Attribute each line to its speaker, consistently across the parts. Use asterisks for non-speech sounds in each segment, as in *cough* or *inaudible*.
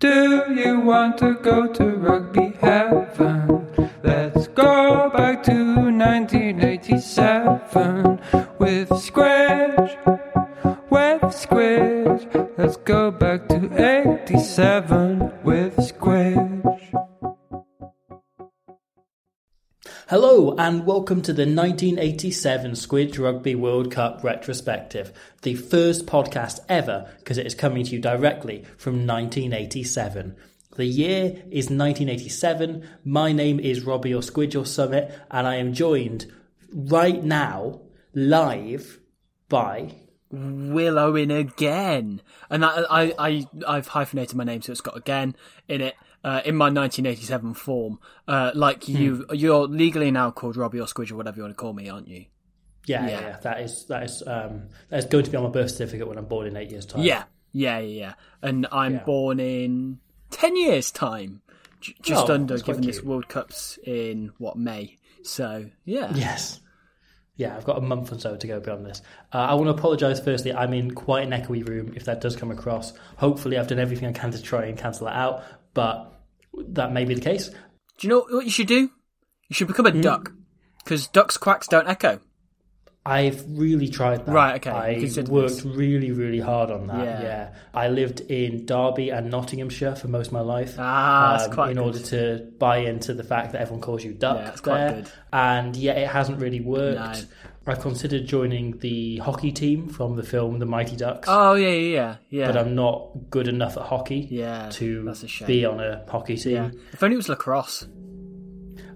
Speaker 1: Do you want to go to rugby heaven? Let's go back to 1987 with Squidge, with Squidge. Let's go back to 87 with Squidge.
Speaker 2: Hello, and welcome to the 1987 Squidge Rugby World Cup retrospective, the first podcast ever because it is coming to you directly from 1987. The year is 1987. My name is Robbie or Squidge or Summit, and I am joined right now, live, by.
Speaker 3: Willow in again, and I, I, I, I've hyphenated my name, so it's got again in it. Uh, in my 1987 form, uh, like
Speaker 2: Hmm.
Speaker 3: you, you're legally now called Robbie or Squidge or whatever you want to call me, aren't you?
Speaker 2: Yeah, yeah, yeah. That is that is um, that is going to be on my birth certificate when I'm born in eight years' time.
Speaker 3: Yeah, yeah, yeah. yeah. And I'm
Speaker 2: Yeah.
Speaker 3: born in ten years' time, J- just
Speaker 2: Oh,
Speaker 3: under.
Speaker 2: that's quite
Speaker 3: Given this
Speaker 2: cute.
Speaker 3: World Cup's in what May, so yeah,
Speaker 2: Yes. Yeah, I've got a month or so to go beyond this. Uh, I want to apologise firstly. I'm in quite an echoey room if that does come across. Hopefully, I've done everything I can to try and cancel that out, but that may be the case.
Speaker 3: Do you know what you should do? You should
Speaker 2: Hmm?
Speaker 3: become a duck. 'Cause duck, because ducks' quacks don't echo.
Speaker 2: I've really tried that.
Speaker 3: Right, okay,
Speaker 2: I
Speaker 3: consider
Speaker 2: worked
Speaker 3: this.
Speaker 2: really, really hard on that. Yeah.
Speaker 3: Yeah.
Speaker 2: I lived in Derby and Nottinghamshire for most of my life. um,
Speaker 3: Ah, that's quite
Speaker 2: in
Speaker 3: good.
Speaker 2: order to buy into the fact that everyone calls you Duck.
Speaker 3: Yeah, that's quite
Speaker 2: there.
Speaker 3: good.
Speaker 2: And yet it hasn't really worked.
Speaker 3: No.
Speaker 2: I've considered joining the hockey team from the film The Mighty Ducks.
Speaker 3: Oh yeah, yeah, yeah. yeah.
Speaker 2: but I'm not good enough at hockey
Speaker 3: Yeah,
Speaker 2: to
Speaker 3: that's a shame.
Speaker 2: be on a hockey team.
Speaker 3: yeah. If only it was lacrosse.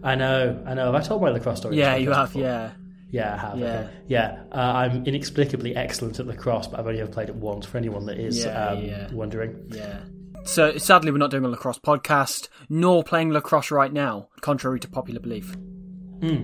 Speaker 2: I know, I know. Have I told my lacrosse story? on this
Speaker 3: Yeah, you
Speaker 2: podcast
Speaker 3: have.
Speaker 2: before?
Speaker 3: Yeah.
Speaker 2: Yeah, I have.
Speaker 3: Yeah.
Speaker 2: okay. Yeah. Uh, I'm inexplicably excellent at lacrosse, but I've only ever played it once for anyone that is
Speaker 3: Yeah,
Speaker 2: um,
Speaker 3: yeah.
Speaker 2: wondering.
Speaker 3: Yeah. So sadly, we're not doing a lacrosse podcast, nor playing lacrosse right now, contrary to popular belief.
Speaker 2: Uh,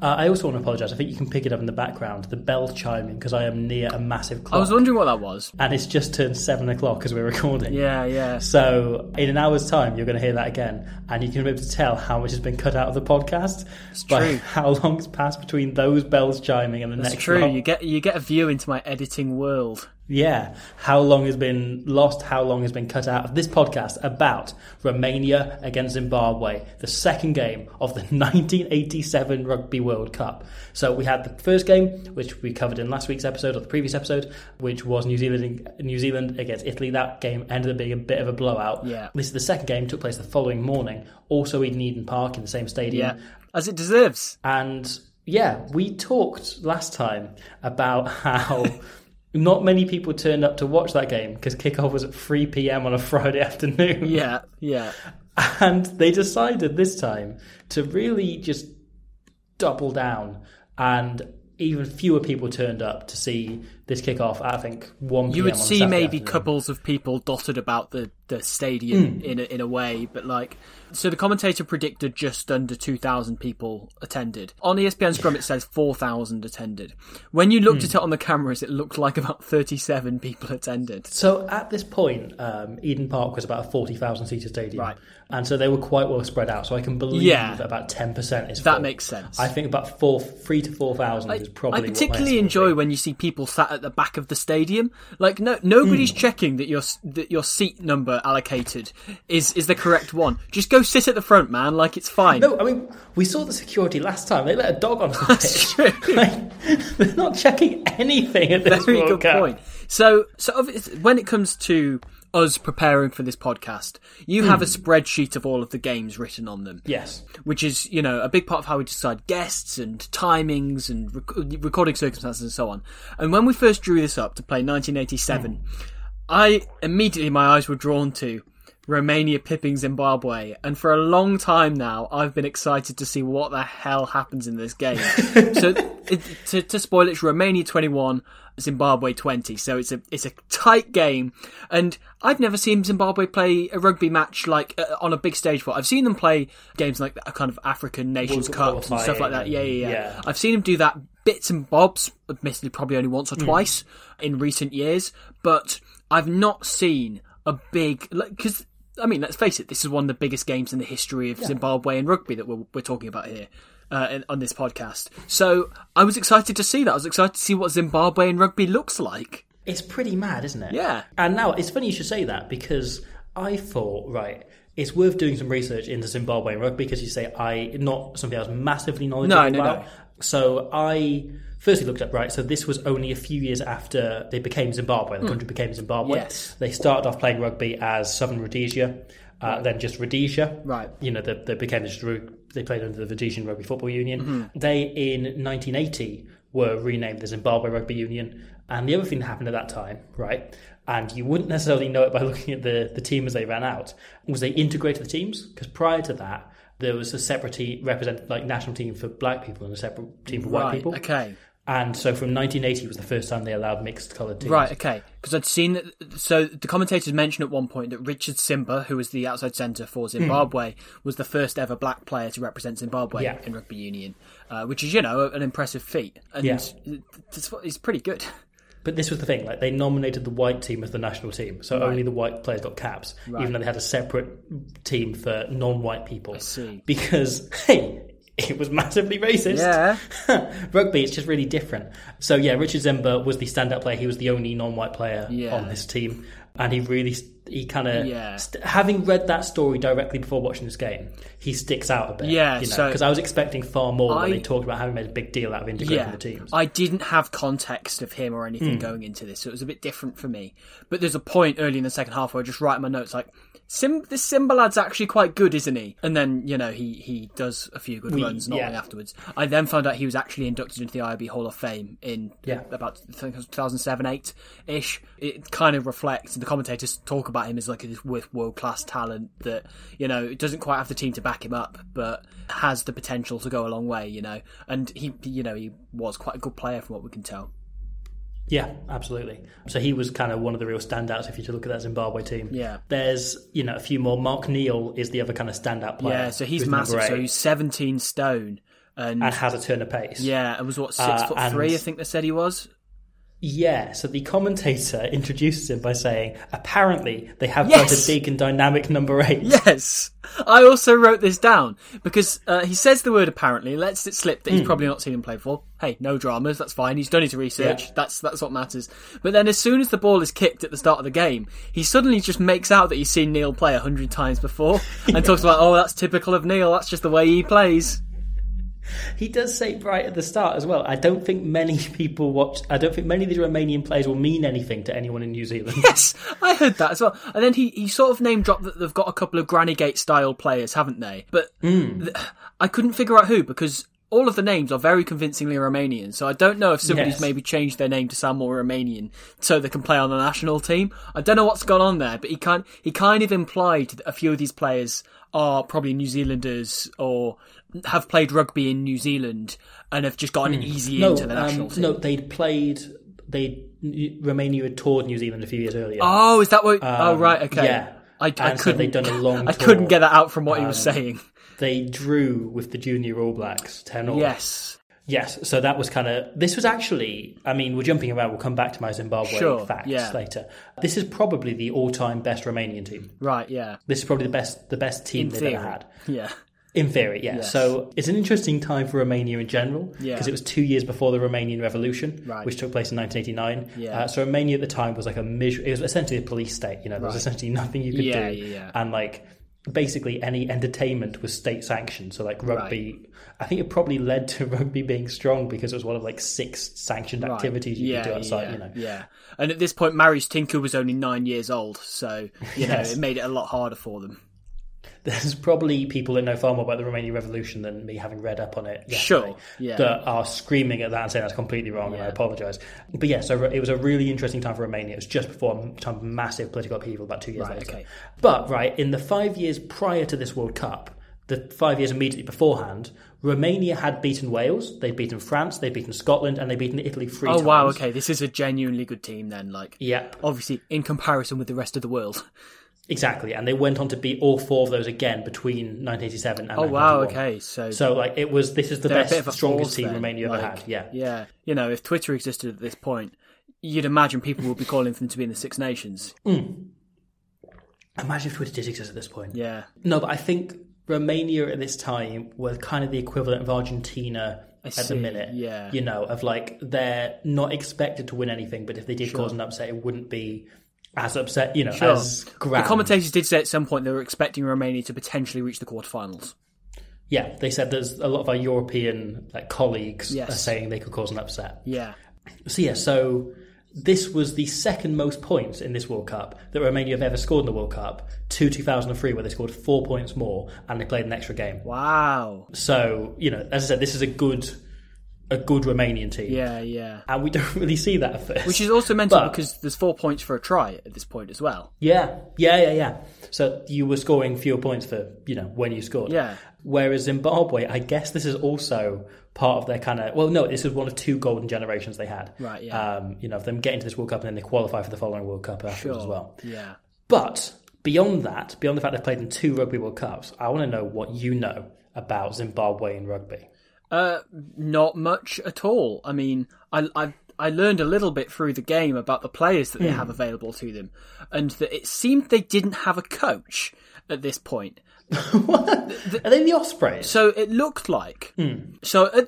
Speaker 2: I also want to apologise. I think you can pick it up in the background, the bell chiming, because I am near a massive clock.
Speaker 3: I was wondering what that was.
Speaker 2: and it's just turned seven o'clock as we're *laughs* recording.
Speaker 3: Yeah, yeah.
Speaker 2: So in an hour's time, you're going to hear that again, and you can be able to tell how much has been cut out of the podcast by
Speaker 3: true.
Speaker 2: *laughs* how long's passed between those bells chiming and the
Speaker 3: That's
Speaker 2: next
Speaker 3: true.
Speaker 2: one.
Speaker 3: You get you get a view into my editing world.
Speaker 2: Yeah, how long has been lost? How long has been cut out of this podcast about Romania against Zimbabwe, the second game of the *laughs* 1987 Rugby World Cup? So we had the first game, which we covered in last week's episode or the previous episode, which was New Zealand New Zealand against Italy. That game ended up being a bit of a blowout.
Speaker 3: Yeah.
Speaker 2: this is the second game took place the following morning, also in Eden Park in the same stadium.
Speaker 3: Yeah, as it deserves.
Speaker 2: And yeah, we talked last time about *laughs* how not many people turned up to watch that game because kickoff was at 3 p.m. on a *laughs* Friday afternoon.
Speaker 3: Yeah, yeah.
Speaker 2: And they decided this time to really just double down and even fewer people turned up to see this kickoff at, I think 1 p.m.
Speaker 3: You would
Speaker 2: on a
Speaker 3: see
Speaker 2: Saturday
Speaker 3: maybe
Speaker 2: afternoon.
Speaker 3: couples of people dotted about the, the stadium in a, in a way, but like, so the commentator predicted just under 2,000 people attended. On E ESPN Scrum, it says 4,000 attended. When you looked at it on the cameras, it looked like about 37 people attended.
Speaker 2: So at this point, um, Eden Park was about a 40,000 seater stadium.
Speaker 3: Right.
Speaker 2: And so they were quite well spread out. So I can believe
Speaker 3: Yeah.
Speaker 2: that about 10% is
Speaker 3: That
Speaker 2: full.
Speaker 3: makes sense.
Speaker 2: I think about four, three to 4,000 is probably
Speaker 3: I
Speaker 2: what my
Speaker 3: particularly
Speaker 2: estimate would
Speaker 3: enjoy
Speaker 2: be.
Speaker 3: when you see people sat at the back of the stadium. Like, no, nobody's
Speaker 2: Hmm.
Speaker 3: checking that your s- that your seat number allocated is is the correct one. Just go sit at the front, man. Like, it's fine. *laughs*
Speaker 2: No, I mean, we saw the security last time. They let a dog on the pitch. *laughs* Like, they're not checking anything at this
Speaker 3: Very
Speaker 2: World
Speaker 3: good
Speaker 2: Cup.
Speaker 3: point. So, so obvi- when it comes to us preparing for this podcast, you have a
Speaker 2: Hmm.
Speaker 3: spreadsheet of all of the games written on them.
Speaker 2: Yes.
Speaker 3: Which is, you know, a big part of how we decide guests and timings and rec- recording circumstances and so on. And when we first drew this up to play
Speaker 2: Hmm.
Speaker 3: 1987, I immediately my eyes were drawn to Romania pipping Zimbabwe, and for a long time now, I've been excited to see what the hell happens in this
Speaker 2: *laughs*
Speaker 3: game. so, it, to, to spoil, it's Romania twenty-one, Zimbabwe twenty. So it's a it's a tight game, and I've never seen Zimbabwe play a rugby match like uh, on a big stage before. I've seen them play games like a kind of African Nations
Speaker 2: World
Speaker 3: Cups and stuff like that.
Speaker 2: qualifying,
Speaker 3: Yeah, yeah, yeah,
Speaker 2: yeah.
Speaker 3: I've seen him do that bits and bobs, admittedly probably only once or twice in recent years, but I've not seen a big because I mean, let's face it, this is one of the biggest games in the history of Zimbabwe and rugby that we're, we're talking about here. Uh, in- on this podcast, so I was excited to see that. I was excited to see what Zimbabwe and rugby looks like.
Speaker 2: It's pretty mad, isn't it?
Speaker 3: Yeah.
Speaker 2: And now it's funny you should say that because I thought, right, it's worth doing some research into Zimbabwean rugby because you say I not something I was massively knowledgeable
Speaker 3: No, no,
Speaker 2: about.
Speaker 3: no.
Speaker 2: So I firstly looked up right. So this was only a few years after they became Zimbabwe. The country became Zimbabwe.
Speaker 3: Yes.
Speaker 2: They started off playing rugby as Southern Rhodesia, uh, then just Rhodesia.
Speaker 3: Right.
Speaker 2: You know, they, they became just Ru- they played under the Rhodesian Rugby Football Union.
Speaker 3: Mm-hmm.
Speaker 2: They in 1980 were renamed the Zimbabwe Rugby Union. And the other thing that happened at that time, right? And you wouldn't necessarily know it by *laughs* looking at the, the team as they ran out, was they integrated the teams. Because prior to that, there was a separate team represented, like national team for black people and a separate team for white
Speaker 3: Right,
Speaker 2: people.
Speaker 3: okay.
Speaker 2: And so from 1980 was the first time they allowed mixed coloured teams.
Speaker 3: Right, okay. Because I'd seen that. So the commentators mentioned at one point that Richard Simba, who was the outside centre for
Speaker 2: Hmm.
Speaker 3: Zimbabwe, was the first ever black player to represent Zimbabwe
Speaker 2: Yeah.
Speaker 3: in rugby union, uh, which is, you know, an impressive feat. And
Speaker 2: Yeah.
Speaker 3: it's, it's pretty good.
Speaker 2: But this was the thing, like they nominated the white team as the national team, so only the white players got caps, even though they had a separate team for non-white people. I
Speaker 3: see.
Speaker 2: Because hey, it was massively racist. *laughs* Rugby, it's just really different. So yeah, Richard Zemba was the standout player. He was the only non-white player
Speaker 3: Yeah.
Speaker 2: on this team, and he really he kind of
Speaker 3: Yeah.
Speaker 2: st- having read that story directly before watching this game, he sticks out a bit.
Speaker 3: Yeah,
Speaker 2: because
Speaker 3: so-
Speaker 2: I was expecting far more
Speaker 3: I-
Speaker 2: when they talked about having made a big deal out of integrating
Speaker 3: *laughs* Yeah.
Speaker 2: the teams. Hmm.
Speaker 3: I didn't have context of him or anything going into this, so it was a bit different for me. But there's a point early in the second half where I just write in my notes like, Sim, this Simba lad's actually quite good, isn't he? And then, you know, he, he does a few good runs not
Speaker 2: yeah.
Speaker 3: long afterwards. I then found out he was actually inducted into the IRB Hall of Fame in
Speaker 2: Yeah.
Speaker 3: about I think it was 2007 8 ish. It kind of reflects, the commentators talk about him as like this with world class talent that, you know, doesn't quite have the team to back him up, but has the potential to go a long way, you know. And he, you know, he was quite a good player from what we can tell.
Speaker 2: Yeah, absolutely. So he was kind of one of the real standouts if you to look at that Zimbabwe team.
Speaker 3: Yeah.
Speaker 2: There's, you know, a few more. Mark Neal is the other kind of standout player.
Speaker 3: Yeah, so he's
Speaker 2: who's number
Speaker 3: massive. So
Speaker 2: eight
Speaker 3: he's 17 stone. And,
Speaker 2: and has a turn of pace.
Speaker 3: yeah, and was what, six
Speaker 2: Uh,
Speaker 3: foot
Speaker 2: and-
Speaker 3: three, I think they said he was?
Speaker 2: Yeah, so the commentator *laughs* introduces him by saying, apparently they have
Speaker 3: Yes!
Speaker 2: got a big and dynamic number eight.
Speaker 3: Yes, I also wrote this down because uh, he says the word apparently, lets it slip that he's probably not seen him play before. Hey, no dramas, that's fine. He's done his research.
Speaker 2: Yeah.
Speaker 3: That's that's what matters. But then, as soon as the ball is kicked at the start of the game, he suddenly just makes out that he's seen Neil play a hundred times before and talks about, "Oh, that's typical of Neil. That's just the way he plays."
Speaker 2: He does say right at the start as well, I don't think many people watch, I don't think many of these Romanian players will mean anything to anyone in New Zealand.
Speaker 3: *laughs* Yes, I heard that as well. And then he, he sort of name dropped that they've got a couple of Granny Gate style players, haven't they? But
Speaker 2: Hmm.
Speaker 3: th- I couldn't figure out who because all of the names are very convincingly Romanian. So I don't know if somebody's
Speaker 2: Yes.
Speaker 3: maybe changed their name to sound more Romanian so they can play on the national team. I don't know what's gone on there, but he kind he kind of implied that a few of these players are probably New Zealanders or have played rugby in New Zealand and have just gotten easy into the national
Speaker 2: um,
Speaker 3: team.
Speaker 2: Hmm. no, they'd played, they Romania had toured New Zealand a few years earlier.
Speaker 3: Oh, is that what? oh, right. Okay.
Speaker 2: Um, yeah.
Speaker 3: I, I
Speaker 2: And
Speaker 3: couldn't.
Speaker 2: so they'd done a long
Speaker 3: *laughs*
Speaker 2: tour.
Speaker 3: I
Speaker 2: Um,
Speaker 3: couldn't get that out from what he was saying.
Speaker 2: they drew with the junior All Blacks ten all.
Speaker 3: Yes.
Speaker 2: Yes. So that was kind of this was actually. I mean, we're jumping around. We'll come back to my Zimbabwe
Speaker 3: Sure,
Speaker 2: facts
Speaker 3: yeah.
Speaker 2: later. This is probably the all-time best Romanian team.
Speaker 3: Right. Yeah.
Speaker 2: This is probably the best the best team they've
Speaker 3: theory.
Speaker 2: ever had.
Speaker 3: Yeah.
Speaker 2: In theory, yeah.
Speaker 3: Yes.
Speaker 2: So it's an interesting time for Romania in general because
Speaker 3: Yeah.
Speaker 2: it was two years before the Romanian Revolution,
Speaker 3: Right.
Speaker 2: which took place in 1989.
Speaker 3: Yeah.
Speaker 2: Uh, so Romania at the time was like a miser- it was essentially a police state. You know, there was essentially nothing you could
Speaker 3: Yeah,
Speaker 2: do,
Speaker 3: yeah, yeah.
Speaker 2: and like basically any entertainment was state sanctioned. So like rugby, I think it probably led to *laughs* rugby being strong because it was one of like six sanctioned
Speaker 3: Right.
Speaker 2: activities you
Speaker 3: yeah,
Speaker 2: could do outside.
Speaker 3: Yeah,
Speaker 2: You know,
Speaker 3: yeah. And at this point, Marius Tinker was only nine years old, so you
Speaker 2: *laughs*
Speaker 3: know
Speaker 2: Yes.
Speaker 3: it made it a lot harder for them.
Speaker 2: there's probably people that know far more about the Romanian Revolution than me having read up on it. yesterday
Speaker 3: Sure, yeah.
Speaker 2: That are screaming at that and saying that's completely wrong, and I apologise. But yeah, so it was a really interesting time for Romania. It was just before a time of massive political upheaval about two years
Speaker 3: Right,
Speaker 2: later.
Speaker 3: okay.
Speaker 2: But right in the five years prior to this World Cup, the five years immediately beforehand, Romania had beaten Wales, they'd beaten France, they'd beaten Scotland, and they'd beaten Italy three
Speaker 3: Oh
Speaker 2: times.
Speaker 3: wow. Okay. This is a genuinely good team then. Like.
Speaker 2: Yep.
Speaker 3: Obviously, in comparison with the rest of the
Speaker 2: *laughs*
Speaker 3: world.
Speaker 2: Exactly, and they went on to beat all four of those again between 1987 and
Speaker 3: Oh wow!
Speaker 2: 1991.
Speaker 3: Okay, so,
Speaker 2: So like it was this is the
Speaker 3: they're a
Speaker 2: best
Speaker 3: bit of a
Speaker 2: strongest
Speaker 3: force
Speaker 2: team
Speaker 3: then,
Speaker 2: Romania ever
Speaker 3: like,
Speaker 2: had. Yeah.
Speaker 3: yeah. You know, if Twitter existed at this point, you'd imagine people would be calling for them to be in the Six Nations.
Speaker 2: Imagine if Twitter did exist at this point.
Speaker 3: Yeah,
Speaker 2: No, but I think Romania at this time were kind of the equivalent of Argentina at
Speaker 3: see,
Speaker 2: the minute.
Speaker 3: yeah.
Speaker 2: You know, of like they're not expected to win anything, but if they did cause an upset it wouldn't be as upset, you know,
Speaker 3: Sure.
Speaker 2: as grand.
Speaker 3: The commentators did say at some point they were expecting Romania to potentially reach the quarterfinals.
Speaker 2: yeah, they said there's a lot of our European like colleagues
Speaker 3: Yes.
Speaker 2: are saying they could cause an upset.
Speaker 3: Yeah.
Speaker 2: So yeah, so this was the second most points in this World Cup that Romania have ever scored in the World Cup to 2003, where they scored four points more and they played an extra game.
Speaker 3: Wow.
Speaker 2: So you know, as I said, this is a good, a good Romanian team.
Speaker 3: Yeah, yeah.
Speaker 2: And we *laughs* don't really see that at first.
Speaker 3: Which is also mental
Speaker 2: But-
Speaker 3: because there's four points for a try at this point as well.
Speaker 2: Yeah, yeah, yeah, yeah. So you were scoring fewer points for you know when you scored.
Speaker 3: Yeah.
Speaker 2: Whereas Zimbabwe, I guess this is also part of their kind of well, no, this is one of two golden generations they had.
Speaker 3: Right, yeah.
Speaker 2: Um, you know, of them getting to this World Cup and then they qualify for the following World Cup afterwards as well.
Speaker 3: Yeah.
Speaker 2: But beyond that, beyond the fact they've played in two Rugby World Cups, I want to know what you know about Zimbabwean rugby.
Speaker 3: Uh, not much at all. I mean, I, I I learned a little bit through the game about the players that they
Speaker 2: Hmm.
Speaker 3: have available to them, and that it seemed they didn't have a coach at this point.
Speaker 2: Are they the Ospreys?
Speaker 3: So it looked like. So uh,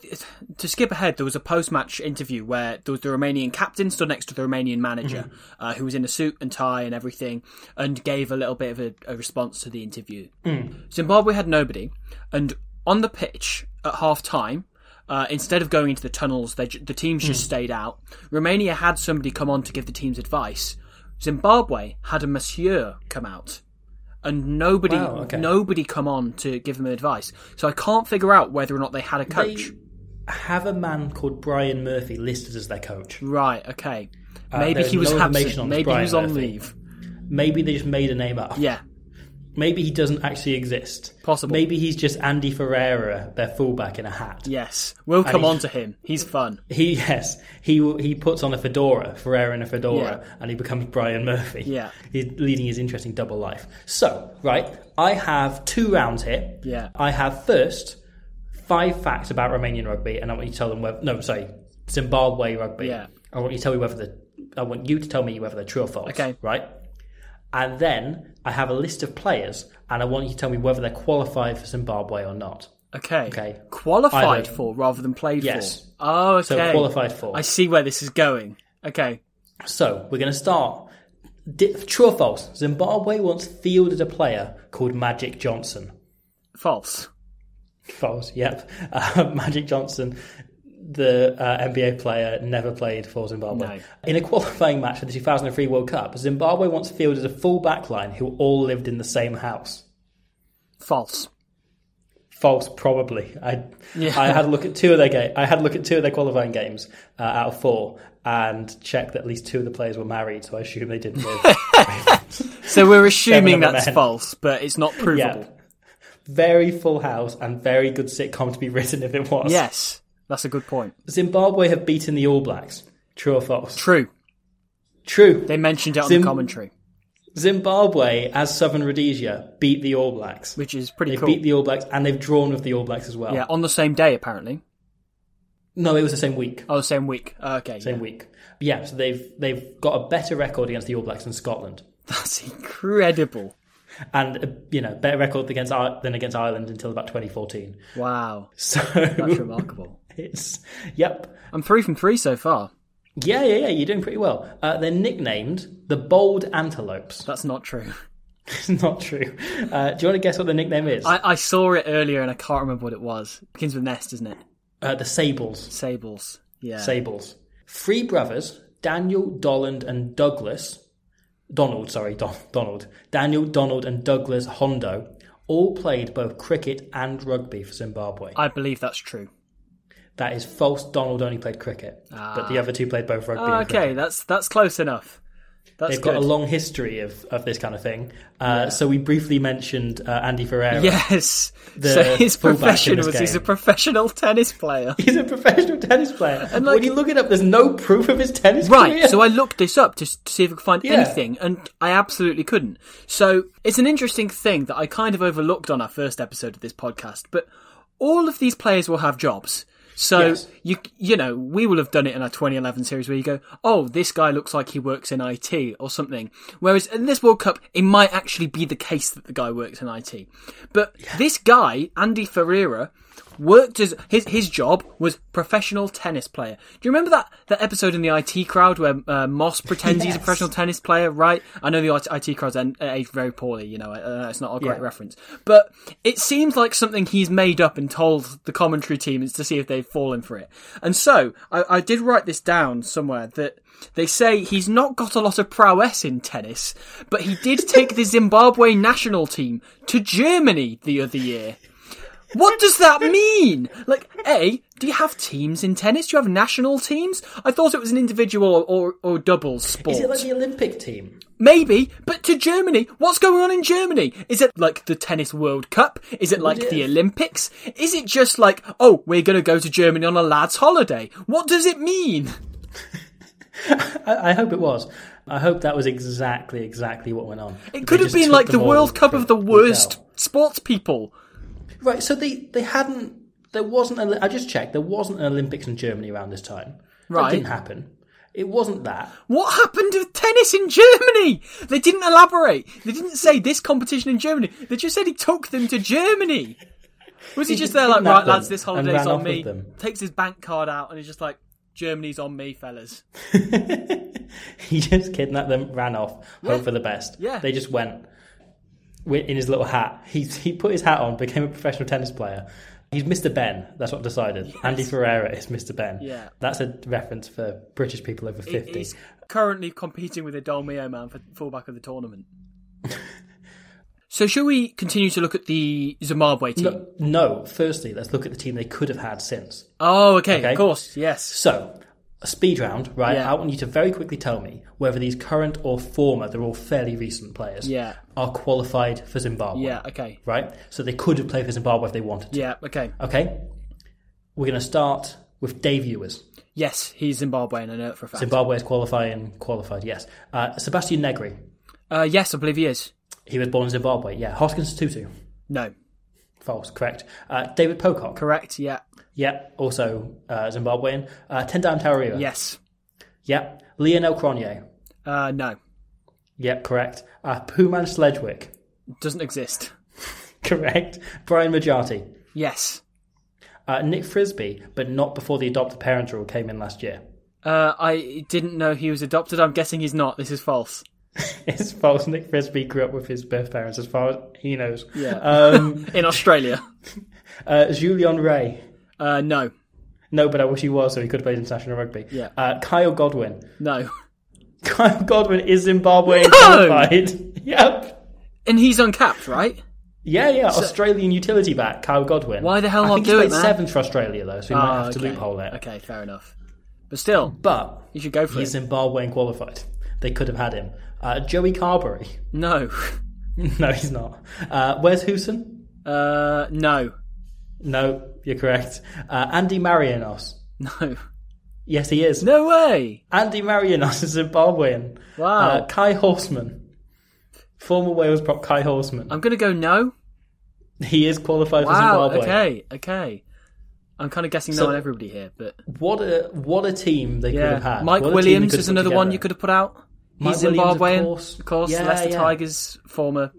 Speaker 3: to skip ahead, there was a post-match interview where there was the Romanian captain stood next to the Romanian manager,
Speaker 2: Mm-hmm.
Speaker 3: uh, who was in a suit and tie and everything, and gave a little bit of a, a response to the interview.
Speaker 2: Mm.
Speaker 3: Zimbabwe had nobody, and on the pitch at half time. Uh, instead of going into the tunnels, they, ju- the teams
Speaker 2: Mm.
Speaker 3: just stayed out. Romania had somebody come on to give the teams advice. Zimbabwe had a monsieur come out, and nobody,
Speaker 2: Wow, okay.
Speaker 3: nobody come on to give them advice. So I can't figure out whether or not they had a
Speaker 2: They
Speaker 3: coach.
Speaker 2: have a man called Brian Murphy listed as their coach.
Speaker 3: Right. Okay. Maybe
Speaker 2: Uh, there's
Speaker 3: he was
Speaker 2: no information
Speaker 3: absent.
Speaker 2: on
Speaker 3: Maybe he
Speaker 2: Brian
Speaker 3: was on
Speaker 2: Murphy.
Speaker 3: leave.
Speaker 2: Maybe they just made a name up.
Speaker 3: Yeah.
Speaker 2: Maybe he doesn't actually exist.
Speaker 3: Possible.
Speaker 2: Maybe he's just Andy Ferreira, their fullback in a hat.
Speaker 3: Yes. We'll come
Speaker 2: he-
Speaker 3: on to him. He's fun.
Speaker 2: He *laughs* yes, he he puts on a fedora, Ferreira in a fedora,
Speaker 3: Yeah.
Speaker 2: and he becomes Brian Murphy.
Speaker 3: Yeah.
Speaker 2: he's leading his interesting double life. So right, I have two rounds here.
Speaker 3: Yeah.
Speaker 2: I have first five facts about Romanian rugby, and I want you to tell them whether no, sorry, Zimbabwe rugby.
Speaker 3: Yeah.
Speaker 2: I want you to tell me whether the I want you to tell me whether they're true or false.
Speaker 3: Okay.
Speaker 2: right. And then I have a list of players, and I want you to tell me whether they're qualified for Zimbabwe or not.
Speaker 3: Okay.
Speaker 2: Okay.
Speaker 3: Qualified
Speaker 2: Either-
Speaker 3: for rather than played
Speaker 2: Yes.
Speaker 3: for. Oh, okay.
Speaker 2: So qualified for.
Speaker 3: I see where this is going. Okay.
Speaker 2: So we're going to start. Di- true or false? Zimbabwe once fielded a player called Magic Johnson.
Speaker 3: False.
Speaker 2: False. Yep. *laughs* Uh, Magic Johnson, the uh, NBA player, never played for Zimbabwe.
Speaker 3: No.
Speaker 2: In a qualifying match for the 2003 World Cup, Zimbabwe once fielded a full back line who all lived in the same house.
Speaker 3: False.
Speaker 2: False, probably. I
Speaker 3: Yeah.
Speaker 2: I had a look at two of their game. I had a look at two of their qualifying games uh, out of four and checked that at least two of the players were married. So I assume they didn't live
Speaker 3: *laughs* So we're assuming
Speaker 2: Seven of a
Speaker 3: that's
Speaker 2: man.
Speaker 3: false, but it's not
Speaker 2: Yeah.
Speaker 3: provable.
Speaker 2: Very full house and very good sitcom to be written if it was.
Speaker 3: Yes. That's a good point.
Speaker 2: Zimbabwe have beaten the All Blacks. True or false?
Speaker 3: True.
Speaker 2: True.
Speaker 3: They mentioned it on
Speaker 2: Zim-
Speaker 3: the commentary,
Speaker 2: Zimbabwe, as Southern Rhodesia, beat the All Blacks.
Speaker 3: which is pretty
Speaker 2: They
Speaker 3: cool.
Speaker 2: beat the All Blacks and they've drawn with the All Blacks as well.
Speaker 3: yeah, on the same day apparently.
Speaker 2: No, it was the same week.
Speaker 3: Oh, the same week. Oh, okay.
Speaker 2: Same week. Yeah, so they've they've got a better record against the All Blacks than Scotland,
Speaker 3: That's incredible.
Speaker 2: and uh, you know better record against Ir- than against Ireland until about 2014.
Speaker 3: Wow.
Speaker 2: *laughs* So
Speaker 3: That's remarkable.
Speaker 2: it's yep.
Speaker 3: I'm three from three so far.
Speaker 2: Yeah, yeah, yeah. You're doing pretty well. Uh, they're nicknamed the Bold Antelopes. *laughs*
Speaker 3: That's not true.
Speaker 2: It's not true. Uh, do you want to guess what the nickname is?
Speaker 3: I, I saw it earlier and I can't remember what it was. Begins with nest, doesn't it?
Speaker 2: uh, the Sables.
Speaker 3: Sables. Yeah.
Speaker 2: Sables. Three brothers, Daniel, Dolland, and Douglas. Donald, sorry, Don- Donald. Daniel, Donald, and Douglas Hondo all played both cricket and rugby for Zimbabwe.
Speaker 3: I believe that's true.
Speaker 2: that is false. Donald only played cricket, but the other two played both rugby and cricket.
Speaker 3: Ah. Oh, okay, that's that's close enough. That's
Speaker 2: They've
Speaker 3: good.
Speaker 2: got a long history of, of this kind of thing. Uh, So we briefly mentioned uh, Andy Ferreira.
Speaker 3: yes.
Speaker 2: The
Speaker 3: so his
Speaker 2: fullback in
Speaker 3: profession
Speaker 2: this
Speaker 3: was he's a
Speaker 2: game.
Speaker 3: professional tennis player.
Speaker 2: He's a professional tennis player. And
Speaker 3: like-
Speaker 2: when you look it up, there's no proof of his tennis
Speaker 3: Right,
Speaker 2: career.
Speaker 3: so I looked this up to, s- to see if I could find
Speaker 2: Yeah.
Speaker 3: anything, and I absolutely couldn't. So it's an interesting thing that I kind of overlooked on our first episode of this podcast, but all of these players will have jobs. So
Speaker 2: Yes.
Speaker 3: you you know we will have done it in our 2011 series where you go, oh, this guy looks like he works in IT or something. Whereas in this World Cup, it might actually be the case that the guy works in IT. But this guy, Andy Ferreira, worked as his his job was professional tennis player. Do you remember that that episode in the IT crowd where uh, Moss pretends he's a
Speaker 2: Yes.
Speaker 3: professional tennis player? Right. I know the IT, IT crowd's en- uh, aged very poorly. You know, uh, it's not a great
Speaker 2: Yeah.
Speaker 3: reference, but it seems like something he's made up and told the commentary team is to see if they've fallen for it. And so I, I did write this down somewhere that. They say he's not got a lot of prowess in tennis, but he
Speaker 2: *laughs*
Speaker 3: did take the Zimbabwe national team to Germany the other year. What does that mean? Like, A, do you have teams in tennis? Do you have national teams? I thought it was an individual or, or doubles sport.
Speaker 2: Is it like the Olympic team?
Speaker 3: Maybe, but to Germany, what's going on in Germany? Is it like the Tennis World Cup? Is it like the Olympics? Is it just like, oh, we're going to go to Germany on a lad's holiday? What does it mean?
Speaker 2: I, I hope it was. I hope that was exactly, exactly what went on.
Speaker 3: It could have been like the World Cup of the worst sports people.
Speaker 2: Right. So they they hadn't. There wasn't. A, I just checked. There wasn't an Olympics in Germany around this time.
Speaker 3: Right.
Speaker 2: That didn't happen. It wasn't that.
Speaker 3: What happened with tennis in Germany? They didn't elaborate. They didn't say this competition in Germany. They just said he took them to Germany. Was he
Speaker 2: He just
Speaker 3: just there like,
Speaker 2: kidnapped
Speaker 3: right, lads,
Speaker 2: them
Speaker 3: this
Speaker 2: and
Speaker 3: holiday's
Speaker 2: ran
Speaker 3: on
Speaker 2: off
Speaker 3: me?
Speaker 2: with them.
Speaker 3: Takes his bank card out and he's just like, Germany's on me, fellas.
Speaker 2: *laughs* He just kidnapped them, ran off, hoped for the best.
Speaker 3: Yeah.
Speaker 2: They just went wi- in his little hat. He he put his hat on, became a professional tennis player. He's Mr. Ben. That's what I've decided. Andy Ferreira is Mr. Ben.
Speaker 3: Yeah.
Speaker 2: That's a reference for British people over fifty.
Speaker 3: He's currently competing with a Dolmio man for fullback of the tournament. *laughs* so, shall we continue to look at the Zimbabwe team?
Speaker 2: No, no, firstly, let's look at the team they could have had since.
Speaker 3: Oh, okay,
Speaker 2: Okay.
Speaker 3: of course, yes.
Speaker 2: So, a speed round, right?
Speaker 3: Yeah.
Speaker 2: I want you to very quickly tell me whether these current or former, they're all fairly recent players,
Speaker 3: Yeah.
Speaker 2: are qualified for Zimbabwe.
Speaker 3: Yeah, okay.
Speaker 2: Right? So they could have played for Zimbabwe if they wanted to.
Speaker 3: Yeah, okay.
Speaker 2: Okay? We're going to start with Dave Ewers.
Speaker 3: Yes, he's Zimbabwean, I know it for a fact.
Speaker 2: Zimbabwe is qualifying, qualified, yes. Uh, Sebastian Negri.
Speaker 3: uh, yes, I believe he is.
Speaker 2: He was born in Zimbabwe. Yeah. Hoskins Tutu.
Speaker 3: No.
Speaker 2: False, correct. Uh, David Pocock.
Speaker 3: Correct, yeah.
Speaker 2: Yeah, also uh, Zimbabwean. Uh, Tendam Tauriva.
Speaker 3: Yes.
Speaker 2: Yep. Lionel Cronier.
Speaker 3: Uh, no.
Speaker 2: Yep, correct. Uh, Puman Sledgewick.
Speaker 3: Doesn't exist.
Speaker 2: *laughs* Correct. Brian Majati.
Speaker 3: Yes.
Speaker 2: Uh, Nick Frisby, but not before the adopted parent rule came in last year. *laughs*
Speaker 3: Uh, I didn't know he was adopted. I'm guessing he's not. This is false.
Speaker 2: It's false. Nick Frisby grew up with his birth parents, as far as he knows.
Speaker 3: Yeah.
Speaker 2: Um,
Speaker 3: In Australia.
Speaker 2: uh, Julian Ray.
Speaker 3: Uh, no.
Speaker 2: No, but I wish he was, so he could have played international rugby.
Speaker 3: Yeah.
Speaker 2: Uh, Kyle Godwin. *laughs*
Speaker 3: No.
Speaker 2: Kyle Godwin is Zimbabwean qualified. *laughs* yep.
Speaker 3: And he's uncapped, right?
Speaker 2: Yeah, yeah. Australian utility back, Kyle Godwin.
Speaker 3: Why the hell
Speaker 2: I
Speaker 3: not
Speaker 2: think he's
Speaker 3: do it,
Speaker 2: played
Speaker 3: man?
Speaker 2: seventh for Australia though, so he might
Speaker 3: Oh,
Speaker 2: have to loophole it.
Speaker 3: Okay, fair enough. But still,
Speaker 2: But
Speaker 3: you should go for
Speaker 2: He's
Speaker 3: it.
Speaker 2: Zimbabwean qualified. They could have had him. Uh, Joey Carberry. *laughs*
Speaker 3: No. *laughs*
Speaker 2: no, he's not. Uh, where's Hooson?
Speaker 3: Uh, no. *laughs*
Speaker 2: No, you're correct. Uh, Andy Marianos.
Speaker 3: No.
Speaker 2: Yes, he is.
Speaker 3: No way!
Speaker 2: Andy Marianos is Zimbabwean.
Speaker 3: Wow.
Speaker 2: Uh, Kai Horseman. Former Wales prop Kai Horseman.
Speaker 3: I'm gonna go no.
Speaker 2: He is qualified
Speaker 3: Wow,
Speaker 2: for Zimbabwe.
Speaker 3: okay, okay. I'm kind of guessing
Speaker 2: So-
Speaker 3: no on everybody here, but
Speaker 2: What a what a team they could have
Speaker 3: yeah.
Speaker 2: had.
Speaker 3: Mike
Speaker 2: What a team they
Speaker 3: Williams
Speaker 2: could
Speaker 3: is
Speaker 2: have put
Speaker 3: another one
Speaker 2: together.
Speaker 3: you could have put out.
Speaker 2: Mike
Speaker 3: He's
Speaker 2: Williams, of
Speaker 3: Zimbabwean,
Speaker 2: course.
Speaker 3: of course.
Speaker 2: Yeah,
Speaker 3: Leicester
Speaker 2: yeah.
Speaker 3: Tigers former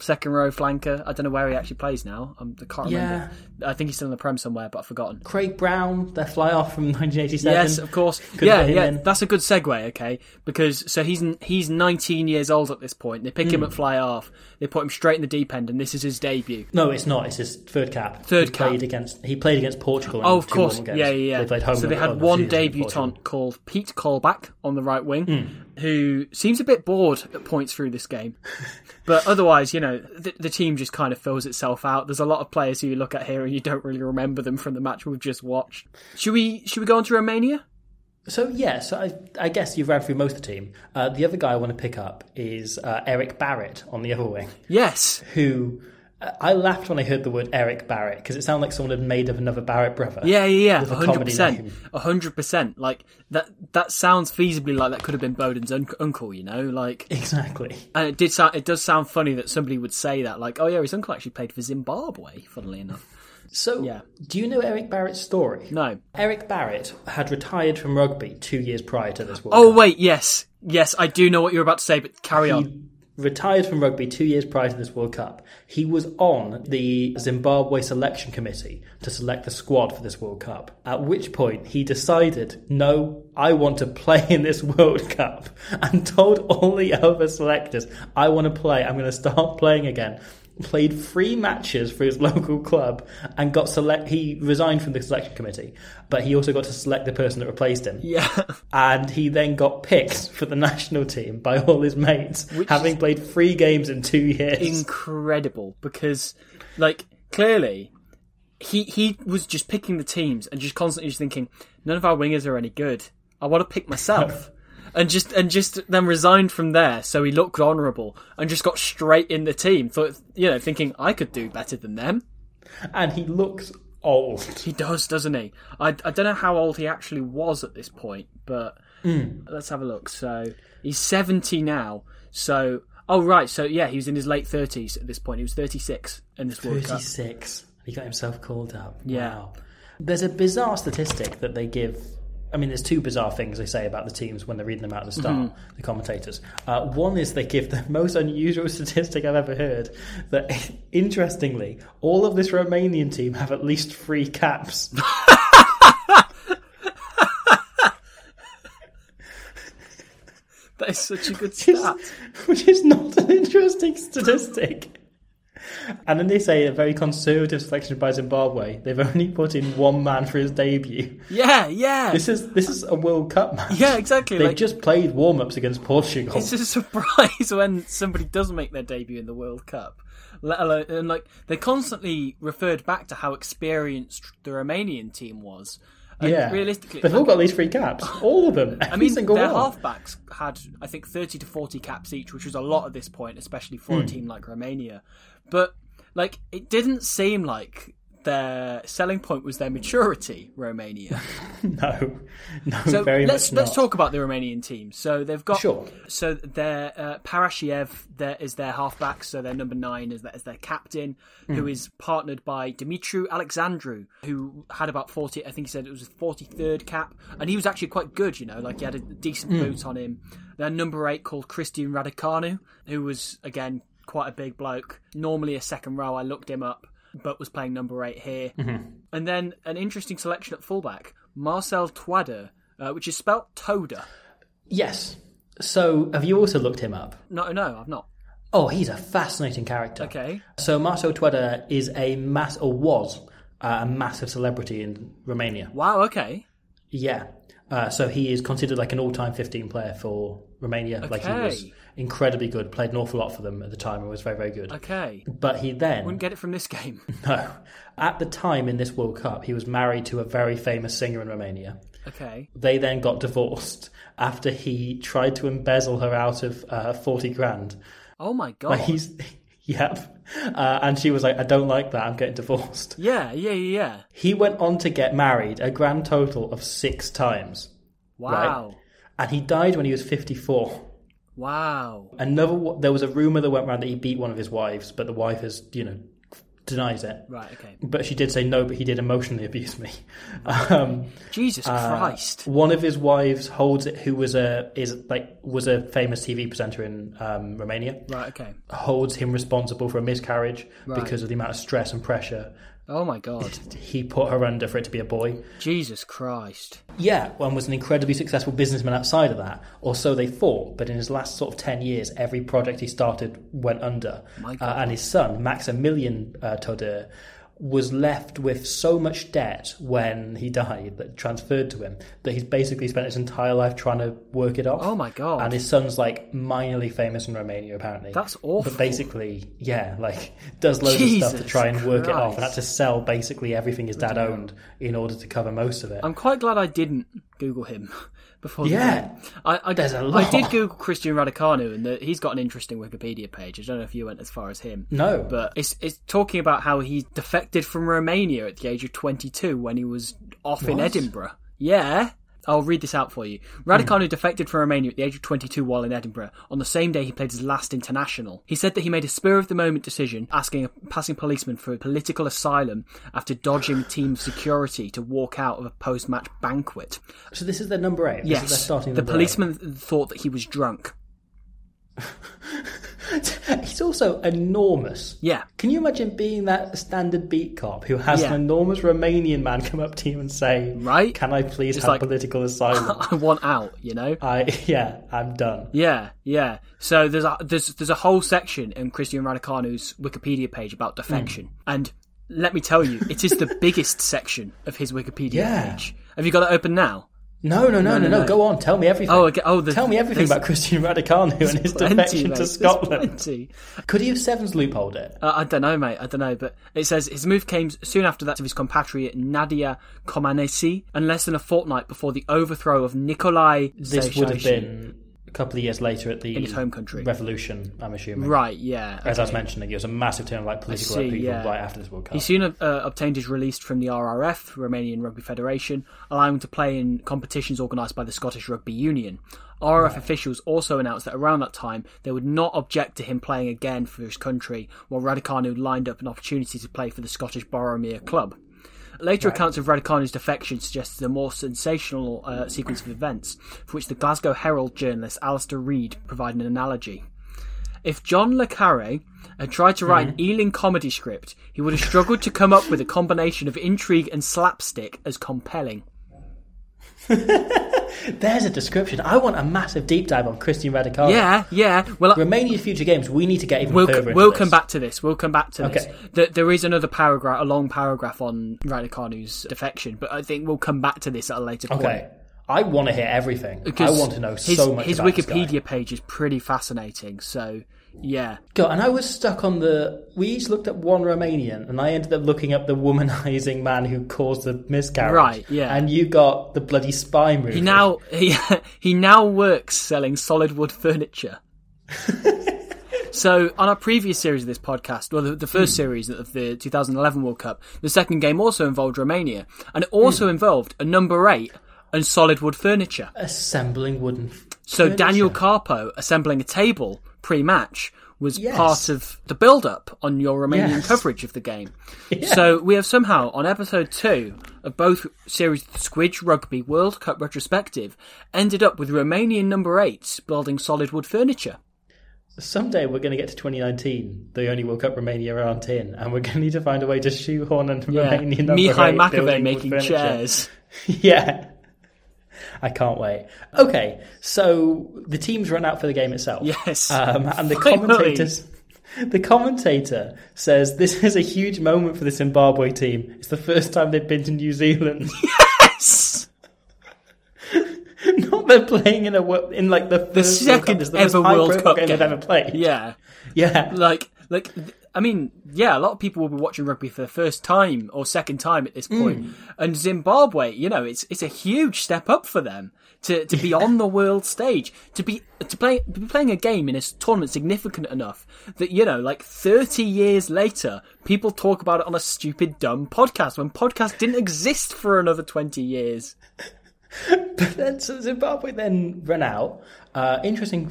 Speaker 3: second row flanker. I don't know where he actually plays now. I'm, I can't remember. I think he's still in the Prem somewhere, but I've forgotten.
Speaker 2: Craig Brown, their fly off from *laughs* 1987.
Speaker 3: Yes, of course.
Speaker 2: Could
Speaker 3: Yeah,
Speaker 2: put him
Speaker 3: yeah.
Speaker 2: in.
Speaker 3: That's a good segue, okay? Because so he's he's 19 years old at this point. They pick him at fly half. They put him straight in the deep end, and this is his debut.
Speaker 2: No, it's not. It's his third cap.
Speaker 3: Third
Speaker 2: he
Speaker 3: cap.
Speaker 2: Played against, he played against Portugal. in
Speaker 3: Oh, of
Speaker 2: two
Speaker 3: course.
Speaker 2: home
Speaker 3: Yeah,
Speaker 2: games.
Speaker 3: yeah, yeah.
Speaker 2: They played home.
Speaker 3: so they
Speaker 2: and- oh,
Speaker 3: had
Speaker 2: no,
Speaker 3: one
Speaker 2: season against
Speaker 3: debutant
Speaker 2: Portugal.
Speaker 3: called Pete Colback on the right wing, who seems a bit bored at points through
Speaker 2: *laughs*
Speaker 3: this game. but otherwise, you know, the, the team just kind of fills itself out. There's a lot of players who you look at here and you don't really remember them from the match we've just watched. Should we should we go on to Romania?
Speaker 2: So yeah, so I, I guess you've ran through most of the team. Uh, the other guy I want to pick up is uh, Eric Barrett on the other wing,
Speaker 3: Yes.
Speaker 2: who uh, I laughed when I heard the word Eric Barrett because it sounded like someone had made up another Barrett brother.
Speaker 3: Yeah, yeah, yeah.
Speaker 2: With a
Speaker 3: hundred
Speaker 2: comedy
Speaker 3: percent,
Speaker 2: name.
Speaker 3: hundred percent. Like that. That sounds feasibly like that could have been Bowden's un- uncle. You know, like,
Speaker 2: *laughs* exactly.
Speaker 3: and it did sound. It does sound funny that somebody would say that. Like, oh yeah, his uncle actually played for Zimbabwe. Funnily enough,
Speaker 2: So
Speaker 3: Yeah.
Speaker 2: do you know Eric Barrett's story?
Speaker 3: no.
Speaker 2: Eric Barrett had retired from rugby two years prior to this World
Speaker 3: Oh
Speaker 2: Cup.
Speaker 3: wait, yes, yes, I do know what you're about to say, but carry on. *laughs*
Speaker 2: He, retired from rugby two years prior to this World Cup. He was on the Zimbabwe selection committee to select the squad for this World Cup, at which point he decided, no, I want to play in this *laughs* World Cup, and told all the other selectors, I want to play, I'm going to start playing again. Played three matches for his *laughs* local club and got select. He resigned from the selection committee, but he also got to select the person that replaced him
Speaker 3: Yeah.
Speaker 2: and he then got picked for the *laughs* national team by all his mates, having played three games in two years.
Speaker 3: incredible because like clearly he he was just picking the teams and just constantly just thinking none of our wingers are any good i want to pick myself and just and just then resigned from there so he looked honorable and just got straight in the team thought you know thinking i could do better than them
Speaker 2: *laughs* and he looks old.
Speaker 3: he does doesn't he i, I don't know how old he actually was at this point but
Speaker 2: Hmm.
Speaker 3: let's have a look so he's 70 now so oh right so yeah he was in his late 30s at this point he was 36 in this world cup
Speaker 2: 36. He got himself called up.
Speaker 3: Yeah.
Speaker 2: Wow. There's a bizarre statistic that they give. I mean, there's two bizarre things they say about the teams when they're reading them out at the start, the commentators. Uh, one is they give the *laughs* most unusual statistic I've ever heard that, *laughs* interestingly, all of this Romanian team have at least three caps.
Speaker 3: That is such a
Speaker 2: *laughs*
Speaker 3: good
Speaker 2: is-
Speaker 3: stat.
Speaker 2: which is not an interesting statistic. And then they say a very conservative selection by Zimbabwe. They've only put in one man for his debut.
Speaker 3: yeah, yeah,
Speaker 2: This is this is a World Cup match.
Speaker 3: yeah. Exactly.
Speaker 2: They've
Speaker 3: Like,
Speaker 2: just played warm ups against Portugal.
Speaker 3: it's a surprise *laughs* when somebody does make their debut in the World Cup. Let alone, and like they constantly referred back to how experienced the Romanian team was. And
Speaker 2: yeah,
Speaker 3: realistically,
Speaker 2: they've all got these three
Speaker 3: *sighs*
Speaker 2: caps. All of them. Every
Speaker 3: I mean,
Speaker 2: single
Speaker 3: their
Speaker 2: one.
Speaker 3: halfbacks had, I think, 30 to 40 caps each, which was a lot at this point, especially for a team like Romania. But, like, it didn't seem like their selling point was their maturity, Romania.
Speaker 2: *laughs* No, no, *laughs*
Speaker 3: So
Speaker 2: very
Speaker 3: let's
Speaker 2: much
Speaker 3: let's
Speaker 2: not.
Speaker 3: talk about the Romanian team. So they've got
Speaker 2: Sure.
Speaker 3: so their uh, Parashiev there is their halfback, so their number nine is, their- is their captain, who
Speaker 2: Hmm.
Speaker 3: is partnered by Dimitru Alexandru, who had about forty. I think he said it was his forty third cap, and he was actually quite good. You know, like he had a decent
Speaker 2: Hmm.
Speaker 3: boot on him. Their number eight called Christian Radicanu, who was again quite a big bloke. Normally a second row. I looked him up. But was playing number eight here,
Speaker 2: Mm-hmm.
Speaker 3: and then an interesting selection at fullback, Marcel Twader, uh, which is spelt Toda.
Speaker 2: Yes. So, have you also looked him up?
Speaker 3: No, no, I've not.
Speaker 2: Oh, he's a fascinating character.
Speaker 3: Okay.
Speaker 2: So Marcel Twitter is a mass or was uh, a massive celebrity in Romania.
Speaker 3: Wow. Okay.
Speaker 2: Yeah. Uh, so he is considered like an all-time 15 player for Romania. Like he was
Speaker 3: Okay.
Speaker 2: incredibly good, played an awful lot for them at the time, and was very very good.
Speaker 3: Okay.
Speaker 2: But he then
Speaker 3: Wouldn't get it from this game.
Speaker 2: *laughs* no, at the time in this World Cup, he was married to a very famous singer in Romania.
Speaker 3: Okay.
Speaker 2: They then got divorced after he tried to embezzle her out of uh, 40 grand.
Speaker 3: Oh my
Speaker 2: Like, *laughs*
Speaker 3: god.
Speaker 2: he's yep. Uh, and she was like, I don't like that. I'm getting divorced. *laughs*
Speaker 3: Yeah. Yeah. Yeah. yeah.
Speaker 2: He went on to get married a grand total of six times,
Speaker 3: Wow.
Speaker 2: and he died when he was 54.
Speaker 3: Wow.
Speaker 2: Another, wa- there was a rumor that went around that he beat one of his wives, but the wife has, you know, denies it.
Speaker 3: Right. Okay.
Speaker 2: But she did say no, but he did emotionally *laughs* abuse me. Um,
Speaker 3: Jesus Christ.
Speaker 2: one of his wives holds it, who was a is like was a famous TV presenter in um, Romania,
Speaker 3: Right. Okay.
Speaker 2: holds him responsible for a miscarriage because of the amount of stress and pressure
Speaker 3: Oh my god.
Speaker 2: he put her under for it to be a boy.
Speaker 3: Jesus Christ.
Speaker 2: Yeah, one was an incredibly successful businessman outside of that, or so they thought. But in his last sort of 10 years, every project he started went under.
Speaker 3: My
Speaker 2: Uh, and his son, Maximilian uh, Toder, was left with so much debt when he died that transferred to him that he's basically spent his entire life trying to work it off.
Speaker 3: Oh my God.
Speaker 2: And his son's like minorly famous in Romania, apparently.
Speaker 3: That's awful.
Speaker 2: But basically, yeah, like does loads of stuff
Speaker 3: Jesus
Speaker 2: to try and work it off and
Speaker 3: Christ.
Speaker 2: had to sell basically everything his dad owned in order to cover most of it.
Speaker 3: I'm quite glad I didn't Google him *laughs* before. the
Speaker 2: Yeah.
Speaker 3: game. I, I
Speaker 2: There's a
Speaker 3: I
Speaker 2: lot.
Speaker 3: did Google Christian Radicanu, and the, he's got an interesting Wikipedia page. I don't know if you went as far as him.
Speaker 2: No.
Speaker 3: but it's it's talking about how he defected from Romania at the age of 22 when he was off in Edinburgh. Yeah. I'll read this out for you. Radicanu
Speaker 2: Hmm.
Speaker 3: defected from Romania at the age of 22 while in Edinburgh. On the same day, he played his last international. He said that he made a spur of the moment decision, asking a passing policeman for political asylum after dodging team security to walk out of a post-match banquet.
Speaker 2: So this is their number eight. This is their
Speaker 3: Yes,
Speaker 2: starting
Speaker 3: the
Speaker 2: number
Speaker 3: policeman thought that he was drunk.
Speaker 2: eight. *laughs* He's also enormous.
Speaker 3: Yeah.
Speaker 2: Can you imagine being that standard beat cop who has
Speaker 3: Yeah.
Speaker 2: an enormous Romanian man come up to you and say,
Speaker 3: Right?
Speaker 2: Can I please
Speaker 3: Just
Speaker 2: have
Speaker 3: like-
Speaker 2: political asylum?
Speaker 3: *laughs* I want out, you know?
Speaker 2: I yeah, I'm done.
Speaker 3: Yeah, yeah. So there's a there's there's a whole section in Christian Radicanu's Wikipedia page about defection,
Speaker 2: Hmm.
Speaker 3: and let me tell you, it is the
Speaker 2: *laughs*
Speaker 3: biggest section of his Wikipedia
Speaker 2: Yeah.
Speaker 3: page. Have you got it open now?
Speaker 2: No, no, no, no, no.
Speaker 3: no.
Speaker 2: Go on, tell me everything.
Speaker 3: Oh, okay. Oh, the,
Speaker 2: Tell me everything
Speaker 3: there's
Speaker 2: about Christian Radicanu and his
Speaker 3: plenty,
Speaker 2: defection
Speaker 3: mate.
Speaker 2: to
Speaker 3: There's
Speaker 2: Scotland.
Speaker 3: plenty.
Speaker 2: Could he have Sevens loopholed it?
Speaker 3: Uh, I don't know, mate. I don't know, but it says his move came soon after that of his compatriot Nadia Comaneci, and less than a fortnight before the overthrow of Nikolai.
Speaker 2: This would have
Speaker 3: Zeyshayshin.
Speaker 2: been a couple of years later at the
Speaker 3: his home country.
Speaker 2: revolution. I'm assuming.
Speaker 3: right. Yeah.
Speaker 2: As I was mentioning, it was a massive turn of like political
Speaker 3: see,
Speaker 2: upheaval
Speaker 3: yeah.
Speaker 2: right after this World Cup.
Speaker 3: He soon uh, obtained his release from the RRF, Romanian Rugby Federation, allowing him to play in competitions organised by the Scottish Rugby Union. RRF officials also announced that around that time they would not object to him playing again for his country, while Radicanu lined up an opportunity to play for the Scottish Boromir Club. Later accounts of Radicanu's defection suggested a more sensational uh, sequence of events, for which the Glasgow Herald journalist Alistair Reid provided an analogy. If John Le Carre had tried to write
Speaker 2: Mm-hmm.
Speaker 3: an Ealing comedy script, he would have struggled to come up with a combination of intrigue and slapstick as compelling.
Speaker 2: There's a description. I want a massive deep dive on Christian Radicanu.
Speaker 3: Yeah, yeah. Well, I-
Speaker 2: Romania's future games. We need to get even
Speaker 3: we'll,
Speaker 2: further. into
Speaker 3: we'll
Speaker 2: this.
Speaker 3: come back to this. We'll come back to this.
Speaker 2: Okay.
Speaker 3: Th- there is another paragraph, a long paragraph on Radicanu's defection, but I think we'll come back to this at a later point.
Speaker 2: Okay. I want to hear everything. I want to know
Speaker 3: his,
Speaker 2: so much.
Speaker 3: His
Speaker 2: about this guy.
Speaker 3: Wikipedia page is pretty fascinating. So, yeah.
Speaker 2: God, and I was stuck on the. We each looked at one Romanian, and I ended up looking up the womanizing man who caused the miscarriage.
Speaker 3: Right, yeah.
Speaker 2: And you got the bloody spy movie.
Speaker 3: He now he, *laughs* he now works selling solid wood furniture. so on our previous series of this podcast, well, the, the first series of the 2011 World Cup, the second game also involved Romania, and it also involved a number eight and solid wood furniture.
Speaker 2: assembling wooden.
Speaker 3: So Daniel Carpo assembling a table pre-match was
Speaker 2: Yes.
Speaker 3: part of the build-up on your Romanian
Speaker 2: Yes.
Speaker 3: coverage of
Speaker 2: *laughs*
Speaker 3: the game. So we have somehow on episode two of both series Squidge Rugby World Cup retrospective ended up with Romanian number eight building solid wood furniture.
Speaker 2: Someday we're going to get to 2019, the only World Cup Romania aren't in, and we're going to need to find a way to shoehorn and Romanian number
Speaker 3: Mihai
Speaker 2: eight
Speaker 3: Maccabee
Speaker 2: building wood
Speaker 3: making
Speaker 2: furniture.
Speaker 3: chairs.
Speaker 2: *laughs*
Speaker 3: *laughs*
Speaker 2: yeah. I can't wait. Okay, so the teams run out for the game itself.
Speaker 3: Yes.
Speaker 2: Um, and the
Speaker 3: Finally.
Speaker 2: commentators. The commentator says this is a huge moment for the Zimbabwe team. It's the first time they've been to New
Speaker 3: *laughs*
Speaker 2: Zealand. *laughs* Not they're playing in a wo- in like the, first World Cup.
Speaker 3: second
Speaker 2: It's the most
Speaker 3: ever
Speaker 2: high
Speaker 3: World
Speaker 2: profile
Speaker 3: Cup
Speaker 2: game, they've
Speaker 3: game.
Speaker 2: ever played.
Speaker 3: yeah.
Speaker 2: *laughs* yeah.
Speaker 3: like like th- I mean, yeah, a lot of people will be watching rugby for the first time or second time at this point. And Zimbabwe, you know, it's it's a huge step up for them to, to be on the world stage, to be to play to be playing a game in a s- tournament significant enough that you know, like thirty years later, people talk about it on a stupid dumb podcast when podcasts didn't exist for another twenty years.
Speaker 2: then so Zimbabwe then run out. Uh, interesting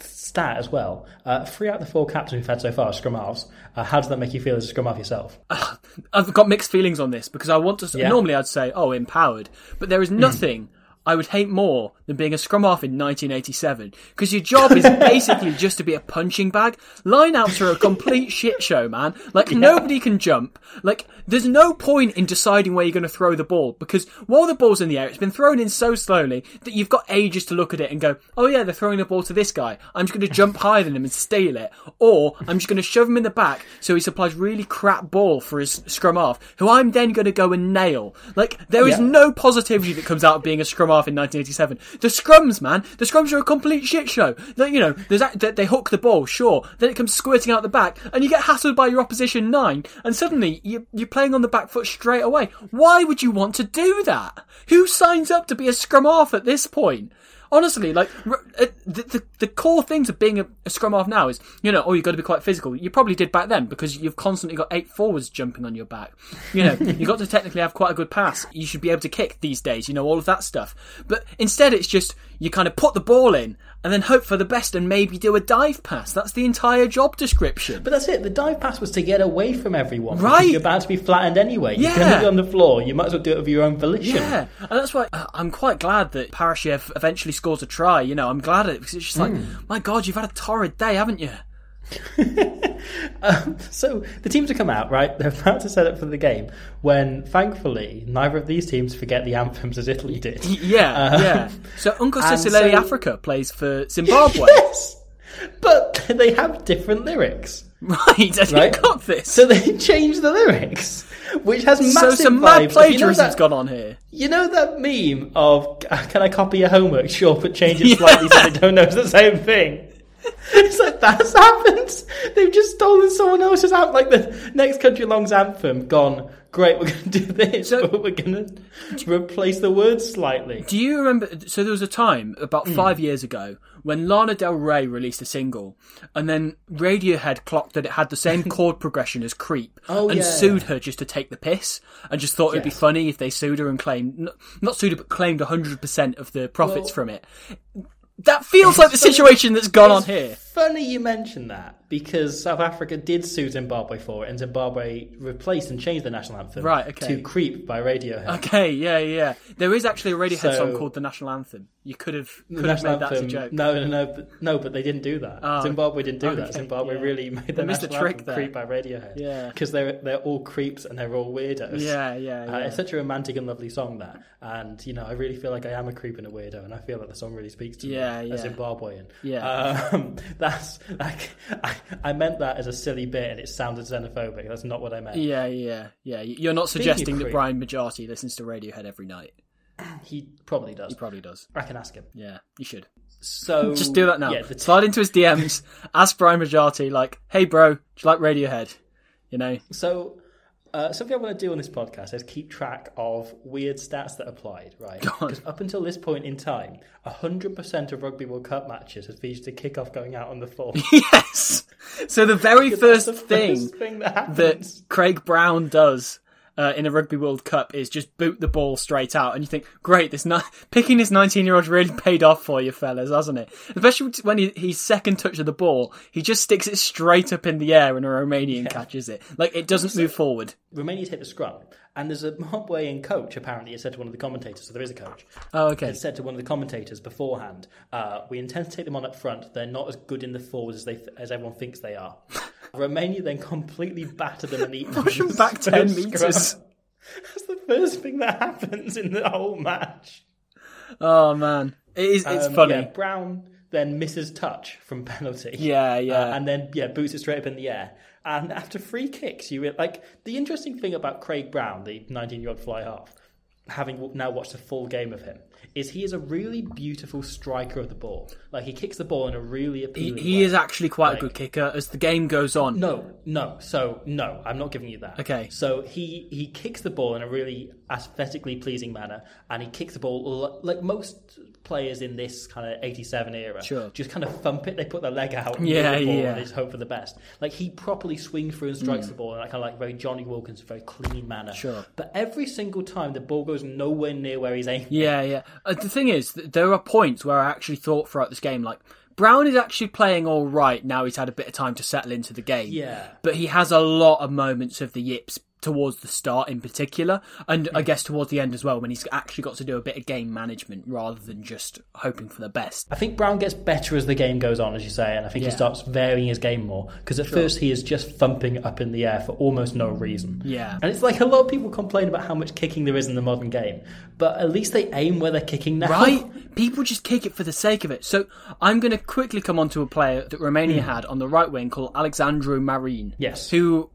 Speaker 2: f- stat as well. Uh, three out of the four captains we've had so far are scrum halves. Uh, how does that make you feel as a scrum half yourself?
Speaker 3: I've got mixed feelings on this because I want to.
Speaker 2: Yeah.
Speaker 3: Normally, I'd say, "Oh, empowered," but there is nothing I would hate more than being a scrum half in 1987 because your job is basically just to be a punching bag. Lineouts are a complete shit show, man. Like nobody can jump. Like there's no point in deciding where you're going to throw the ball because while the ball's in the air, it's been thrown in so slowly that you've got ages to look at it and go, "Oh yeah, they're throwing the ball to this guy. I'm just going to jump higher than him and steal it, or I'm just going to shove him in the back so he supplies really crap ball for his scrum half, who I'm then going to go and nail." Like there is
Speaker 2: Yeah.
Speaker 3: no positivity that comes out of being a scrum half in 1987. The scrums, man, the scrums are a complete shit show. They, you know, there's that, they, they hook the ball, sure, then it comes squirting out the back, and you get hassled by your opposition nine, and suddenly you, you're playing on the back foot straight away. Why would you want to do that? Who signs up to be a scrum half at this point? Honestly, like r- uh, the, the the core things of being a, a scrum half now is you know oh you've got to be quite physical. You probably did back then because you've constantly got eight forwards jumping on your back. You know you got to technically have quite a good pass. You should be able to kick these days. You know all of that stuff. But instead, it's just you kind of put the ball in and then hope for the best and maybe do a dive pass. That's the entire job description.
Speaker 2: But that's it. The dive pass was to get away from everyone. because
Speaker 3: Right.
Speaker 2: You're about to be flattened anyway. You're going
Speaker 3: Yeah.
Speaker 2: to be on the floor. You might as well do it of your own volition.
Speaker 3: Yeah, and that's why uh, I'm quite glad that Parashev eventually scores a try. You know, I'm glad at it because it's just like, my God, you've had a torrid day, haven't you?
Speaker 2: So the teams have come out, right? *laughs* They're about to set up for the game when, thankfully, neither of these teams forget the anthems as Italy did. *laughs*
Speaker 3: Yeah, yeah. So Uncle
Speaker 2: Uh, and
Speaker 3: Cicilelli
Speaker 2: so-
Speaker 3: Africa plays
Speaker 2: *laughs*
Speaker 3: for Zimbabwe. *laughs*
Speaker 2: yes! But *laughs* they have different lyrics.
Speaker 3: Right, I
Speaker 2: Right.
Speaker 3: got this.
Speaker 2: So they *laughs* changed the lyrics, which has
Speaker 3: so
Speaker 2: massive
Speaker 3: some
Speaker 2: vibes.
Speaker 3: mad
Speaker 2: Like, you know
Speaker 3: plagiarism's
Speaker 2: that-
Speaker 3: gone on here.
Speaker 2: You know that meme of "Can I copy your homework? *laughs* Sure, but change it slightly so they don't know it's the same thing." *laughs* It's like that's *laughs* happened. They've just stolen someone else's anthem, like the next country along's anthem. Gone. Great, we're going to *laughs* do this,
Speaker 3: So-
Speaker 2: but we're going to replace the words slightly.
Speaker 3: Do you remember? So there was a time
Speaker 2: Hmm.
Speaker 3: about five years ago when Lana Del Rey released a single, and then Radiohead clocked that it had
Speaker 2: *laughs*
Speaker 3: the same chord progression as "Creep"
Speaker 2: Oh,
Speaker 3: and
Speaker 2: yeah.
Speaker 3: sued her just to take the piss, and just thought it'd be
Speaker 2: Yes.
Speaker 3: funny if they sued her and claimed n- not sued her but claimed hundred percent of the profits
Speaker 2: Well-
Speaker 3: from it.
Speaker 2: *laughs*
Speaker 3: That feels like the situation that's gone on here.
Speaker 2: Funny you mention that because South Africa did sue Zimbabwe for it, and Zimbabwe replaced and changed the national anthem
Speaker 3: Right, okay.
Speaker 2: to "Creep" by Radiohead.
Speaker 3: Okay, yeah, yeah. There is actually a Radiohead
Speaker 2: So-
Speaker 3: song called the National Anthem. You could have
Speaker 2: The
Speaker 3: could have
Speaker 2: national
Speaker 3: made that
Speaker 2: anthem-
Speaker 3: a joke.
Speaker 2: No, no, no, but, no, but they didn't do that.
Speaker 3: Oh,
Speaker 2: Zimbabwe didn't do that.
Speaker 3: okay,
Speaker 2: Zimbabwe
Speaker 3: yeah.
Speaker 2: really made the
Speaker 3: missed a
Speaker 2: national
Speaker 3: trick
Speaker 2: anthem
Speaker 3: there.
Speaker 2: creep by Radiohead.
Speaker 3: Yeah.
Speaker 2: because they're they're all creeps and they're all weirdos.
Speaker 3: Yeah, yeah,
Speaker 2: Uh,
Speaker 3: yeah.
Speaker 2: it's such a romantic and lovely song that, and you know, I really feel like I am a creep and a weirdo, and I feel like the song really speaks to
Speaker 3: Yeah,
Speaker 2: me,
Speaker 3: yeah.
Speaker 2: a Zimbabwean.
Speaker 3: Yeah.
Speaker 2: um, *laughs* that's like I, I meant that as a silly bit, and it sounded xenophobic. That's not what I meant.
Speaker 3: Yeah, yeah, yeah. You're not
Speaker 2: Speaking of
Speaker 3: suggesting that
Speaker 2: creep-
Speaker 3: Brian Majority listens to Radiohead every night.
Speaker 2: He probably does.
Speaker 3: He probably does.
Speaker 2: I can ask him.
Speaker 3: Yeah, you should.
Speaker 2: So
Speaker 3: *laughs* Just do that now.
Speaker 2: Yeah, the t-
Speaker 3: Slide into
Speaker 2: *laughs*
Speaker 3: his DMs, ask Brian Majority, like, hey, bro, do you like Radiohead? You know? *laughs*
Speaker 2: So, uh, something I want to do on this podcast is keep track of weird stats that applied, right? Because up until this point in time, 100% of Rugby World Cup matches had featured a kickoff going out on the
Speaker 3: *laughs*
Speaker 2: 4th.
Speaker 3: yes! So the very first
Speaker 2: That's the
Speaker 3: thing
Speaker 2: first thing that happens.
Speaker 3: that Craig Brown does. Uh, in a Rugby World Cup, is just boot the ball straight out, and you think, great, this ni- *laughs* picking this 19 year old really paid off for you, fellas, hasn't it? Especially when he, his second touch of the ball, he just sticks it straight up in the air, and a Romanian catches it. Like it doesn't move forward.
Speaker 2: Romania take the scrum, and there's a Zimbabwean coach, apparently, it said to one of the commentators, so there is a coach,
Speaker 3: Oh, okay.
Speaker 2: had said to one of the commentators beforehand, uh, "We intend to take them on up front. They're not as good in the forwards as they as everyone thinks they
Speaker 3: *laughs*
Speaker 2: are." Romania then completely batter them and eat them.
Speaker 3: Push 'em
Speaker 2: in the *laughs*
Speaker 3: back
Speaker 2: first
Speaker 3: 10
Speaker 2: scrum.
Speaker 3: metres.
Speaker 2: That's the first thing that happens in the whole match.
Speaker 3: Oh man, it is. It's
Speaker 2: Um, yeah,
Speaker 3: funny.
Speaker 2: Brown then misses touch from penalty.
Speaker 3: Yeah, yeah.
Speaker 2: Uh, and then yeah, boots it straight up in the air. And after three kicks, you re- like the interesting thing about Craig Brown, the 19-year-old fly half, having w- now watched the full game of him, is he is a really beautiful striker of the ball. Like he kicks the ball in a really appealing.
Speaker 3: he
Speaker 2: way.
Speaker 3: is actually quite a good kicker. As the game goes on,
Speaker 2: No, no. So no, I'm not giving you that.
Speaker 3: Okay.
Speaker 2: So he he kicks the ball in a really aesthetically pleasing manner, and he kicks the ball l- like most players in this kind of '87 era.
Speaker 3: Sure.
Speaker 2: Just kind of thump it. They put their leg out. And
Speaker 3: Yeah,
Speaker 2: yeah, the ball
Speaker 3: yeah. Hmm.
Speaker 2: And they just hope for the best. Like he properly swings through and strikes the ball in that kind of like very Johnny Wilkins, very clean manner.
Speaker 3: Sure.
Speaker 2: But every single time the ball goes nowhere near where he's aiming.
Speaker 3: yeah, yeah. Uh, the thing is, th- there are points where I actually thought throughout this game, like Brown is actually playing all right now. He's had a bit of time to settle into the game.
Speaker 2: Yeah.
Speaker 3: but he has a lot of moments of the yips towards the start in particular and i guess towards the end as well when he's actually got to do a bit of game management rather than just hoping for the best
Speaker 2: I think Brown gets better as the game goes on, as you say, and I think
Speaker 3: Yeah.
Speaker 2: he starts varying his game more. Because at first he is just thumping up in the air for almost no reason.
Speaker 3: Yeah.
Speaker 2: And it's like a lot of people complain about how much kicking there is in the modern game, but at least they aim where they're kicking now.
Speaker 3: Right? People just kick it for the sake of it. So I'm going to quickly come on to a player that Romania had on the right wing called Alexandru Marin.
Speaker 2: Yes.
Speaker 3: Who,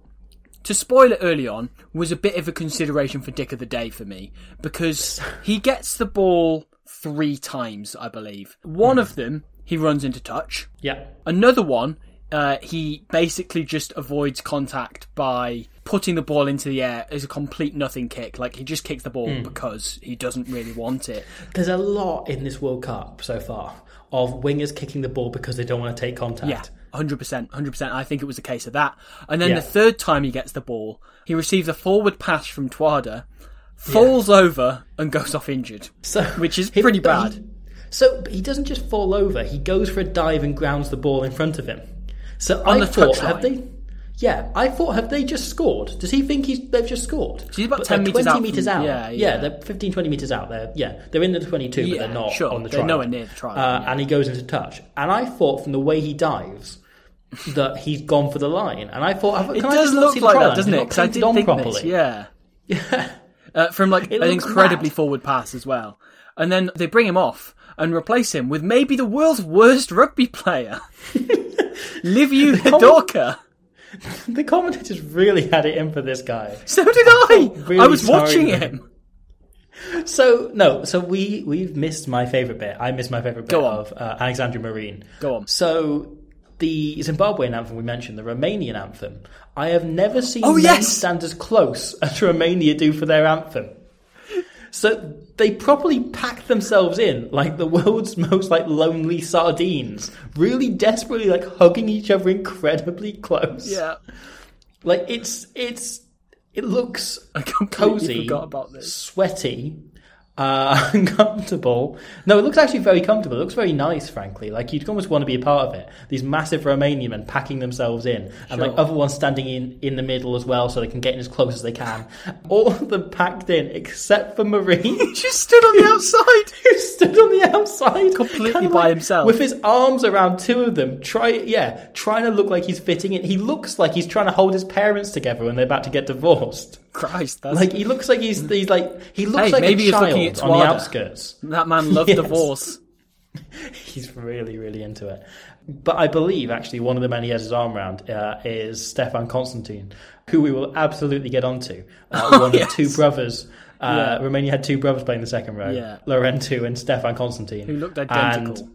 Speaker 3: to spoil it early on, was a bit of a consideration for Dick of the Day for me because he gets the ball three times, I believe. One of them, he runs into touch.
Speaker 2: Yeah.
Speaker 3: Another one, uh, he basically just avoids contact by putting the ball into the air as a complete nothing kick. Like he just kicks the ball because he doesn't really want it.
Speaker 2: There's a lot in this World Cup so far of wingers kicking the ball because they don't want to take contact.
Speaker 3: Yeah, hundred percent, hundred percent. I think it was a case of that. And then
Speaker 2: Yeah.
Speaker 3: the third time he gets the ball, he receives a forward pass from Twada, falls over, and goes off injured.
Speaker 2: So,
Speaker 3: which is
Speaker 2: he-
Speaker 3: pretty
Speaker 2: but he-
Speaker 3: bad.
Speaker 2: so but he doesn't just fall over; he goes for a dive and grounds the ball in front of him. So I
Speaker 3: the
Speaker 2: thought,
Speaker 3: touchline.
Speaker 2: have they? Yeah, I thought, have they just scored? Does he think he's they've just scored?
Speaker 3: he's about
Speaker 2: But
Speaker 3: 10
Speaker 2: they're
Speaker 3: metres
Speaker 2: 20
Speaker 3: out
Speaker 2: metres
Speaker 3: from-
Speaker 2: out.
Speaker 3: yeah,
Speaker 2: Yeah,
Speaker 3: yeah.
Speaker 2: they're 15, 20 metres out. They're yeah, they're in the twenty-two,
Speaker 3: Yeah,
Speaker 2: but they're not
Speaker 3: sure,
Speaker 2: on the
Speaker 3: they're
Speaker 2: try.
Speaker 3: nowhere near the try
Speaker 2: Uh,
Speaker 3: line, yeah.
Speaker 2: And he goes into touch, and I thought from the way he dives that he's gone for the line. And I thought, have-
Speaker 3: It
Speaker 2: can I
Speaker 3: does
Speaker 2: just not
Speaker 3: look
Speaker 2: see the
Speaker 3: like that,
Speaker 2: product?
Speaker 3: doesn't it?
Speaker 2: It's not
Speaker 3: 'Cause I
Speaker 2: painted
Speaker 3: did
Speaker 2: on
Speaker 3: think
Speaker 2: properly.
Speaker 3: this. Yeah, yeah. Uh, from like
Speaker 2: It
Speaker 3: an
Speaker 2: looks
Speaker 3: incredibly
Speaker 2: mad.
Speaker 3: forward pass as well, and then they bring him off and replace him with maybe the world's worst
Speaker 2: *laughs*
Speaker 3: rugby player, Liviu Hidorka.
Speaker 2: *laughs* The commentators really had it in for this guy.
Speaker 3: So did I.
Speaker 2: really
Speaker 3: I was
Speaker 2: sorry,
Speaker 3: watching
Speaker 2: man.
Speaker 3: him.
Speaker 2: So no, so we we've missed my favorite bit. I missed my favorite bit
Speaker 3: Go on.
Speaker 2: of uh, Alexandra Marine.
Speaker 3: Go on.
Speaker 2: So the Zimbabwean anthem we mentioned, the Romanian anthem. I have never seen
Speaker 3: Oh,
Speaker 2: men
Speaker 3: yes!
Speaker 2: stand as close *laughs* as Romania do for their anthem. So they properly packed themselves in like the world's *laughs* most like lonely sardines, really desperately like hugging each other incredibly close.
Speaker 3: Yeah,
Speaker 2: Like it's it's it looks
Speaker 3: I completely
Speaker 2: cozy,
Speaker 3: forgot about this.
Speaker 2: sweaty, uh, *laughs* uncomfortable. No, it looks actually very comfortable. It looks very nice, frankly. Like you'd almost want to be a part of it. These massive Romanian men packing themselves in, and like
Speaker 3: Sure.
Speaker 2: other ones standing in in the middle as well, so they can get in as close as they can. All of them packed in, except for Marine. *laughs*
Speaker 3: He just stood on the outside.
Speaker 2: Who stood on the outside
Speaker 3: Completely
Speaker 2: kind of
Speaker 3: by
Speaker 2: like,
Speaker 3: himself.
Speaker 2: with his arms around two of them, try yeah, trying to look like he's fitting in. He looks like he's trying to hold his parents together when they're about to get divorced.
Speaker 3: Christ, that's
Speaker 2: Like he looks like he's he's like he looks
Speaker 3: Hey,
Speaker 2: like
Speaker 3: maybe
Speaker 2: a
Speaker 3: he's
Speaker 2: child
Speaker 3: looking at
Speaker 2: on the
Speaker 3: Tawada.
Speaker 2: outskirts. *laughs*
Speaker 3: that man loved
Speaker 2: Yes.
Speaker 3: divorce.
Speaker 2: He's really really into it. But I believe actually one of the men he has his arm around uh, is Stefan Constantine, who we will absolutely get onto.
Speaker 3: *laughs*
Speaker 2: Uh, one
Speaker 3: Oh, yes.
Speaker 2: of two brothers. Uh,
Speaker 3: Yeah.
Speaker 2: Romania had two brothers playing the second row,
Speaker 3: Yeah.
Speaker 2: Lorentu and Stefan Constantine,
Speaker 3: Who looked
Speaker 2: And-
Speaker 3: identical.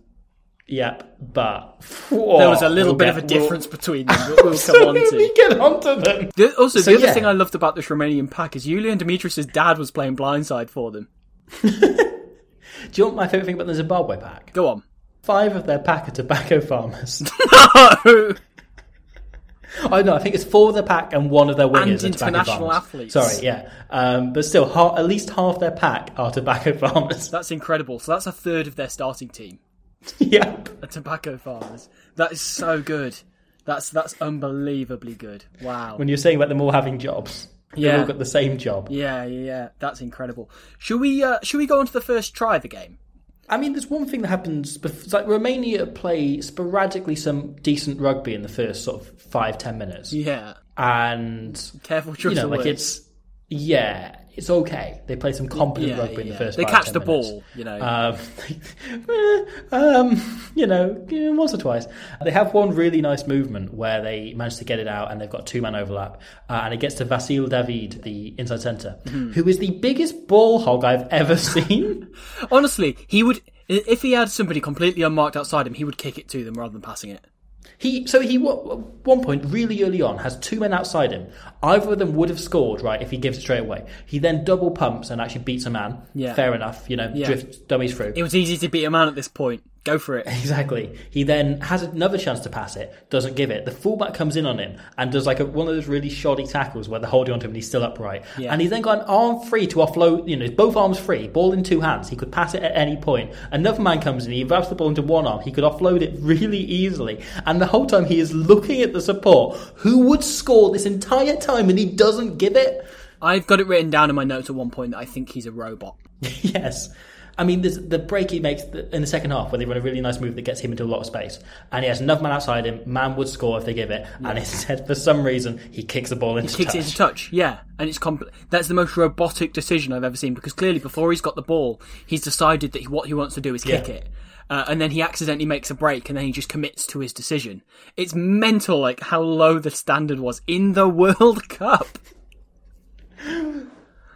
Speaker 2: Yep, but
Speaker 3: there was a little
Speaker 2: Oh, We'll
Speaker 3: bit
Speaker 2: get-
Speaker 3: of a
Speaker 2: we'll
Speaker 3: difference
Speaker 2: *laughs*
Speaker 3: between them. that We'll come on
Speaker 2: Absolutely,
Speaker 3: to.
Speaker 2: get onto them.
Speaker 3: The- also,
Speaker 2: So,
Speaker 3: the other
Speaker 2: yeah.
Speaker 3: thing I loved about this Romanian pack is Julian Demetrius' dad was playing blindside for them.
Speaker 2: Do you know what my favourite thing about the Zimbabwe pack?
Speaker 3: Go on. *laughs*
Speaker 2: Five of their pack are tobacco farmers. oh no, I think it's four of the pack and one of their wingers
Speaker 3: And
Speaker 2: are tobacco
Speaker 3: international
Speaker 2: farmers.
Speaker 3: athletes.
Speaker 2: Sorry, yeah, um, but still, ha- at least half their pack are tobacco *laughs* farmers.
Speaker 3: That's incredible. So that's a third of their starting team
Speaker 2: yep.
Speaker 3: are tobacco farmers. That is so good. That's that's unbelievably good. Wow.
Speaker 2: When you're saying about them all having jobs,
Speaker 3: Yeah.
Speaker 2: they've all got the same job.
Speaker 3: Yeah, yeah, yeah. That's incredible. Should we uh, should we go on to the first try of the game?
Speaker 2: I mean, there's one thing that happens. bef- It's like Romania play sporadically some decent rugby in the first sort of five ten minutes,
Speaker 3: Yeah.
Speaker 2: and
Speaker 3: Careful choice
Speaker 2: you know,
Speaker 3: of
Speaker 2: like
Speaker 3: words.
Speaker 2: it's yeah, it's okay. They play some competent
Speaker 3: Yeah,
Speaker 2: rugby in
Speaker 3: yeah.
Speaker 2: the first.
Speaker 3: They
Speaker 2: five,
Speaker 3: catch
Speaker 2: ten
Speaker 3: the
Speaker 2: minutes.
Speaker 3: ball, you know.
Speaker 2: Um, eh, *laughs* um, you know, eh, once or twice. They have one really nice movement where they manage to get it out, and they've got two man overlap, uh, and it gets to Vasil David, the inside centre,
Speaker 3: Mm-hmm.
Speaker 2: who is the biggest ball hog I've ever *laughs* seen.
Speaker 3: Honestly, he would if he had somebody completely unmarked outside him, he would kick it to them rather than passing it.
Speaker 2: He so he wa- at one point really early on has two men outside him. Either of them would have scored right if he gives it straight away. He then double pumps and actually beats a man.
Speaker 3: Yeah.
Speaker 2: fair enough. You know, drifts dummies through.
Speaker 3: It was easy to beat a man at this point. Go
Speaker 2: *laughs*
Speaker 3: for it.
Speaker 2: Exactly. He then has another chance to pass it, doesn't give it. The fullback comes in on him and does like a, one of those really shoddy tackles where they're holding onto him and he's still upright.
Speaker 3: Yeah.
Speaker 2: And he's then got an arm free to offload, you know, both arms free, ball in two hands. He could pass it at any point. Another man comes in, he wraps the ball into one arm. He could offload it really easily. And the whole time he is looking at the support who would score this entire time and he doesn't give it.
Speaker 3: I've got it written down in my notes at one point that I think he's a robot.
Speaker 2: *laughs* Yes. I mean, there's the break he makes th- in the second half where they run a really nice move that gets him into a lot of space. And he has enough man outside him. Man would score if they give it. And instead, for some reason, he kicks the ball into
Speaker 3: Kicks
Speaker 2: touch.
Speaker 3: it into touch, yeah, and it's compl- that's the most robotic decision I've ever seen because clearly before he's got the ball, he's decided that he, what he wants to do is kick
Speaker 2: Yeah.
Speaker 3: it, uh, and then he accidentally makes a break and then he just commits to his decision. It's mental, like how low the standard was in the *laughs* World Cup.
Speaker 2: *laughs*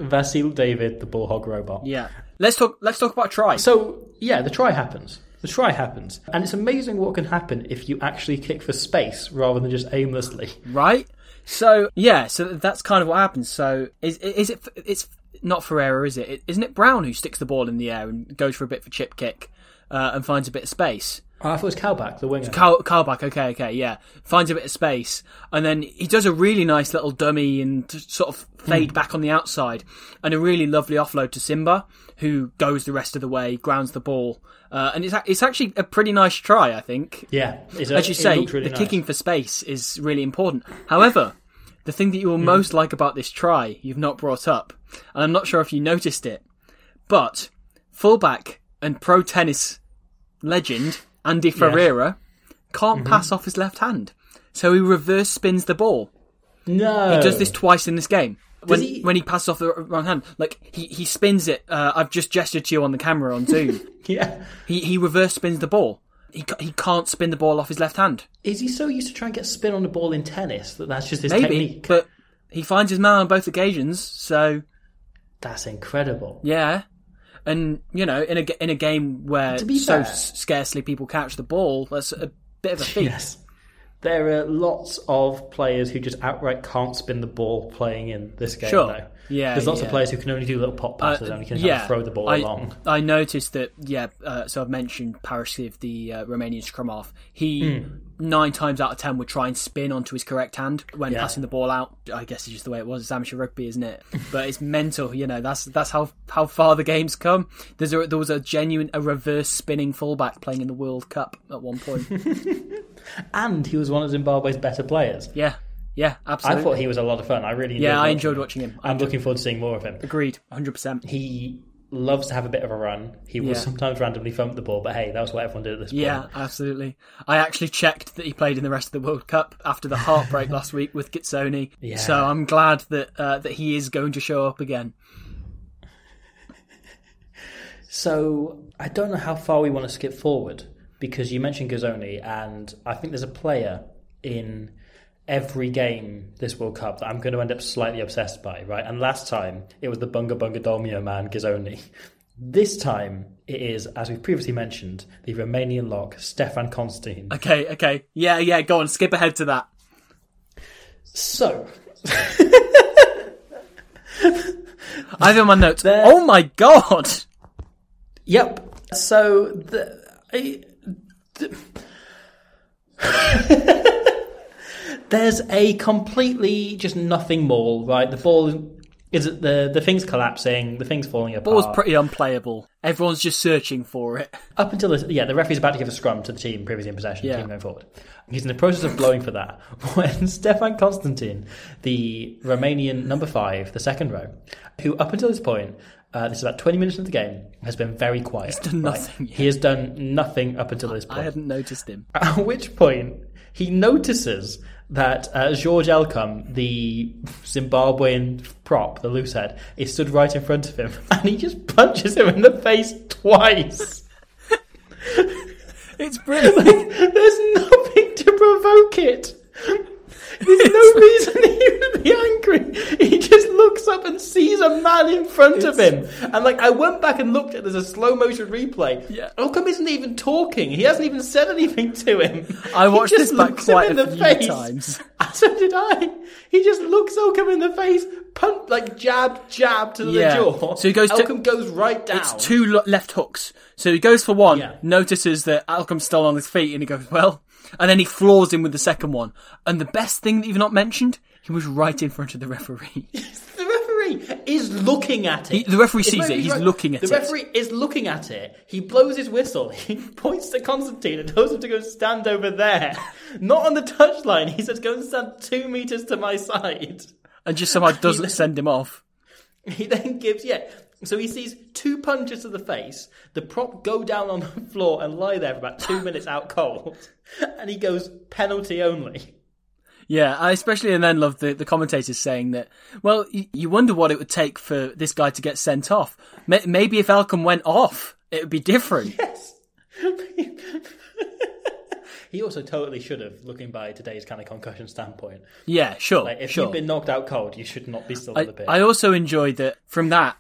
Speaker 2: Vasil David, the ball hog robot.
Speaker 3: Yeah, let's talk. Let's talk about try.
Speaker 2: So, yeah, the try happens. The try happens. And it's amazing what can happen if you actually kick for space rather than just
Speaker 3: *laughs*
Speaker 2: aimlessly.
Speaker 3: right? So yeah, so that's kind of what happens. So is is it? It's not Ferreira, is it? it? Isn't it Brown who sticks the ball in the air and goes for a bit for chip kick uh, and finds a bit of space?
Speaker 2: I thought it was Cowback, the winger.
Speaker 3: Carl, Carlback, okay, okay, yeah, finds a bit of space and then he does a really nice little dummy and t- sort of fade back on the outside and a really lovely offload to Simba who goes the rest of the way, grounds the ball, uh, and it's a- it's actually a pretty nice try, I think
Speaker 2: yeah. It's
Speaker 3: as you
Speaker 2: it
Speaker 3: say,
Speaker 2: looked really
Speaker 3: the
Speaker 2: nice.
Speaker 3: kicking for space is really important. However, the thing that you will
Speaker 2: Hmm.
Speaker 3: most like about this try, you've not brought up, and I'm not sure if you noticed it, but fullback and pro
Speaker 2: Mm-hmm.
Speaker 3: tennis legend Andy Ferreira can't pass off his left hand. So he reverse spins the ball.
Speaker 2: No.
Speaker 3: Does this twice in this game. When
Speaker 2: Oh. he-
Speaker 3: when he passes off the wrong hand, like he, he spins it. Uh, I've just gestured to you on the camera
Speaker 2: *laughs*
Speaker 3: on Zoom.
Speaker 2: *laughs* yeah.
Speaker 3: he he reverse spins the ball. He ca- he can't spin the ball off his left hand.
Speaker 2: Is he so used to trying to get spin on the ball in tennis that that's just his
Speaker 3: Maybe,
Speaker 2: technique?
Speaker 3: but he finds his man on both occasions. So
Speaker 2: That's incredible.
Speaker 3: yeah, and you know, in a g- in a game where
Speaker 2: To be
Speaker 3: so
Speaker 2: fair-
Speaker 3: s- scarcely people catch the ball, that's a bit of a feat.
Speaker 2: Yes. There are lots of players who just outright can't spin the ball playing in this game,
Speaker 3: Sure.
Speaker 2: though.
Speaker 3: Yeah,
Speaker 2: There's lots of
Speaker 3: yeah. Uh,
Speaker 2: players who can only do little pop passes and can kind of throw the ball
Speaker 3: I,
Speaker 2: along.
Speaker 3: I noticed that. Yeah, uh, so I've mentioned Paraskev, the uh, Romanian scrum off. He
Speaker 2: Hmm.
Speaker 3: nine times out of ten would try and spin onto his correct hand when
Speaker 2: Yeah.
Speaker 3: passing the ball out. I guess it's just the way it was. It's amateur rugby, isn't it? but it's mental. You know, that's that's how how far the game's come. There's a, there was a genuine a reverse spinning fullback playing in the World Cup at one point.
Speaker 2: *laughs* And he was one of Zimbabwe's better players.
Speaker 3: yeah, yeah,
Speaker 2: I
Speaker 3: absolutely.
Speaker 2: thought he was a lot of fun. I really enjoyed
Speaker 3: yeah, I
Speaker 2: watching
Speaker 3: enjoyed
Speaker 2: him.
Speaker 3: watching him.
Speaker 2: I'm looking forward to seeing more of him.
Speaker 3: Agreed, hundred percent.
Speaker 2: He loves to have a bit of a run. He will
Speaker 3: Yeah.
Speaker 2: sometimes randomly thump the ball, but hey, that was what everyone did at this point.
Speaker 3: Yeah, absolutely. I actually checked that he played in the rest of the World Cup after the heartbreak last week with Gitsoni.
Speaker 2: Yeah.
Speaker 3: So I'm glad that uh, that he is going to show up again.
Speaker 2: So I don't know how far we want to skip forward because you mentioned Gazzoni, and I think there's a player in every game this World Cup that I'm going to end up slightly obsessed by, right? And last time it was the Bunga Bunga Dolmio man, Gazzoni. This time it is, as we previously mentioned, the Romanian lock, Stefan Constantine.
Speaker 3: Okay, okay. Yeah, yeah, go on, skip ahead to that.
Speaker 2: So,
Speaker 3: I have it on my notes.
Speaker 2: There-
Speaker 3: Oh my god!
Speaker 2: yep. So, the, I, *laughs* there's a completely just nothing more, right? The ball is the the thing's collapsing, the thing's falling
Speaker 3: It
Speaker 2: apart.
Speaker 3: was pretty unplayable. Everyone's just searching for it.
Speaker 2: Up until this, yeah, the referee's about to give a scrum to the team previously in possession,
Speaker 3: Yeah.
Speaker 2: the team going forward. He's in the process of blowing for that *laughs* when Stefan Constantine, the Romanian number five, the second row, who up until this point, uh, this is about 20 minutes into the game, has been very quiet. He's
Speaker 3: done nothing, yeah.
Speaker 2: He has done nothing up until this
Speaker 3: I
Speaker 2: *laughs* point.
Speaker 3: hadn't noticed him.
Speaker 2: At which point, he notices that uh, George Elcom, the Zimbabwean prop, the loose head, is stood right in front of him, *laughs* and he just punches him in the face twice.
Speaker 3: It's brilliant.
Speaker 2: *laughs* There's nothing to provoke it. There's no reason *laughs* he would be angry. He just looks up and sees a man in front of him. And like I went back and looked at there's a slow motion replay.
Speaker 3: Yeah.
Speaker 2: Elcom isn't even talking. He hasn't even said anything to him.
Speaker 3: *laughs* I
Speaker 2: He
Speaker 3: watched
Speaker 2: just
Speaker 3: this back
Speaker 2: looks him
Speaker 3: quite
Speaker 2: in
Speaker 3: a
Speaker 2: the
Speaker 3: few
Speaker 2: face. *laughs*
Speaker 3: times.
Speaker 2: So did I. He just looks Elcom in the face, punt like jab, jab to
Speaker 3: Yeah.
Speaker 2: the jaw.
Speaker 3: So he goes to-
Speaker 2: Elcom goes right down.
Speaker 3: It's two lo- left hooks. So he goes for one,
Speaker 2: Yeah.
Speaker 3: notices that Alcom's still on his feet, and he goes, well. And then he floors him with the second one. And the best thing that you've not mentioned, he was right in front of the referee. *laughs*
Speaker 2: The referee is looking at it.
Speaker 3: the referee
Speaker 2: It's
Speaker 3: sees
Speaker 2: not
Speaker 3: it,
Speaker 2: even
Speaker 3: he's
Speaker 2: right-
Speaker 3: looking at
Speaker 2: the
Speaker 3: it.
Speaker 2: referee is looking at it. He blows his whistle. *laughs* He points to Constantine and tells him to go stand over there. *laughs* Not on the touchline. He says, go and stand two metres to my side. *laughs*
Speaker 3: and just somehow doesn't send him off.
Speaker 2: He then gives, yeah. So he sees two punches to the face, the prop go down on the floor and lie there for about
Speaker 3: *laughs*
Speaker 2: two minutes out cold. *laughs* And he goes, penalty only. *laughs*
Speaker 3: Yeah, I especially and then love the, the commentators saying that, well, you, you wonder what it would take for this guy to get sent off. May maybe if Alcom went off, it would
Speaker 2: *laughs*
Speaker 3: be different.
Speaker 2: Yes. he also totally should have, looking by today's kind of concussion standpoint.
Speaker 3: Yeah, sure.
Speaker 2: Like, if
Speaker 3: sure.
Speaker 2: you've been knocked out cold, you should not be still on the pitch.
Speaker 3: I, I also enjoyed that from that,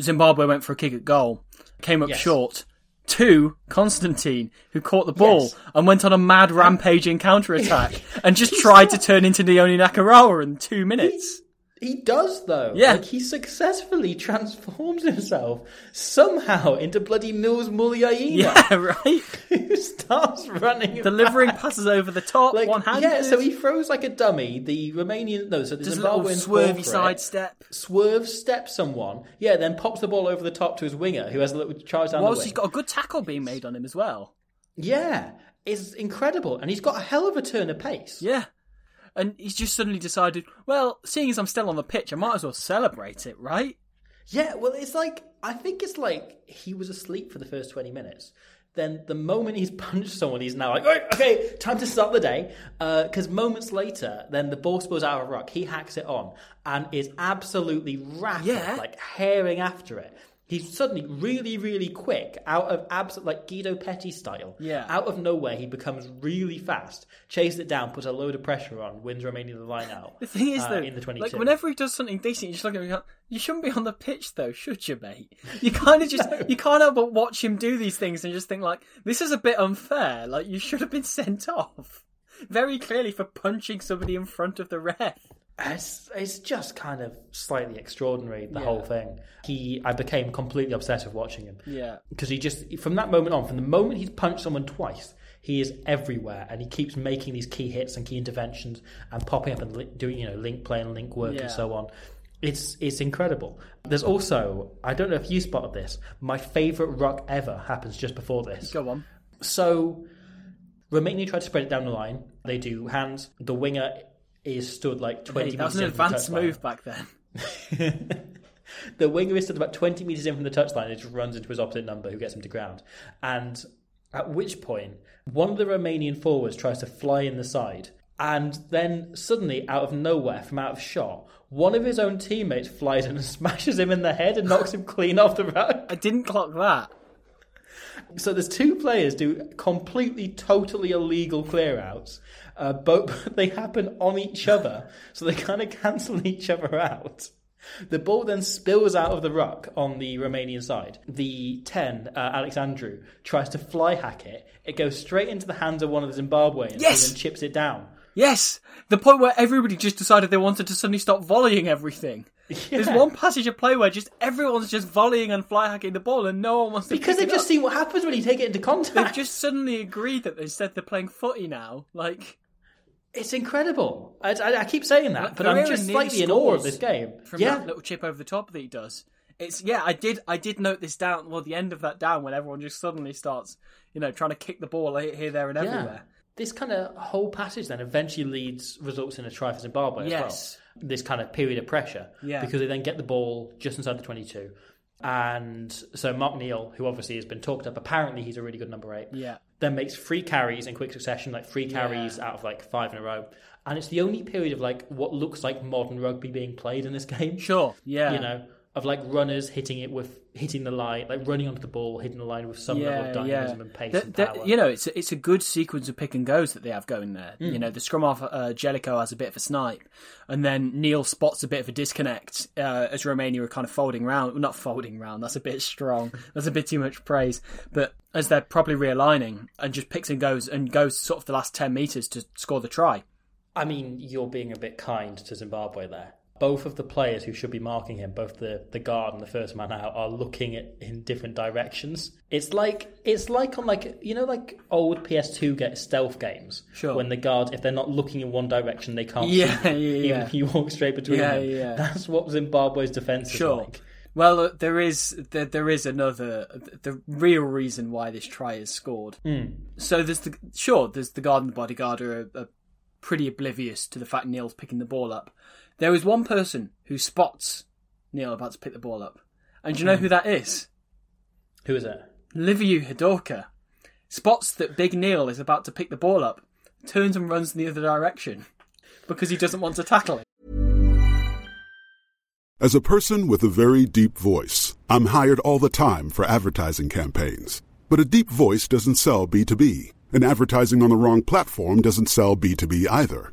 Speaker 3: Zimbabwe went for a kick at goal, came up
Speaker 2: Yes.
Speaker 3: short to Constantine, who caught the ball
Speaker 2: Yes.
Speaker 3: and went on a mad rampaging
Speaker 2: *laughs*
Speaker 3: counter attack and just tried to turn into Leone Nakarawa in two minutes.
Speaker 2: he does though.
Speaker 3: Yeah.
Speaker 2: Like he successfully transforms himself somehow into bloody Mills Muliaina,
Speaker 3: Yeah, *laughs* right?
Speaker 2: *laughs* who starts running.
Speaker 3: *laughs* Delivering passes over the top,
Speaker 2: Like,
Speaker 3: one handed.
Speaker 2: yeah, so he throws like a dummy. The Romanian, no, so the
Speaker 3: Just a little
Speaker 2: Zimbabwean
Speaker 3: swervy
Speaker 2: fall for it,
Speaker 3: sidestep.
Speaker 2: swerve steps someone. Yeah, then pops the ball over the top to his winger, who has a little charge down
Speaker 3: Whilst
Speaker 2: the
Speaker 3: he's
Speaker 2: wing.
Speaker 3: got a good tackle being made on him as well.
Speaker 2: Yeah, it's incredible, and he's got a hell of a turn of pace.
Speaker 3: Yeah. And he's just suddenly decided, well, seeing as I'm still on the pitch, I might as well celebrate it, right?
Speaker 2: Yeah, well, it's like I think it's like he was asleep for the first twenty minutes. then the moment he's *laughs* punched someone, he's now like, "Right, okay, time to start the day. Because moments later, then the ball spills out of a rock. He hacks it on and is absolutely rapid,
Speaker 3: Yeah.
Speaker 2: like haring after it. He's suddenly really, really quick out of abs like Guido Petty style.
Speaker 3: Yeah.
Speaker 2: Out of nowhere, he becomes really fast, chases it down, puts a load of pressure on, wins remaining the line out.
Speaker 3: The thing is,
Speaker 2: uh,
Speaker 3: though,
Speaker 2: in the 22.
Speaker 3: like whenever he does something decent, you just look at him. and go, You shouldn't be on the pitch, though, should you, mate? You kind
Speaker 2: *laughs*
Speaker 3: of just you can't help but watch him do these things and just think like, this is a bit unfair. Like you should have been *laughs* sent off very clearly for punching somebody in front of the ref.
Speaker 2: It's, it's just kind of slightly extraordinary, the whole thing. He, I became completely obsessed with watching him.
Speaker 3: Yeah.
Speaker 2: Because he just, from that moment on, from the moment he's punched someone twice, he is everywhere and he keeps making these key hits and key interventions and popping up and li- doing, you know, link play and link work
Speaker 3: Yeah.
Speaker 2: and so on. It's it's incredible. There's also, I don't know if you spotted this, my favourite rock ever happens just before this.
Speaker 3: Go on.
Speaker 2: So Romania tried to spread it down the line. They do hands. The winger is stood like 20
Speaker 3: Hey,
Speaker 2: metres
Speaker 3: that was an
Speaker 2: in from the
Speaker 3: advanced
Speaker 2: touchline.
Speaker 3: move back then.
Speaker 2: The winger is stood about 20 metres in from the touchline and just runs into his opposite number who gets him to ground. And at which point, one of the Romanian forwards tries to fly in the side. And then suddenly, out of nowhere, from out of shot, one of his own teammates flies in and *laughs* smashes him in the head and knocks him clean off the rug.
Speaker 3: I didn't clock that.
Speaker 2: So there's two players do completely, totally illegal clearouts. Uh, but *laughs* they happen on each other, so they kind of cancel *laughs* each other out. The ball then spills out of the ruck on the Romanian side. The 10, uh, Alex Andrew, tries to fly hack it. It goes straight into the hands of one of the Zimbabweans
Speaker 3: Yes!
Speaker 2: and then chips it down.
Speaker 3: Yes, the point where everybody just decided they wanted to suddenly stop
Speaker 2: *laughs*
Speaker 3: volleying everything. There's one passage of play where just everyone's just volleying and fly hacking the ball, and no one wants to.
Speaker 2: Because
Speaker 3: pick
Speaker 2: they've
Speaker 3: it
Speaker 2: just
Speaker 3: up.
Speaker 2: seen what happens when you take it into *laughs*
Speaker 3: They've
Speaker 2: contact.
Speaker 3: just suddenly agreed that instead they're playing footy now. Like
Speaker 2: It's incredible. I, I, I keep saying that, but I'm
Speaker 3: Pereira
Speaker 2: just
Speaker 3: nearly
Speaker 2: slightly in awe of
Speaker 3: scores
Speaker 2: this game.
Speaker 3: from
Speaker 2: Yeah,
Speaker 3: that little chip over the top that he does. It's yeah, I did I did note this down well the end of that down when everyone just suddenly starts, you know, trying to kick the ball here, here, there and everywhere.
Speaker 2: This kind of whole passage then eventually leads results in a try for Zimbabwe
Speaker 3: Yes.
Speaker 2: as well. This kind of period of pressure.
Speaker 3: Yeah.
Speaker 2: Because they then get the ball just inside the 22. And so Mark Neal, who obviously has been talked up, apparently he's a really good number eight.
Speaker 3: Yeah.
Speaker 2: Then makes three carries in quick succession, like three carries out of like five in a row. And it's the only period of like what looks like modern rugby being played in this *laughs* game
Speaker 3: Sure. Yeah.
Speaker 2: you know, of like runners hitting it with hitting the line, like running onto the ball, hitting the line with some level of dynamism and pace
Speaker 3: The-
Speaker 2: and
Speaker 3: the-
Speaker 2: power.
Speaker 3: you know, it's a, it's a good sequence of pick and goes that they have going there.
Speaker 2: Hmm.
Speaker 3: You know, the scrum off uh, Jellicoe has a bit of a snipe, and then Neil spots a bit of a disconnect uh, as Romania are kind of folding round. Well, not folding round. That's a bit strong. That's a bit too much praise. But as they're probably realigning, and just picks and goes and goes sort of the last ten meters to score
Speaker 2: *laughs*
Speaker 3: the try.
Speaker 2: I mean, you're being a bit kind to Zimbabwe there. Both of the players who should be marking him, both the, the guard and the first man out, are looking at, in different directions. It's like it's like on like you know like old PS2 get stealth games.
Speaker 3: Sure.
Speaker 2: When the guard, if they're not looking in one direction, they can't. see
Speaker 3: Yeah, yeah,
Speaker 2: you, even
Speaker 3: yeah.
Speaker 2: if you walk straight between
Speaker 3: Yeah,
Speaker 2: them.
Speaker 3: yeah.
Speaker 2: That's what Zimbabwe's defense
Speaker 3: Sure.
Speaker 2: is like.
Speaker 3: Well, uh, there is there, there is another the real reason why this try is scored.
Speaker 2: Hmm.
Speaker 3: So there's the sure there's the guard and the bodyguard are, are pretty oblivious to the fact Neil's picking the ball up. There is one person who spots Neil about to pick the ball up, and do you know who that is?
Speaker 2: Who is it?
Speaker 3: Liviu Hidorka spots that Big Neil is about to pick the ball up, turns and runs in the other direction because he doesn't want to tackle him.
Speaker 4: As a person with a very deep voice, I'm hired all the time for advertising campaigns. But a deep voice doesn't sell B2B, and advertising on the wrong platform doesn't sell B2B either.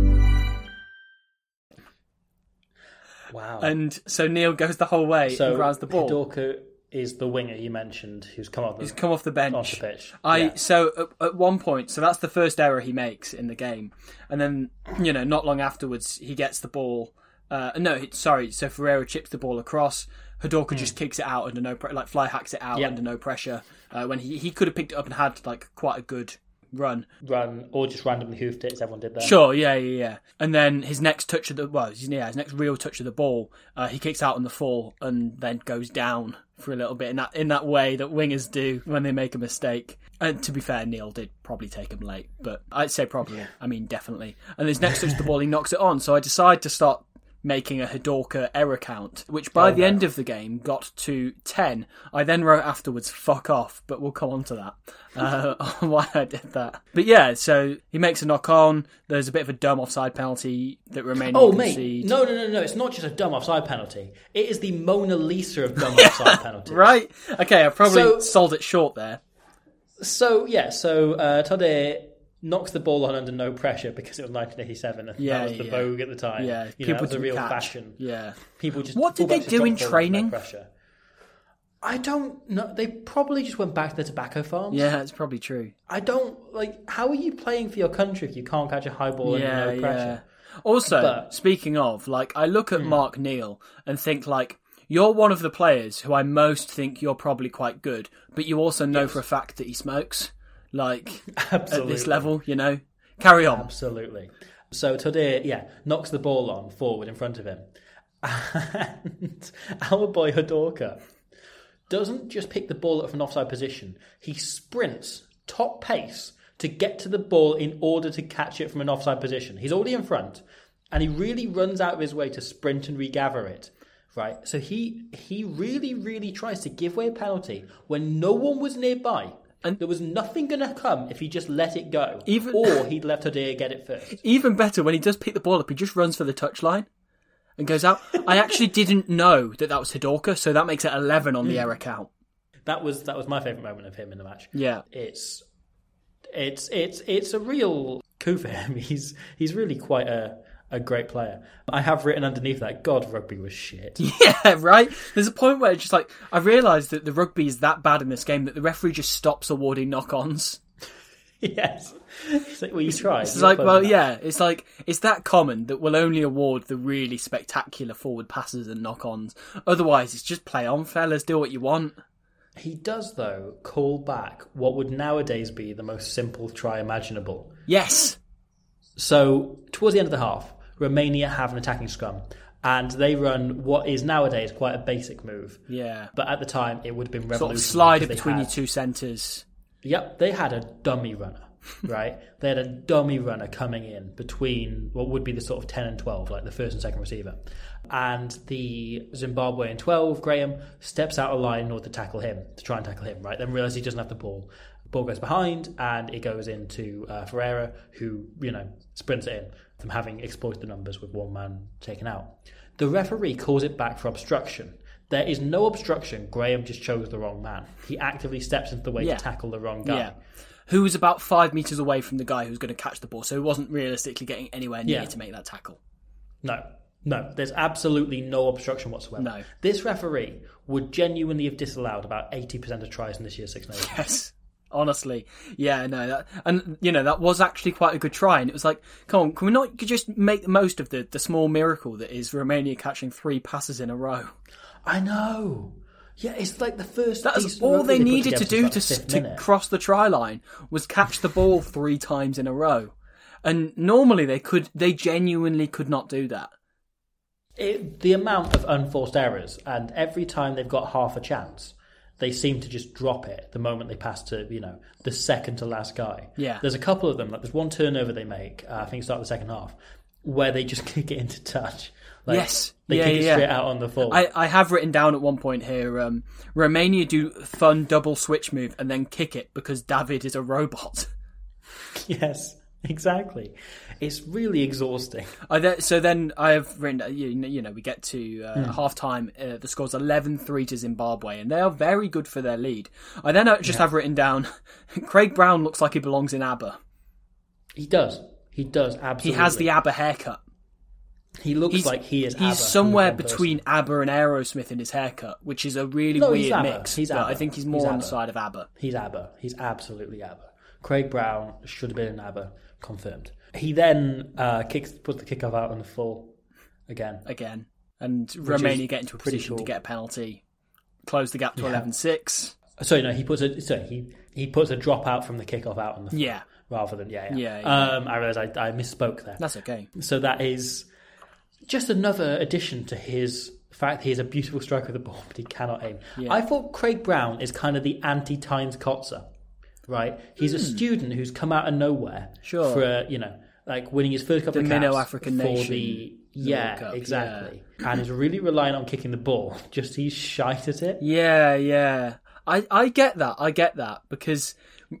Speaker 2: Wow.
Speaker 3: And so Neil goes the whole way
Speaker 2: so
Speaker 3: and grabs the ball.
Speaker 2: Hidorka is the winger you mentioned who's come off the,
Speaker 3: He's come off the bench.
Speaker 2: off the pitch.
Speaker 3: I
Speaker 2: Yeah.
Speaker 3: so at, at one point, so that's the first error he makes in the game, and then you know not long afterwards he gets the ball. Uh, no, it- sorry. So Ferreira chips the ball across. Hadorka just kicks it out under no pre- like fly hacks it out
Speaker 2: Hmm. Yeah.
Speaker 3: under no pressure. Uh, when he he could have picked it up and had like quite a good run.
Speaker 2: run or just randomly hoofed it as everyone did there.
Speaker 3: Sure, yeah, yeah, yeah. And then his next touch of the well, his, yeah, his next real touch of the ball, uh, he kicks out on the fall and then goes down for a little bit in that in that way that wingers do when they make a mistake. And to be fair, Neil did probably take him late, but I'd say probably, I mean definitely. And his next touch of the ball, he knocks it on. So I decide to start making a Hidorka error count, which
Speaker 2: Oh,
Speaker 3: by the end of the game got to 10. I then wrote afterwards, fuck off, but we'll come on to that, *laughs* uh, on why I did that. But yeah, so he makes a knock on, there's a bit of a dumb offside penalty that Romania
Speaker 2: Oh mate,
Speaker 3: concede.
Speaker 2: no, no, no, no! It's not just a dumb offside penalty. It is the Mona Lisa of
Speaker 3: *laughs*
Speaker 2: dumb offside penalties.
Speaker 3: Right? Okay, I probably
Speaker 2: So-
Speaker 3: sold it short there.
Speaker 2: So yeah, so uh, Tade knocks the ball on under no pressure because it was 1987 and
Speaker 3: Yeah,
Speaker 2: that was the
Speaker 3: yeah.
Speaker 2: vogue at the time.
Speaker 3: Yeah,
Speaker 2: you know, that was a
Speaker 3: didn't
Speaker 2: real
Speaker 3: catch.
Speaker 2: fashion.
Speaker 3: Yeah.
Speaker 2: People just
Speaker 3: What did they
Speaker 2: fullbacks just
Speaker 3: do in
Speaker 2: dropped balls under no
Speaker 3: training?
Speaker 2: pressure. I don't know. They probably just went back to the tobacco farms.
Speaker 3: Yeah, it's probably true.
Speaker 2: I don't like. How are you playing for your country if you can't catch a high ball
Speaker 3: yeah,
Speaker 2: under no pressure?
Speaker 3: yeah. Also,
Speaker 2: But- Hmm.
Speaker 3: speaking of, like, I look at Mark Neal and think, like, you're one of the players who I most think you're probably quite good, but you also know for a fact that he smokes,
Speaker 2: *laughs*
Speaker 3: like, at
Speaker 2: Absolutely.
Speaker 3: this level, you know? Carry on.
Speaker 2: Absolutely. So Todde, yeah, knocks the ball on forward in front of him. And our boy Hadorka doesn't just pick the ball up from an offside position, he sprints top pace to get to the ball in order to catch it from an offside position. He's already in front, and he really runs out of his way to sprint and regather it. Right, so he he really really tries to give away a penalty when no one was nearby, and there was nothing going to come if he just let it go,
Speaker 3: Even-
Speaker 2: or he'd let Tadea get it first.
Speaker 3: Even better, when he does pick the ball up, he just runs for the touchline and
Speaker 2: *laughs*
Speaker 3: goes out. I actually didn't know that that was Hidorka, so that makes it 11
Speaker 2: Hmm.
Speaker 3: on the error count. *laughs*
Speaker 2: That was that was my favorite moment of him in the match.
Speaker 3: Yeah.
Speaker 2: it's it's it's it's a real coup for him. *laughs* He's he's really quite a a great player. I have written underneath that God rugby was shit.
Speaker 3: Yeah, right. There's a point where it's just like I realised that the rugby is that bad in this game that the referee just stops awarding knock-ons.
Speaker 2: *laughs* yes, it's like well you tried.
Speaker 3: It's like, well, yeah, it's like it's that common that we'll only award the really spectacular forward passes and knock-ons. Otherwise, it's just play on, fellas. Do what you want.
Speaker 2: He does though call back what would nowadays be the most simple try imaginable.
Speaker 3: Yes,
Speaker 2: So towards the end of the half, Romania have an attacking scrum, and they run what is nowadays quite a basic move.
Speaker 3: yeah.
Speaker 2: But at the time, it would have been revolutionary.
Speaker 3: Sort of slide it
Speaker 2: because they
Speaker 3: between
Speaker 2: had-
Speaker 3: your two centres.
Speaker 2: Yep, they had a dummy runner, right? they had a dummy runner coming in between what would be the sort of 10 and 12, like the first and second receiver. And the Zimbabwean 12, Graham, steps out of line in order to tackle him, to try and tackle him, right? Then realises he doesn't have the ball. Ball goes behind and it goes into uh, Ferreira, who, you know, sprints it in from having exploited the numbers with one man taken out. The referee calls it back for obstruction. There is no obstruction. Graham just chose the wrong man. He actively steps into the way
Speaker 3: Yeah.
Speaker 2: to tackle the wrong guy.
Speaker 3: Yeah. Who was about five metres away from the guy who was going to catch the ball, so he wasn't realistically getting anywhere near
Speaker 2: Yeah.
Speaker 3: to make that tackle. *laughs*
Speaker 2: No, no, there's absolutely no obstruction whatsoever.
Speaker 3: No.
Speaker 2: This referee would genuinely have disallowed about 80% of tries in this year's Six Nations.
Speaker 3: Yes. Honestly, yeah, no, that, and you know that was actually quite a good try, and it was like, come on, can we not just make the most of the the small miracle that is Romania catching three passes in a row?
Speaker 2: *laughs* I know. Yeah, it's like the first.
Speaker 3: That is
Speaker 2: decent
Speaker 3: all
Speaker 2: rugby
Speaker 3: they
Speaker 2: put
Speaker 3: needed to
Speaker 2: together
Speaker 3: do
Speaker 2: since about
Speaker 3: to
Speaker 2: the fifth
Speaker 3: to
Speaker 2: minute.
Speaker 3: cross the try line was catch the ball three times in a row, and normally they could, they genuinely could not do that.
Speaker 2: It- the amount of unforced errors, and every time they've got half a chance, they seem to just drop it the moment they pass to you know the second to last guy.
Speaker 3: Yeah.
Speaker 2: there's a couple of them. Like there's one turnover they make. Uh, I think start of the second half where they just *laughs* kick it into touch. Like,
Speaker 3: Yes.
Speaker 2: they
Speaker 3: Yeah,
Speaker 2: kick it
Speaker 3: yeah, yeah.
Speaker 2: straight out on the full.
Speaker 3: I, I have written down at one point here, um, Romania do fun double switch move and then kick it because David is a robot.
Speaker 2: *laughs*
Speaker 3: *laughs*
Speaker 2: Yes, exactly. It's really exhausting.
Speaker 3: I then, so then I have written, uh, you know, you know, we get to uh,
Speaker 2: Hmm.
Speaker 3: half time. Uh, the score's 11 3 to Zimbabwe, and they are very good for their lead. I then uh, just have written down *laughs* Craig Brown looks like he belongs in ABBA.
Speaker 2: He does. He does absolutely.
Speaker 3: He has the ABBA haircut.
Speaker 2: He looks
Speaker 3: He's
Speaker 2: like he is.
Speaker 3: he's
Speaker 2: ABBA
Speaker 3: somewhere
Speaker 2: in person.
Speaker 3: between ABBA and Aerosmith in his haircut, which is a really
Speaker 2: No, he's
Speaker 3: weird
Speaker 2: ABBA.
Speaker 3: mix.
Speaker 2: He's
Speaker 3: but
Speaker 2: ABBA.
Speaker 3: I think he's
Speaker 2: He's
Speaker 3: more on
Speaker 2: ABBA.
Speaker 3: the side of ABBA.
Speaker 2: He's ABBA. He's absolutely ABBA. Craig Brown should have been an ABBA, confirmed. He then uh, kicks, puts the kickoff out on the full again.
Speaker 3: again. And Romania
Speaker 2: is
Speaker 3: get into a
Speaker 2: pretty
Speaker 3: position
Speaker 2: cool.
Speaker 3: to get a penalty, close the gap to
Speaker 2: Yeah.
Speaker 3: eleven six.
Speaker 2: Sorry, no, he puts a sorry, he he puts a drop out from the kickoff out on the full
Speaker 3: Yeah,
Speaker 2: rather than yeah yeah.
Speaker 3: Yeah,
Speaker 2: Um, I realised I, I misspoke there.
Speaker 3: that's okay.
Speaker 2: So that is just another addition to his fact he is a beautiful striker of the ball, but he cannot aim. I thought Craig Brown is kind of the anti Tynes Kotzer, right? He's a student who's come out of nowhere
Speaker 3: Hmm. Sure.
Speaker 2: for, uh, you know, like winning his first couple
Speaker 3: The
Speaker 2: of caps
Speaker 3: Minnow African
Speaker 2: for
Speaker 3: Nation
Speaker 2: the.
Speaker 3: World
Speaker 2: Yeah,
Speaker 3: Cup,
Speaker 2: exactly. and is really relying on kicking the ball, *laughs* just he's shite at it.
Speaker 3: Yeah, yeah. I, I get that. I get that because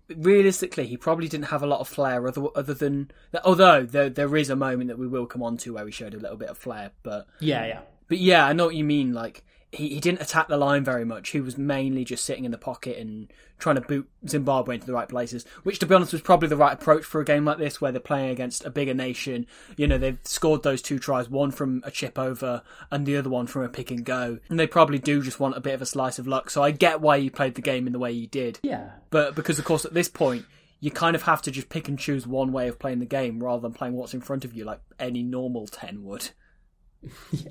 Speaker 3: realistically, he probably didn't have a lot of flair other other than although there there is a moment that we will come on to where he showed a little bit of flair, but
Speaker 2: Yeah, yeah.
Speaker 3: But yeah, I know what you mean. Like he, he didn't attack the line very much. He was mainly just sitting in the pocket and trying to boot Zimbabwe into the right places, which to be honest was probably the right approach for a game like this where they're playing against a bigger nation. You know, they've scored those two tries, one from a chip over and the other one from a pick and go. And they probably do just want a bit of a slice of luck. So I get why you played the game in the way you did.
Speaker 2: Yeah. *laughs*
Speaker 3: But because of course at this point you kind of have to just pick and choose one way of playing the game rather than playing what's in front of you like any normal 10 would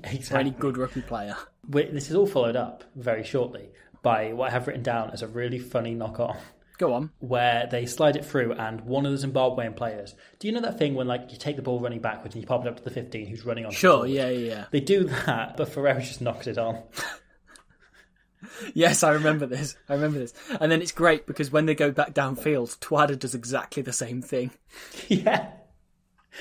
Speaker 2: Exactly.
Speaker 3: or any good rugby player.
Speaker 2: Wi- This is all followed up very shortly by what I have written down as a really funny knock on
Speaker 3: Go on.
Speaker 2: where they slide it through and one of the Zimbabwean players. Do you know that thing when like you take the ball running backwards and you pop it up to the 15 who's running on?
Speaker 3: Sure, yeah, yeah,
Speaker 2: They do that, but Ferrero just knocks it on. *laughs*
Speaker 3: yeah. Yes, I remember this. I remember this. And then it's great because when they go back downfield, Twada does exactly the same thing.
Speaker 2: yeah.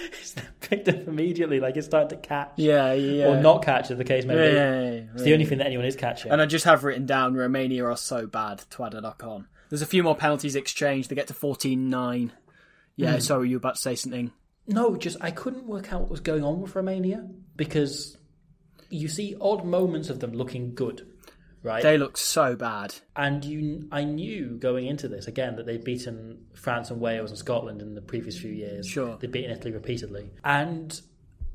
Speaker 2: It's then picked up immediately, like it's starting to catch.
Speaker 3: Yeah, yeah.
Speaker 2: Or not catch, as the case may
Speaker 3: Yeah,
Speaker 2: be.
Speaker 3: yeah, yeah,
Speaker 2: It's
Speaker 3: yeah.
Speaker 2: the only thing that anyone is catching.
Speaker 3: And I just have written down Romania are so bad, Twada knock on. There's a few more penalties exchanged. They get to 14 9. Yeah, sorry, you were about to say something.
Speaker 2: No, just I couldn't work out what was going on with Romania because you see odd moments of them looking good, right?
Speaker 3: They look so bad.
Speaker 2: And you, I knew going into this again that they'd beaten France and Wales and Scotland in the previous few years.
Speaker 3: Sure.
Speaker 2: they'd beaten Italy repeatedly, and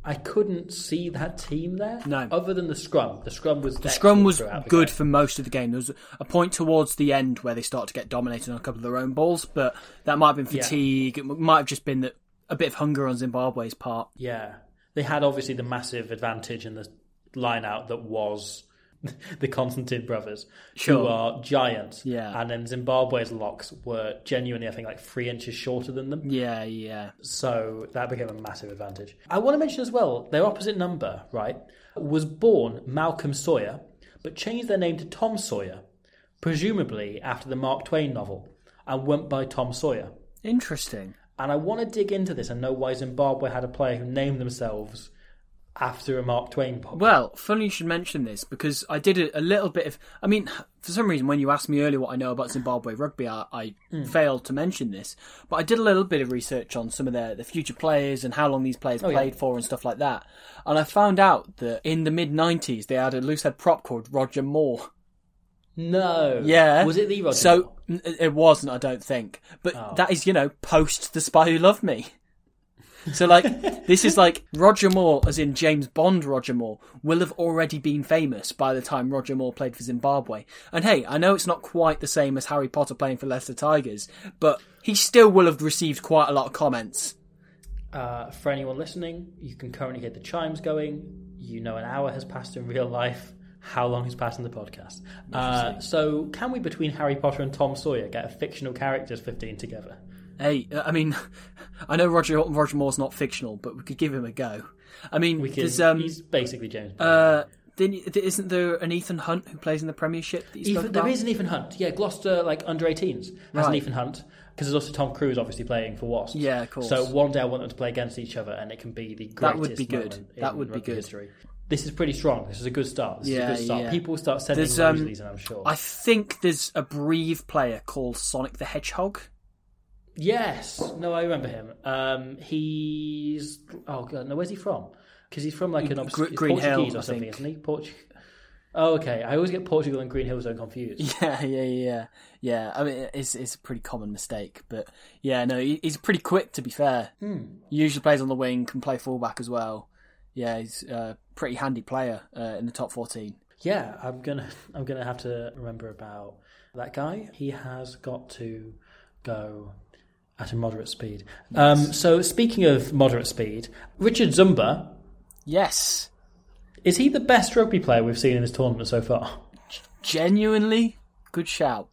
Speaker 2: I couldn't see that team there.
Speaker 3: No.
Speaker 2: other than the scrum. The scrum was the
Speaker 3: Scrum was good for most of the game. There was a point towards the end where they start to get dominated on a couple of their own balls, but that might have been fatigue. It might have just been that a bit of hunger on Zimbabwe's part.
Speaker 2: Yeah, they had obviously the massive advantage in the line out that was *laughs* the Constantine brothers, who
Speaker 3: Sure.
Speaker 2: are giants.
Speaker 3: Yeah.
Speaker 2: and then Zimbabwe's locks were genuinely, I think, like three inches shorter than them.
Speaker 3: Yeah, yeah.
Speaker 2: So that became a massive advantage. I want to mention as well their opposite number, right, was born Malcolm Sawyer, but changed their name to Tom Sawyer, presumably after the Mark Twain novel, and went by Tom Sawyer.
Speaker 3: Interesting.
Speaker 2: And I want to dig into this and know why Zimbabwe had a player who named themselves after a Mark Twain poem.
Speaker 3: Well, funny you should mention this because I did a, a little bit of. I mean, for some reason, when you asked me earlier what I know about Zimbabwe rugby, I, I failed to mention this. But I did a little bit of research on some of their the future players and how long these players played for and stuff like that. And I found out that in the mid '90s, they had a loosehead prop called Roger Moore.
Speaker 2: No.
Speaker 3: Yeah.
Speaker 2: Was it the Oh. Roger?
Speaker 3: So n- it wasn't, I don't think. But that is, you know, post The Spy Who Loved Me. So
Speaker 2: *laughs*
Speaker 3: like this is like Roger Moore, as in James Bond Roger Moore, will have already been famous by the time Roger Moore played for Zimbabwe. And hey, I know it's not quite the same as Harry Potter playing for Leicester Tigers, but he still will have received quite a lot of comments.
Speaker 2: Uh, for anyone listening, you can currently hear the chimes going. You know, an hour has passed in real life. How long has passed in the podcast? Uh, so, can we, between Harry Potter and Tom Sawyer, get a fictional characters 15 together?
Speaker 3: Hey, uh, I mean, *laughs* I know Roger Roger Moore's not fictional, but we could give him a go. I mean,
Speaker 2: We can,
Speaker 3: there's, um,
Speaker 2: he's basically James Bond.
Speaker 3: Uh, didn't, isn't there an Ethan Hunt who plays in the Premiership? That you spoke
Speaker 2: Ethan, there
Speaker 3: about?
Speaker 2: is an Ethan Hunt. Yeah, Gloucester, like under 18s, has an
Speaker 3: Right.
Speaker 2: Ethan Hunt. Because there's also Tom Cruise obviously playing for Wasps.
Speaker 3: Yeah, of course.
Speaker 2: So one day I want them to play against each other, and it can be the greatest.
Speaker 3: That would be good.
Speaker 2: moment
Speaker 3: That
Speaker 2: in
Speaker 3: would be
Speaker 2: rugby
Speaker 3: good.
Speaker 2: History. This is pretty strong. This is a good start. This
Speaker 3: Yeah,
Speaker 2: is a good start.
Speaker 3: yeah.
Speaker 2: People will start sending
Speaker 3: There's, um,
Speaker 2: Rosalies, and I'm sure.
Speaker 3: I think there's a Breve player called Sonic the Hedgehog.
Speaker 2: Yes. No, I remember him. Um, he's oh god, no, where's he from? Because he's from like an obs-
Speaker 3: Gr-
Speaker 2: he's
Speaker 3: Green Hill,
Speaker 2: Portuguese
Speaker 3: I
Speaker 2: or something,
Speaker 3: think.
Speaker 2: isn't he? Portugal. Oh, okay. I always get Portugal and Green Hill Zone confused.
Speaker 3: *laughs* Yeah, yeah, yeah, yeah. I mean, it's it's a pretty common mistake, but yeah, no, he, he's pretty quick. To be fair, he usually plays on the wing, can play fullback as well. Yeah, he's a pretty handy player uh, in the top 14.
Speaker 2: Yeah, I'm gonna *laughs* I'm gonna have to remember about that guy. He has got to go at a moderate speed. Um, so speaking of moderate speed, Richard Zumba
Speaker 3: Yes,
Speaker 2: is he the best rugby player we've seen in this tournament so far?
Speaker 3: genuinely good shout.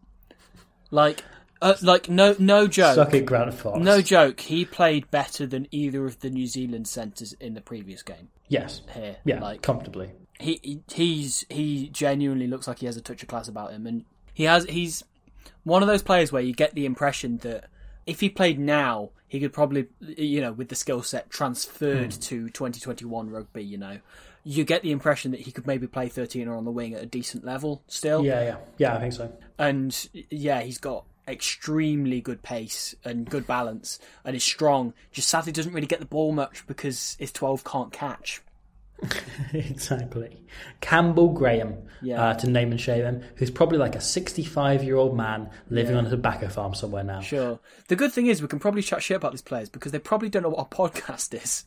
Speaker 3: Like, uh, like no, no joke.
Speaker 2: Suck it, Grant Fox.
Speaker 3: No joke. He played better than either of the New Zealand centres in the previous game.
Speaker 2: yes,
Speaker 3: Here,
Speaker 2: yeah,
Speaker 3: like
Speaker 2: comfortably.
Speaker 3: he he- he's he genuinely looks like he has a touch of class about him, and he has he's one of those players where you get the impression that if he played now, he could probably you know with the skill set transferred
Speaker 2: Hmm.
Speaker 3: to 2021 rugby. You know, you get the impression that he could maybe play 13 or on the wing at a decent level still.
Speaker 2: Yeah, yeah, yeah. I think so.
Speaker 3: and yeah, he's got extremely good pace and good balance and is strong. Just sadly doesn't really get the ball much because his 12 can't catch.
Speaker 2: *laughs* exactly. Campbell Graham,
Speaker 3: Yeah.
Speaker 2: uh, to name and shame him, who's probably like a 65 year old man living on a tobacco farm somewhere now.
Speaker 3: Sure. The good thing is we can probably chat shit about these players because they probably don't know what a podcast *laughs* is.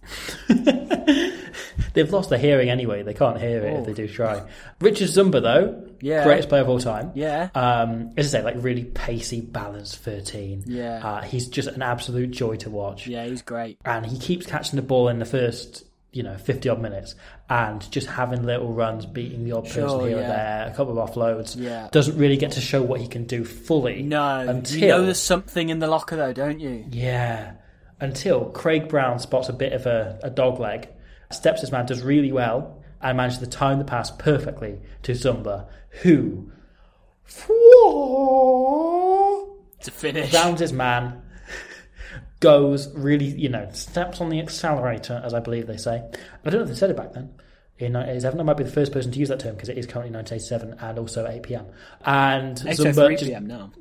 Speaker 2: They've lost their hearing anyway. They can't hear it if they do try. Richard Zumba, though,
Speaker 3: Oh. Yeah.
Speaker 2: greatest player of all time.
Speaker 3: Yeah.
Speaker 2: Um, as I say, like really pacey, balanced 13.
Speaker 3: Yeah.
Speaker 2: Uh, he's just an absolute joy to watch.
Speaker 3: Yeah, he's great.
Speaker 2: and he keeps catching the ball in the first you know 50 odd minutes and just having little runs beating the odd person
Speaker 3: Sure,
Speaker 2: here
Speaker 3: yeah.
Speaker 2: or there a couple of offloads
Speaker 3: Yeah.
Speaker 2: doesn't really get to show what he can do fully
Speaker 3: No,
Speaker 2: until
Speaker 3: you know there's something in the locker though, don't you?
Speaker 2: yeah until Craig Brown spots a bit of a, a dog leg steps his man does really well and manages to time the pass perfectly to Zumba who
Speaker 3: To finish.
Speaker 2: rounds his man, goes really, you know, steps on the accelerator, as I believe they say. I don't know if they said it back then. In 1987, I might be the first person to use that term because it is currently 1987 and also 8 p.m. And
Speaker 3: Except
Speaker 2: Zumba
Speaker 3: 3
Speaker 2: just-
Speaker 3: p.m. now.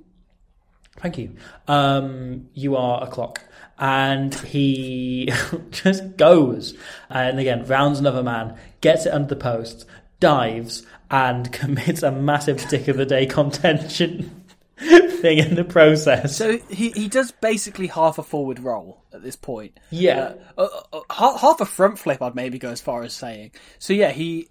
Speaker 2: Thank you. Um, you are a clock. And he *laughs* just goes and again rounds another man, gets it under the post, dives, and *laughs* commits a massive dick of the day contention *laughs* thing in the process.
Speaker 3: So he, he does basically half a forward roll at this point.
Speaker 2: Yeah.
Speaker 3: Uh, uh, half, half a front flip, I'd maybe go as far as saying. So yeah, he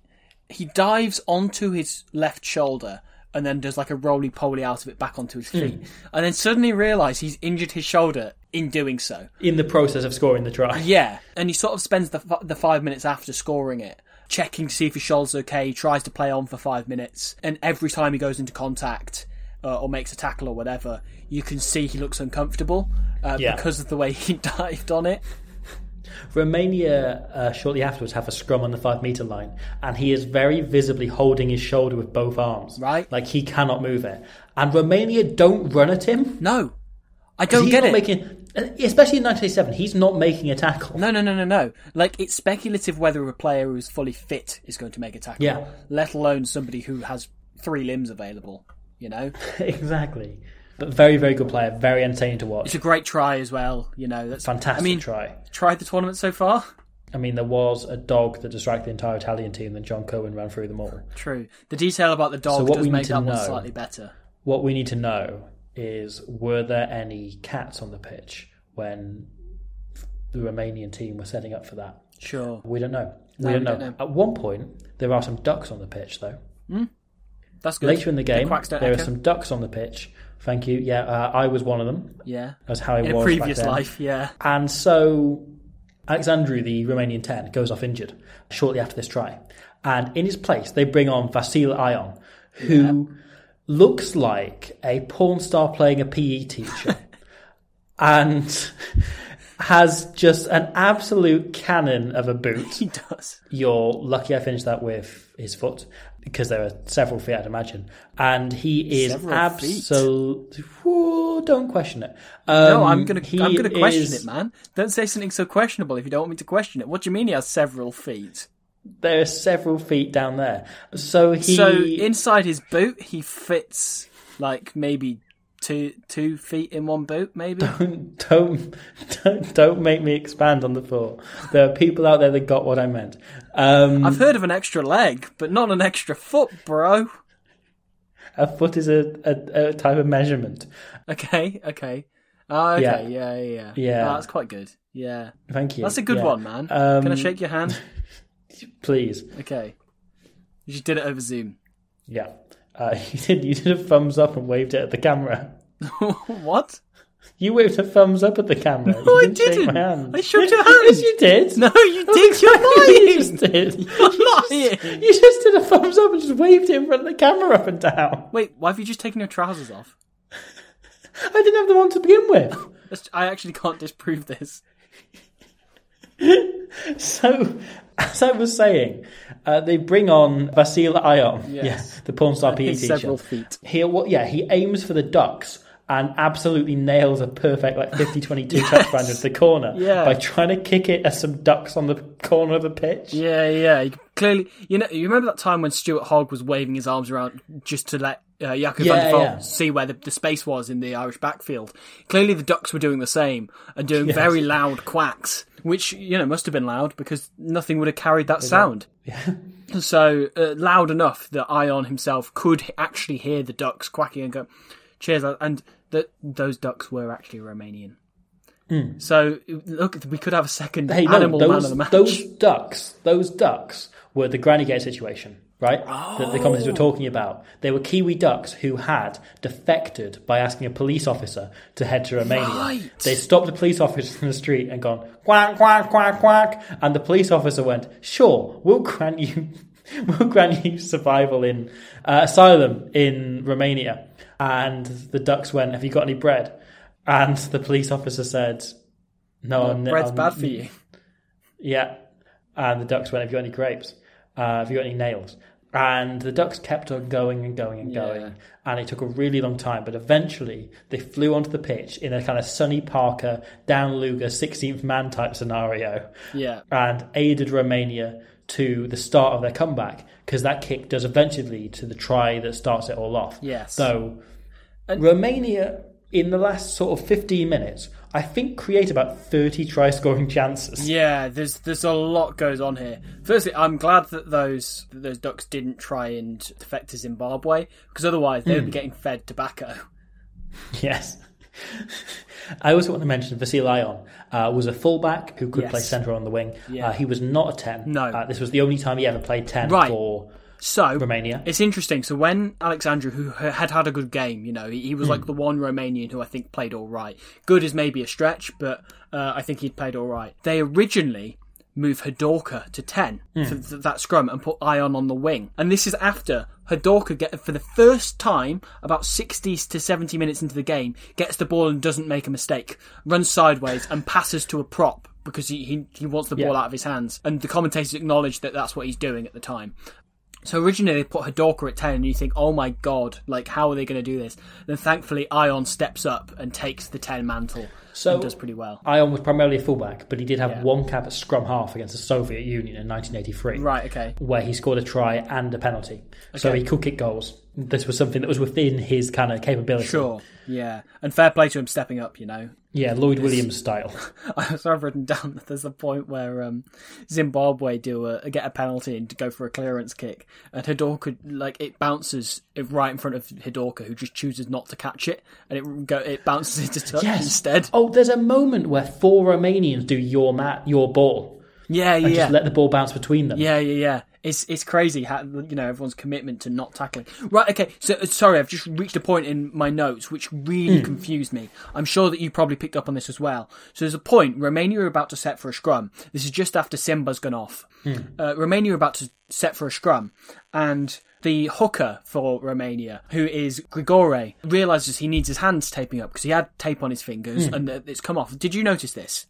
Speaker 3: he dives onto his left shoulder and then does like a roly poly out of it back onto his feet, and then suddenly realise he's injured his shoulder in doing so.
Speaker 2: in the process of scoring the try. *laughs*
Speaker 3: Yeah, and he sort of spends the f- the five minutes after scoring it checking to see if his shoulder's okay. Tries to play on for five minutes, and every time he goes into contact uh, or makes a tackle or whatever, you can see he looks uncomfortable uh,
Speaker 2: Yeah.
Speaker 3: because of the way *laughs* he dived on it.
Speaker 2: Romania uh, shortly afterwards have a scrum on the five meter line, and he is very visibly holding his shoulder with both arms.
Speaker 3: Right.
Speaker 2: like he cannot move it. And Romania don't run at him.
Speaker 3: No, I don't
Speaker 2: he's
Speaker 3: get
Speaker 2: not
Speaker 3: it.
Speaker 2: making, uh, especially in 1987. He's not making a tackle.
Speaker 3: No, no, no, no, no. Like it's speculative whether a player who's fully fit is going to make a
Speaker 2: *laughs*
Speaker 3: tackle.
Speaker 2: Yeah. *laughs*
Speaker 3: Let alone somebody who has three limbs available. You know,
Speaker 2: exactly. But very, very good player. Very entertaining to
Speaker 3: it's
Speaker 2: watch.
Speaker 3: a great try as well. You know, that's
Speaker 2: Fantastic
Speaker 3: I mean,
Speaker 2: try.
Speaker 3: tried the tournament so far.
Speaker 2: I mean, there was a dog that distracted the entire Italian team, and John Cohen ran through them all.
Speaker 3: True. The detail about the dog
Speaker 2: So what
Speaker 3: does
Speaker 2: we
Speaker 3: make
Speaker 2: need to
Speaker 3: that one
Speaker 2: know-
Speaker 3: slightly better.
Speaker 2: What we need to know is were there any cats on the pitch when the Romanian team were setting up for that?
Speaker 3: Sure.
Speaker 2: We don't know. We,
Speaker 3: No,
Speaker 2: don't,
Speaker 3: we
Speaker 2: know.
Speaker 3: don't know.
Speaker 2: At one point, there are some ducks on the pitch, though.
Speaker 3: That's good.
Speaker 2: Later in the game,
Speaker 3: quacks don't
Speaker 2: there are
Speaker 3: echo.
Speaker 2: some ducks on the pitch. Thank you. Yeah, uh, I was one of them.
Speaker 3: Yeah.
Speaker 2: That's how it
Speaker 3: In a
Speaker 2: was
Speaker 3: previous
Speaker 2: back then.
Speaker 3: life, yeah. *laughs*
Speaker 2: And so Alexandru, the Romanian 10, goes off injured shortly after this try. And in his place, they bring on Vasil Ion, who looks like a porn star playing a PE
Speaker 3: *laughs*
Speaker 2: teacher and has just an absolute cannon of a boot.
Speaker 3: *laughs* He does.
Speaker 2: You're lucky I finished that with his foot because there are several feet, I'd imagine. And he is
Speaker 3: Several feet?
Speaker 2: absolutely. Don't question it.
Speaker 3: No,
Speaker 2: Um,
Speaker 3: I'm gonna
Speaker 2: he
Speaker 3: I'm gonna question
Speaker 2: is-
Speaker 3: it, man. Don't say something so questionable if you don't want me to question it. What do you mean he has several feet?
Speaker 2: There are several feet down there. So he.
Speaker 3: So inside his boot he fits like maybe two two feet in one boot, maybe?
Speaker 2: *laughs* don't, don't don't make me expand on the thought. There are people out there that got what I meant. Um,
Speaker 3: I've heard of an extra leg, but not an extra foot, bro.
Speaker 2: a foot is a, a, a type of measurement.
Speaker 3: Okay, okay. Ah, okay, yeah, yeah, yeah.
Speaker 2: Yeah.
Speaker 3: Ah, that's quite good. Yeah.
Speaker 2: Thank you.
Speaker 3: That's a good
Speaker 2: Yeah.
Speaker 3: one, man. Can I
Speaker 2: Um, *laughs*
Speaker 3: shake your hand?
Speaker 2: Please.
Speaker 3: Okay. You just did it over Zoom. *laughs*
Speaker 2: Yeah. Uh, *laughs* you did. You did a thumbs up and waved it at the camera. *laughs*
Speaker 3: what?
Speaker 2: You waved a thumbs up at the camera.
Speaker 3: No,
Speaker 2: you
Speaker 3: I
Speaker 2: shake
Speaker 3: didn't.
Speaker 2: my hand.
Speaker 3: I shook your
Speaker 2: *laughs* Yes,
Speaker 3: hand.
Speaker 2: you did. *laughs*
Speaker 3: No, you did. You're
Speaker 2: you
Speaker 3: lying.
Speaker 2: just did.
Speaker 3: *laughs* You're lying.
Speaker 2: You just did a thumbs up and just waved it in front of the camera up and down.
Speaker 3: Wait, why have you just taken your trousers off?
Speaker 2: I didn't have them on to begin with. *laughs*
Speaker 3: That's- I actually can't disprove this.
Speaker 2: So, as I was saying, uh, they bring on Vasil Ion,
Speaker 3: Yes.
Speaker 2: yeah, the porn star PE
Speaker 3: His
Speaker 2: teacher.
Speaker 3: several feet.
Speaker 2: He, well, yeah, he aims for the ducks and absolutely nails a perfect like 50-22
Speaker 3: *laughs*
Speaker 2: touchdown into the corner
Speaker 3: Yeah.
Speaker 2: by trying to kick it at some ducks on the corner of the pitch.
Speaker 3: Yeah, yeah. You clearly, you know, you remember that time when Stuart Hogg was waving his arms around just to let uh, Jakob
Speaker 2: Yeah,
Speaker 3: van der Vaart
Speaker 2: yeah.
Speaker 3: see where the, the space was in the Irish backfield. Clearly, the Ducks were doing the same and doing very loud quacks, which you know must have been loud because nothing would have carried that sound. *laughs* So uh, loud enough that Ion himself could actually hear the ducks quacking and go, "Cheers!" lad," and that those ducks were actually Romanian. So look, we could have a second
Speaker 2: Hey, no,
Speaker 3: animal man of
Speaker 2: those,
Speaker 3: the match.
Speaker 2: those ducks, those ducks were the granny gate situation, right? That
Speaker 3: Oh.
Speaker 2: the commenters were talking about. They were Kiwi ducks who had defected by asking a police officer to head to Romania.
Speaker 3: Right.
Speaker 2: They stopped the police officer in the street and gone quack quack quack quack, and the police officer went, "Sure, we'll grant you, *laughs* we'll grant you survival in uh, asylum in Romania." And the ducks went, "Have you got any bread?" And the police officer said, "No, I'm,
Speaker 3: Bread's
Speaker 2: I'm-
Speaker 3: bad for you.
Speaker 2: yeah. And the ducks went, Have you got any grapes? Uh, have you got any nails? And the ducks kept on going and going and going. And it took a really long time. But eventually, they flew onto the pitch in a kind of Sonny Parker, Dan Luger, 16th man type scenario
Speaker 3: *laughs* Yeah.
Speaker 2: and aided Romania to the start of their comeback because that kick does eventually lead to the try that starts it all off.
Speaker 3: Yes.
Speaker 2: Though Romania, in the last sort of 15 minutes, I think create about 30 try scoring *laughs* chances.
Speaker 3: Yeah, there's there's a lot goes on here. Firstly, I'm glad that those that those ducks didn't try and defect to Zimbabwe because otherwise they would be getting fed tobacco.
Speaker 2: *laughs* Yes. I also want to mention Vasil Ion uh, was a fullback who could
Speaker 3: Yes.
Speaker 2: play centre on the wing.
Speaker 3: Yeah.
Speaker 2: Uh, he was not a 10.
Speaker 3: No.
Speaker 2: Uh, this was the only time he ever played 10
Speaker 3: Right.
Speaker 2: for
Speaker 3: So
Speaker 2: Romania.
Speaker 3: It's interesting. So when Alexandru, who h- had had a good game, you know, he, he was like the one Romanian who I think played all right. Good is maybe a stretch, but uh, I think he'd played all right. They originally moved Hadorka to ten for th- that scrum and put Ion on the wing, and this is after Hadorka get for the first time about sixty to seventy minutes into the game gets the ball and doesn't make a mistake, runs sideways and passes to a prop. Because he, he, he wants the ball out of his hands. And the commentators acknowledge that that's what he's doing at the time. So originally they put Hadorka at 10 and you think, oh my god, like how are they going to do this? Then thankfully Ion steps up and takes the 10 mantle
Speaker 2: So-
Speaker 3: and does pretty well.
Speaker 2: Ion was primarily a fullback, but he did have
Speaker 3: Yeah.
Speaker 2: one cap at scrum half against the Soviet Union in 1983.
Speaker 3: Right, okay.
Speaker 2: where he scored a try and a penalty. So he could kick goals. This was something that was within his kind of capability.
Speaker 3: Sure. Yeah. And fair play to him stepping up, you know. *laughs*
Speaker 2: Yeah, Lloyd Williams style.
Speaker 3: so I've written down that there's a point where um, Zimbabwe do a, get a penalty and go for a clearance kick, and Hidorka like it bounces it right in front of Hidorka, who just chooses not to catch it, and it go it bounces *laughs* into touch
Speaker 2: Yes.
Speaker 3: instead.
Speaker 2: Oh, there's a moment where four Romanians do your mat, your ball,
Speaker 3: Yeah, yeah.
Speaker 2: and just let the ball bounce between them.
Speaker 3: Yeah, yeah, yeah. It's it's crazy how you know everyone's commitment to not tackling. Right, okay. So uh, sorry, I've just reached a point in my notes which really confused me. I'm sure that you probably picked up on this as well. So there's a point Romania are about to set for a scrum. This is just after Simba's gone off. Uh, Romania are about to set for a scrum, and the hooker for Romania, who is Grigore, realizes he needs his hands taping up because he had tape on his fingers and uh, it's come off. Did you notice this?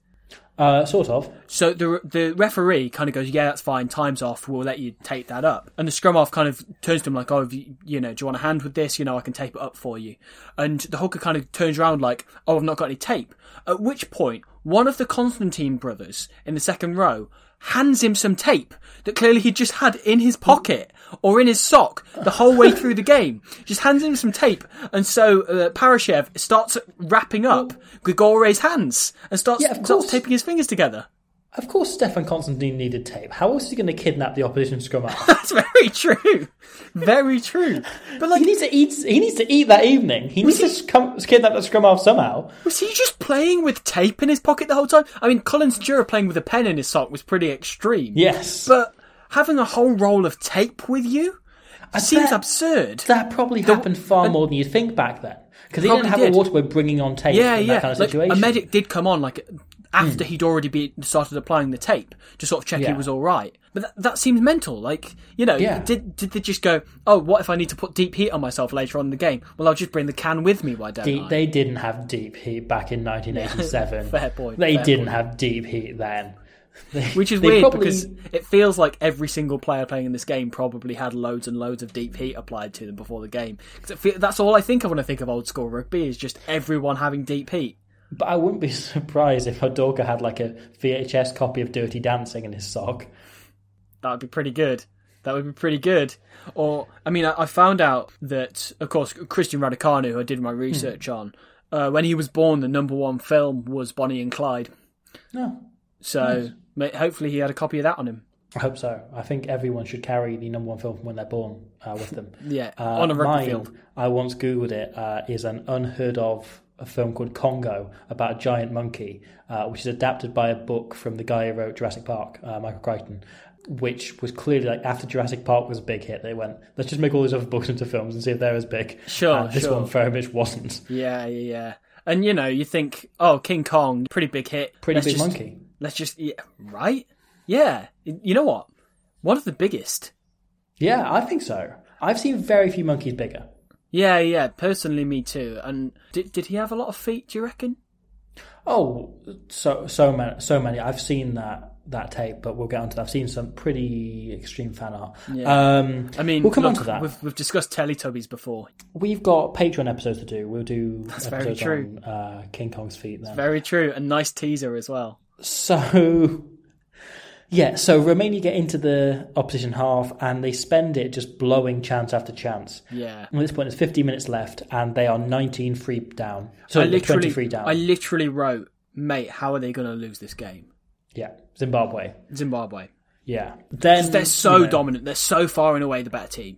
Speaker 2: Uh, sort of.
Speaker 3: So the the referee kind of goes, "Yeah, that's fine. Time's off. We'll let you tape that up." And the scrum half kind of turns to him like, "Oh, have you, you know, do you want a hand with this? You know, I can tape it up for you." And the hooker kind of turns around like, "Oh, I've not got any tape." At which point, one of the Constantine brothers in the second row hands him some tape that clearly he just had in his pocket or in his sock the whole way through the game. Just hands him some tape, and so uh, Parashev starts wrapping up Grigore's hands and starts,
Speaker 2: Yeah, of
Speaker 3: starts
Speaker 2: course.
Speaker 3: taping his fingers together.
Speaker 2: Of course, Stefan Constantine needed tape. How else is he going to kidnap the opposition scrum half?
Speaker 3: That's very true. Very true. *laughs* But
Speaker 2: he
Speaker 3: like,
Speaker 2: needs to eat. He needs to eat that evening. He needs to scum, kidnap that scrum half somehow.
Speaker 3: was he just playing with tape in his pocket the whole time? I mean, Colin Stewart playing with a pen in his sock was pretty extreme.
Speaker 2: Yes.
Speaker 3: But having a whole roll of tape with you seems
Speaker 2: bet-
Speaker 3: absurd.
Speaker 2: That probably happened far more than you'd think back then. Because they didn't
Speaker 3: Probably
Speaker 2: have
Speaker 3: did.
Speaker 2: a waterway bringing on tape
Speaker 3: yeah,
Speaker 2: in
Speaker 3: yeah.
Speaker 2: that kind of
Speaker 3: Like,
Speaker 2: situation. Hmm.
Speaker 3: a medic did come on like after he'd already be, started applying the tape to sort of check
Speaker 2: Yeah.
Speaker 3: he was all right. But that, that seems mental. Like you know,
Speaker 2: Yeah.
Speaker 3: did did they just go? Oh, what if I need to put deep heat on myself later on in the game? Well, I'll just bring the can with me. Why don't
Speaker 2: Deep-
Speaker 3: I?
Speaker 2: they didn't have deep heat back in 1987.
Speaker 3: *laughs* Fair point,
Speaker 2: They
Speaker 3: fair
Speaker 2: didn't have deep heat then. They-
Speaker 3: Which is
Speaker 2: they
Speaker 3: weird
Speaker 2: probably-
Speaker 3: because it feels like every single player playing in this game probably had loads and loads of deep heat applied to them before the game. 'Cause it feel- that's all I think of when I think of old school rugby is just everyone having deep heat.
Speaker 2: But I wouldn't be *laughs* surprised if Hodorka had like a VHS copy of Dirty Dancing in his sock.
Speaker 3: That would be pretty good. That would be pretty good. Or, I mean, I, I found out that, of course, Christian Radicanu, who I did my research
Speaker 2: Hmm.
Speaker 3: on, uh, when he was born, the number one film was Bonnie and Clyde.
Speaker 2: No,
Speaker 3: So ma- hopefully he had a copy of that on him.
Speaker 2: I hope so. I think everyone should carry the number one film from when they're born uh, with them.
Speaker 3: *laughs* Yeah,
Speaker 2: Uh,
Speaker 3: on a rugby
Speaker 2: mine,
Speaker 3: field.
Speaker 2: I once googled it. Uh, is an unheard of a film called Congo about a giant monkey, uh, which is adapted by a book from the guy who wrote Jurassic Park, uh, Michael Crichton, which was clearly like after Jurassic Park was a big hit, they went let's just make all these other books into films and see if they're as big.
Speaker 3: Sure,
Speaker 2: And this
Speaker 3: sure.
Speaker 2: one very much wasn't.
Speaker 3: Yeah, yeah, yeah. And, you know, you think, oh, King Kong, pretty big hit.
Speaker 2: Pretty
Speaker 3: Let's
Speaker 2: big
Speaker 3: just-
Speaker 2: monkey.
Speaker 3: Let's just, yeah, right? Yeah. Y- You know what? One of the biggest.
Speaker 2: Yeah, I think so. I've seen very few monkeys bigger.
Speaker 3: Yeah, yeah. Personally, me too. And did did he have a lot of feet? Do you reckon?
Speaker 2: Oh, so so many, so many. I've seen that that tape, but we'll get onto that. I've seen some pretty extreme fan art. Um,
Speaker 3: I mean,
Speaker 2: we'll come
Speaker 3: look,
Speaker 2: on to that. We've,
Speaker 3: We've, we've discussed Teletubbies before.
Speaker 2: got Patreon episodes to do. We'll do
Speaker 3: very
Speaker 2: episodes
Speaker 3: true.
Speaker 2: on uh, King Kong's feet then.
Speaker 3: Very true. A nice teaser as well.
Speaker 2: So, *laughs* yeah, so Romania get into the opposition half and they spend it just blowing chance after chance.
Speaker 3: Yeah.
Speaker 2: And at this point, there's 15 minutes left and they are 19 free down. So
Speaker 3: I literally,
Speaker 2: 23 down.
Speaker 3: I literally wrote, mate, how are they going to lose this game?
Speaker 2: yeah, Zimbabwe.
Speaker 3: Zimbabwe.
Speaker 2: Yeah. Then
Speaker 3: They're so
Speaker 2: you know,
Speaker 3: dominant. They're so far and away the better team.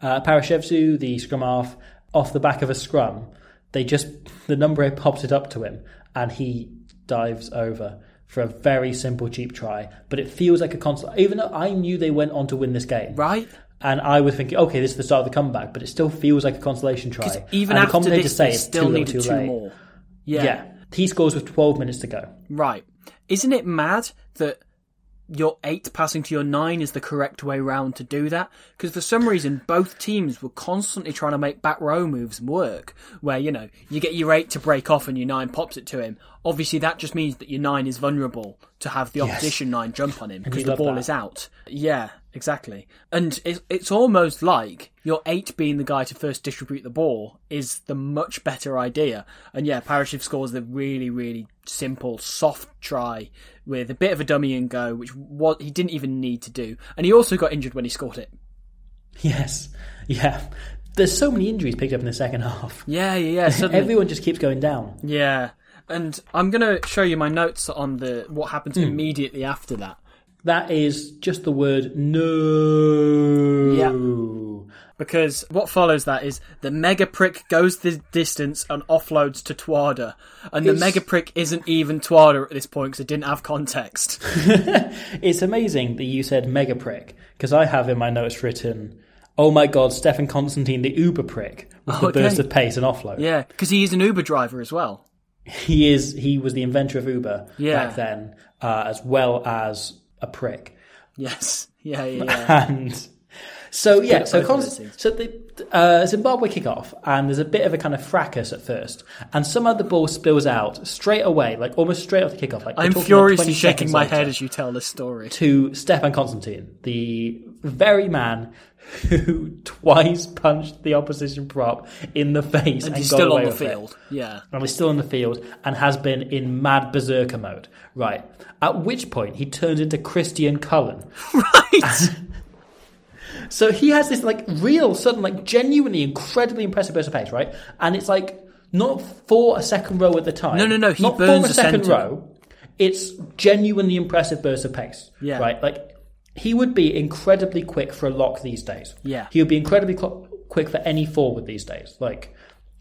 Speaker 2: uh, Parashevsu, the scrum half, off the back of a scrum. They just the number eight pops it up to him, and he dives over for a very simple cheap try. But it feels like a constant. Even though I knew they went on to win this game,
Speaker 3: Right?
Speaker 2: and I was thinking, okay, this is the start of the comeback, but it still feels like a consolation try.
Speaker 3: Even
Speaker 2: and the
Speaker 3: after
Speaker 2: commentators
Speaker 3: this,
Speaker 2: say
Speaker 3: they
Speaker 2: it's
Speaker 3: still
Speaker 2: too little,
Speaker 3: needed
Speaker 2: too
Speaker 3: two
Speaker 2: late.
Speaker 3: more.
Speaker 2: Yeah.
Speaker 3: yeah.
Speaker 2: he scores with twelve minutes to go. *laughs*
Speaker 3: Right. Isn't it mad that your 8 passing to your 9 is the correct way round to do that? Because for some reason, both teams were constantly trying to make back row moves work, where, you know, you get your 8 to break off and your 9 pops it to him. Obviously, that just means that your 9 is vulnerable to have the opposition 9 jump on him because
Speaker 2: you
Speaker 3: the
Speaker 2: love
Speaker 3: ball
Speaker 2: that.
Speaker 3: is out. Yeah, exactly. And it's, it's almost like your 8 being the guy to first distribute the ball is the much better idea. And yeah, Parashiv scores the really, really simple, soft try with a bit of a dummy and go, which what he didn't even need to do. And he also got injured when he scored it.
Speaker 2: Yes, yeah. There's so many injuries picked up in the second half.
Speaker 3: Yeah, yeah, yeah.
Speaker 2: *laughs*
Speaker 3: Suddenly.
Speaker 2: Everyone just keeps going down.
Speaker 3: yeah. And I'm going to show you my notes on the what happens
Speaker 2: Hmm.
Speaker 3: immediately after that.
Speaker 2: That is just the word no.
Speaker 3: Because what follows that is the mega prick goes the distance and offloads to Twada. And the mega prick isn't even Twada at this point because it didn't have context.
Speaker 2: It's amazing that you said mega prick because I have in my notes written, "Oh my God, Stefan Constantine, the uber prick with the
Speaker 3: Okay.
Speaker 2: burst of pace and offload."
Speaker 3: *laughs* yeah, because he is an Uber driver as well.
Speaker 2: He is. He was the inventor of Uber
Speaker 3: Yeah.
Speaker 2: back then, uh, as well as a prick.
Speaker 3: Yes. Yeah, *laughs* yeah, yeah.
Speaker 2: And so yeah, so
Speaker 3: both of those
Speaker 2: Const-
Speaker 3: things.
Speaker 2: so the uh, Zimbabwe kick off, and there's a bit of a kind of fracas at first, and somehow the ball spills out straight away, like almost straight off the kickoff. Like we're
Speaker 3: I'm
Speaker 2: talking about
Speaker 3: furiously
Speaker 2: 20
Speaker 3: shaking
Speaker 2: seconds
Speaker 3: my
Speaker 2: later.
Speaker 3: head as you tell this story.
Speaker 2: to Stefan Constantine, the very man who *laughs* twice punched the opposition prop in the face and,
Speaker 3: He's
Speaker 2: got
Speaker 3: still
Speaker 2: away
Speaker 3: on the
Speaker 2: with it.
Speaker 3: *laughs* field. Yeah.
Speaker 2: And is still on the field and has been in mad berserker mode. Right. At which point he turns into Christian Cullen.
Speaker 3: Right.
Speaker 2: So he has this like real, sudden, like genuinely incredibly impressive burst of pace, right? And it's like not for a second row at the time.
Speaker 3: No, no, no, he
Speaker 2: not
Speaker 3: burns
Speaker 2: for
Speaker 3: a
Speaker 2: a second
Speaker 3: centre.
Speaker 2: row. It's genuinely impressive burst of pace.
Speaker 3: Yeah.
Speaker 2: Right. Like he would be incredibly quick for a lock these days.
Speaker 3: Yeah.
Speaker 2: He would be incredibly cl- quick for any forward these days. Like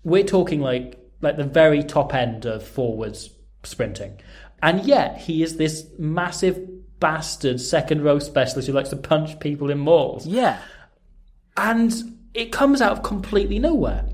Speaker 2: we're talking like like the very top end of forwards sprinting, and yet he is this massive bastard second row specialist who likes to punch people in malls.
Speaker 3: Yeah.
Speaker 2: and it comes out of completely nowhere.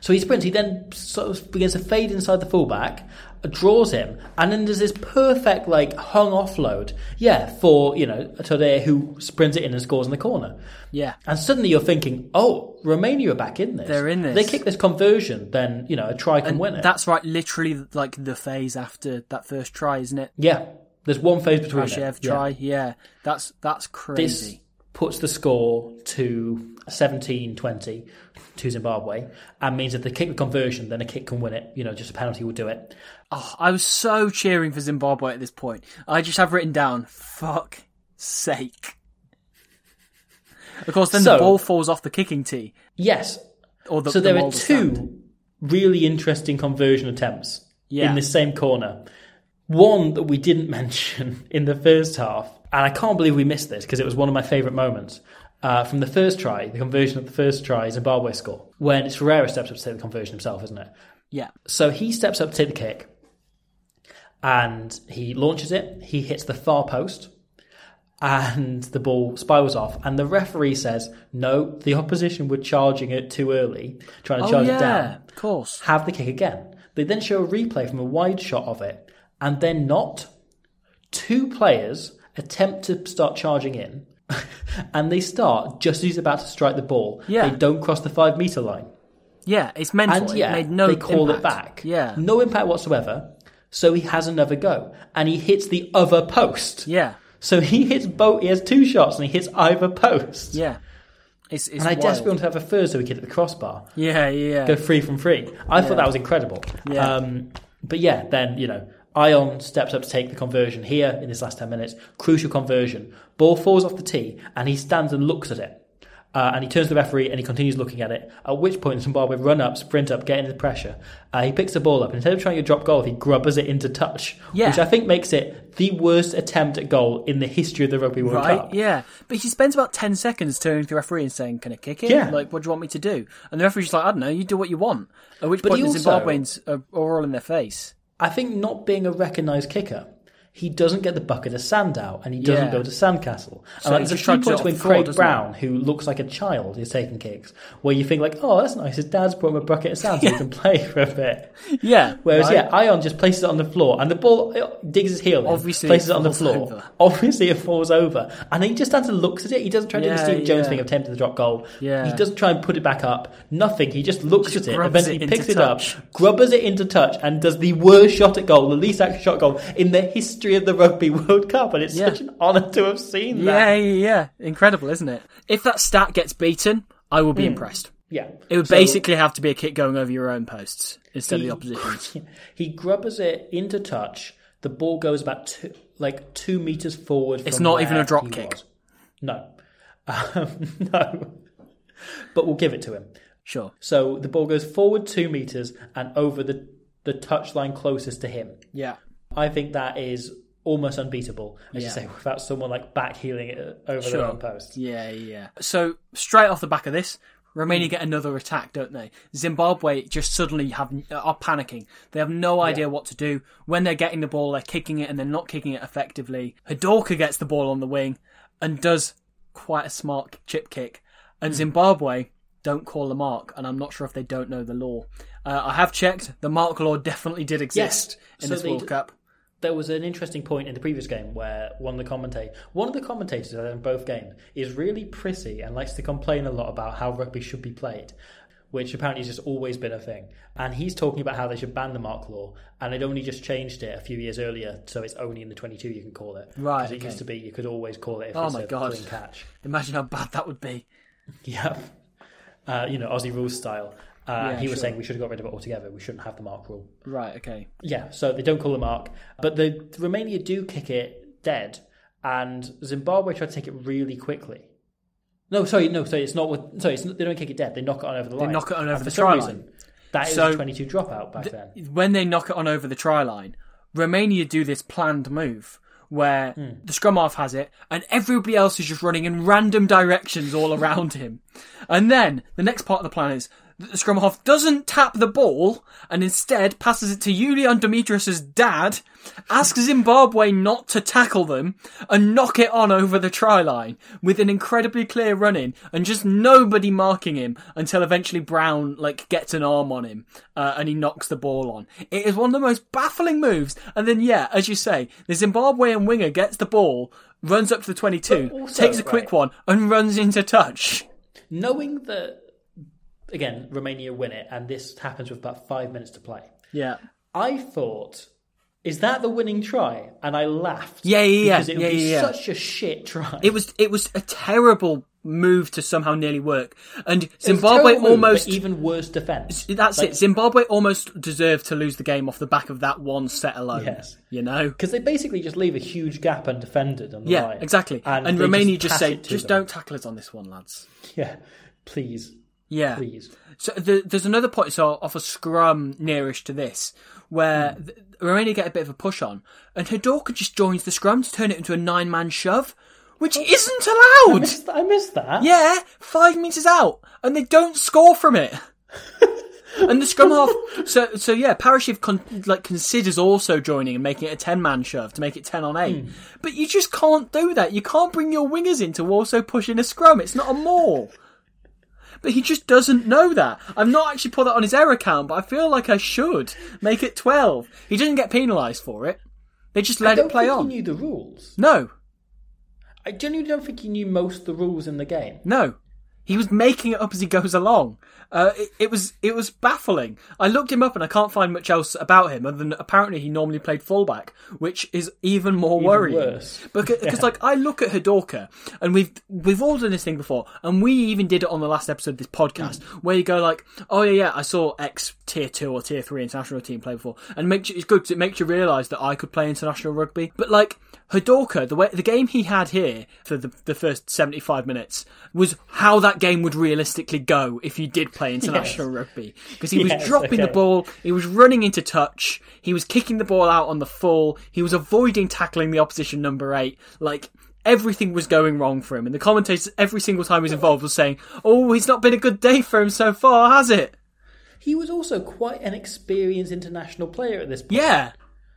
Speaker 2: So he sprints. He then sort of begins to fade inside the fullback, draws him, and then there's this perfect like hung offload. Yeah, for you know Tode who sprints it in and scores in the corner.
Speaker 3: Yeah.
Speaker 2: And suddenly you're thinking, oh, Romania are back in this.
Speaker 3: They're in this.
Speaker 2: They kick this conversion, then you know a try can win it.
Speaker 3: That's right, literally like the phase after that first try, isn't it?
Speaker 2: yeah. There's one phase between
Speaker 3: Brashev
Speaker 2: it. Yeah.
Speaker 3: try, yeah. That's that's
Speaker 2: This
Speaker 3: crazy.
Speaker 2: puts the score to 17-20 to Zimbabwe and means if they kick the conversion, then a kick can win it. You know, just a penalty will do it.
Speaker 3: Oh, I was so cheering for Zimbabwe at this point. I just have written down, fuck sake. Of course, then
Speaker 2: So-
Speaker 3: the ball falls off the kicking tee.
Speaker 2: Yes.
Speaker 3: Or the,
Speaker 2: so
Speaker 3: the
Speaker 2: there are
Speaker 3: Walder
Speaker 2: two
Speaker 3: stand.
Speaker 2: really interesting conversion attempts
Speaker 3: Yeah.
Speaker 2: in this same corner. One that we didn't *laughs* mention in the first half, and I can't believe we missed this because it was one of my favourite moments. Uh, from the first try, the conversion of the first try, Zimbabwe score, when it's Ferreira steps up to take the conversion himself, isn't it?
Speaker 3: Yeah.
Speaker 2: So he steps up to take the kick and he launches it. He hits the far post and the ball spirals off. And the referee says, no, the opposition were charging it too early, trying to
Speaker 3: Oh,
Speaker 2: charge it
Speaker 3: yeah,
Speaker 2: down.
Speaker 3: of course.
Speaker 2: Have the kick again. They then show a replay from a wide shot of it and then not. Two players attempt to start charging in *laughs* and they start just as he's about to strike the ball.
Speaker 3: Yeah.
Speaker 2: They don't cross the five metre line.
Speaker 3: Yeah, it's mental.
Speaker 2: And yeah,
Speaker 3: it made no
Speaker 2: they call it
Speaker 3: impact.
Speaker 2: back.
Speaker 3: Yeah.
Speaker 2: No impact whatsoever. So he has another go. And he hits the other post.
Speaker 3: Yeah.
Speaker 2: So he hits both he has two shots and he hits either post.
Speaker 3: Yeah. It's, it's
Speaker 2: And I
Speaker 3: wild.
Speaker 2: desperately want to have a third so we could hit the crossbar.
Speaker 3: Yeah, yeah.
Speaker 2: Go free from free. I thought that was incredible.
Speaker 3: Yeah.
Speaker 2: Um, but yeah, then, you know, Ion steps up to take the conversion here in this last 10 minutes. Crucial conversion. Ball falls off the tee and he stands and looks at it. Uh, and he turns to the referee and he continues looking at it. At which point, Zimbabwe run up, sprint up, get into the pressure. Uh, he picks the ball up and instead of trying to drop goal, he grubbers it into touch,
Speaker 3: Yeah.
Speaker 2: which I think makes it the worst attempt at goal in the history of the Rugby World
Speaker 3: Right?
Speaker 2: Cup.
Speaker 3: Yeah. But he spends about 10 seconds turning to the referee and saying, Can I kick it?
Speaker 2: Yeah.
Speaker 3: Like, what do you want me to do? And the referee's just like, I don't know, you do what you want. At which
Speaker 2: But
Speaker 3: point
Speaker 2: he
Speaker 3: the
Speaker 2: also-
Speaker 3: Zimbabweans are, are all in their face.
Speaker 2: I think not being a recognised kicker, he doesn't get the bucket of sand out and he doesn't
Speaker 3: Yeah.
Speaker 2: build a sandcastle.
Speaker 3: So
Speaker 2: and like,
Speaker 3: he
Speaker 2: there's a few
Speaker 3: just shrugs it
Speaker 2: points
Speaker 3: off
Speaker 2: when
Speaker 3: before,
Speaker 2: Craig
Speaker 3: doesn't
Speaker 2: Brown, who looks like a child, is taking kicks, where you think like, oh, that's nice. His dad's brought him a bucket of sand
Speaker 3: *laughs*
Speaker 2: so he can play for a bit.
Speaker 3: Yeah.
Speaker 2: Whereas
Speaker 3: right?
Speaker 2: yeah, Ion just places it on the floor and the ball it digs his heel, in,
Speaker 3: Obviously
Speaker 2: places
Speaker 3: it
Speaker 2: it on the
Speaker 3: falls
Speaker 2: floor.
Speaker 3: over.
Speaker 2: Obviously it falls over, and he just stands and looks at it. He doesn't try to do the
Speaker 3: Yeah,
Speaker 2: Steve Jones
Speaker 3: yeah.
Speaker 2: thing of attempting the drop goal.
Speaker 3: Yeah.
Speaker 2: he doesn't try and put it back up. Nothing. He just looks
Speaker 3: Just
Speaker 2: at it,
Speaker 3: grubs
Speaker 2: eventually
Speaker 3: it into
Speaker 2: picks
Speaker 3: touch.
Speaker 2: it up, grubbers it into touch, and does the worst shot at goal, the least accurate shot at goal in the history of the Rugby World Cup. And it's
Speaker 3: Yeah.
Speaker 2: such an honour to have seen
Speaker 3: Yeah,
Speaker 2: that.
Speaker 3: yeah, yeah. Incredible, isn't it? If that stat gets beaten, I will be impressed.
Speaker 2: Yeah,
Speaker 3: It would
Speaker 2: Hmm. So-
Speaker 3: basically have to be a kick going over your own posts instead of the opposition's.
Speaker 2: *laughs* He grubbers it into touch. The ball goes about two, like two meters forward.
Speaker 3: It's
Speaker 2: from
Speaker 3: not even
Speaker 2: where
Speaker 3: a drop
Speaker 2: he
Speaker 3: kick.
Speaker 2: was. No, *laughs* um, no. But we'll give it to him.
Speaker 3: Sure.
Speaker 2: So the ball goes forward two meters and over the the touchline closest to him.
Speaker 3: Yeah.
Speaker 2: I think that is almost unbeatable. As you
Speaker 3: Yeah.
Speaker 2: say, without someone like back heeling it uh, over
Speaker 3: Sure.
Speaker 2: their own post.
Speaker 3: Yeah, yeah. So straight off the back of this, Romania
Speaker 2: Hmm.
Speaker 3: get another attack, don't they? Zimbabwe just suddenly have are panicking. They have no idea what to do. When they're getting the ball, they're kicking it and they're not kicking it effectively. Hadorka gets the ball on the wing and does quite a smart chip kick.
Speaker 2: Hmm.
Speaker 3: And Zimbabwe don't call the mark, and I'm not sure if they don't know the law. Uh, I have checked; the mark law definitely did exist in
Speaker 2: So
Speaker 3: this
Speaker 2: they
Speaker 3: World
Speaker 2: d-
Speaker 3: Cup.
Speaker 2: there was an interesting point in the previous game where one of the commentators, one of the commentators in both games, is really prissy and likes to complain a lot about how rugby should be played, which apparently has just always been a thing. And he's talking about how they should ban the mark law, and they'd only just changed it a few years earlier, so it's only in the 22 you can call it.
Speaker 3: Right,
Speaker 2: 'Cause It
Speaker 3: okay.
Speaker 2: used to be you could always call it if
Speaker 3: Oh
Speaker 2: it's
Speaker 3: my
Speaker 2: a
Speaker 3: God.
Speaker 2: clean catch. *laughs*
Speaker 3: Imagine how bad that would be.
Speaker 2: Yeah. Uh, you know, Aussie rules style. Uh,
Speaker 3: Yeah,
Speaker 2: he was
Speaker 3: sure.
Speaker 2: saying we should have got rid of it altogether. We shouldn't have the mark rule.
Speaker 3: Right? Okay.
Speaker 2: Yeah, so they don't call the mark, but the Romania do kick it dead, and Zimbabwe try to take it really quickly. No, sorry, no, sorry, it's not. With, sorry, it's not, they don't kick it dead. They knock it on over the line.
Speaker 3: knock it on
Speaker 2: And
Speaker 3: over
Speaker 2: for
Speaker 3: the
Speaker 2: some
Speaker 3: try
Speaker 2: reason,
Speaker 3: line.
Speaker 2: That is
Speaker 3: So-
Speaker 2: a twenty-two dropout back then.
Speaker 3: when they knock it on over the try line, Romania do this planned move where the scrum half has it and everybody else is just running in random directions all around him. And then the next part of the plan is that Scrumhoff doesn't tap the ball and instead passes it to Julian Demetrius' dad, asks Zimbabwe not to tackle them, and knock it on over the try line with an incredibly clear run in and just nobody marking him until eventually Brown like gets an arm on him uh, and he knocks the ball on. It is one of the most baffling moves. And then yeah, as you say, the Zimbabwean winger gets the ball, runs up to the 22,
Speaker 2: But also,
Speaker 3: takes a quick
Speaker 2: right.
Speaker 3: one and runs into touch.
Speaker 2: Knowing that, again, Romania win it, and this happens with about five minutes to play,
Speaker 3: Yeah.
Speaker 2: I thought, is that the winning try? And I laughed.
Speaker 3: Yeah, yeah, yeah,
Speaker 2: Because it would
Speaker 3: yeah,
Speaker 2: be
Speaker 3: yeah, yeah.
Speaker 2: such a shit try.
Speaker 3: It was it was a terrible move to somehow nearly work. And
Speaker 2: Terrible
Speaker 3: Zimbabwe
Speaker 2: move, but
Speaker 3: almost
Speaker 2: even worse defense.
Speaker 3: that's it. Zimbabwe almost deserved to lose the game off the back of that one set alone.
Speaker 2: Yes.
Speaker 3: You know?
Speaker 2: Because they basically just leave a huge gap undefended on the
Speaker 3: Yeah,
Speaker 2: line.
Speaker 3: exactly. And,
Speaker 2: they
Speaker 3: Romania just,
Speaker 2: pass
Speaker 3: say,
Speaker 2: it to
Speaker 3: just
Speaker 2: them."
Speaker 3: don't tackle us on this one, lads.
Speaker 2: Yeah, please,
Speaker 3: Yeah.
Speaker 2: please.
Speaker 3: So the, there's another point, so off a scrum nearish to this, where
Speaker 2: Hmm.
Speaker 3: th Romania get a bit of a push on, and Hidorka just joins the scrum to turn it into a nine man shove, which
Speaker 2: Oh.
Speaker 3: isn't
Speaker 2: I *laughs*
Speaker 3: allowed!
Speaker 2: missed, I missed that.
Speaker 3: *laughs* Yeah, five meters out, and they don't score from
Speaker 2: *laughs*
Speaker 3: it. and the scrum half. So so yeah, Parashiv con- like considers also joining and making it a ten man shove to make it ten on eight.
Speaker 2: Hmm.
Speaker 3: But you just can't do that. You can't bring your wingers in to also push in a scrum. It's not a maul. But he just doesn't know that. I've not actually put that on his error count, but I feel like I should make it twelve. He didn't get penalised for it. They just
Speaker 2: I
Speaker 3: let
Speaker 2: don't
Speaker 3: it play
Speaker 2: think
Speaker 3: on.
Speaker 2: he knew the rules.
Speaker 3: No,
Speaker 2: I genuinely don't think he knew most of the rules in the game.
Speaker 3: No, he was making it up as he goes along. Uh, it, it was it was baffling. I looked him up and I can't find much else about him other than apparently he normally played fullback, which is even more worrying.
Speaker 2: worse.
Speaker 3: Because like I look at Hidorka and we've we've all done this thing before, and we even did it on the last episode of this podcast where you go like, oh yeah, yeah, I saw X tier two or tier three international team play before, and makes you, it's good 'cause it makes you realise that I could play international rugby. But like Hidorka, the way the game he had here for the the first seventy five minutes was how that game would realistically go if you did play international rugby because he was
Speaker 2: Yes,
Speaker 3: dropping the
Speaker 2: okay.
Speaker 3: ball ball, He was running into touch. He was kicking the ball out on the full. He was avoiding tackling the opposition number eight. Like everything was going wrong for him. And the commentators, every single time he was involved, was saying, "Oh, it's not been a good day for him so far, has it?"
Speaker 2: He was also quite an experienced international player at this point.
Speaker 3: Yeah,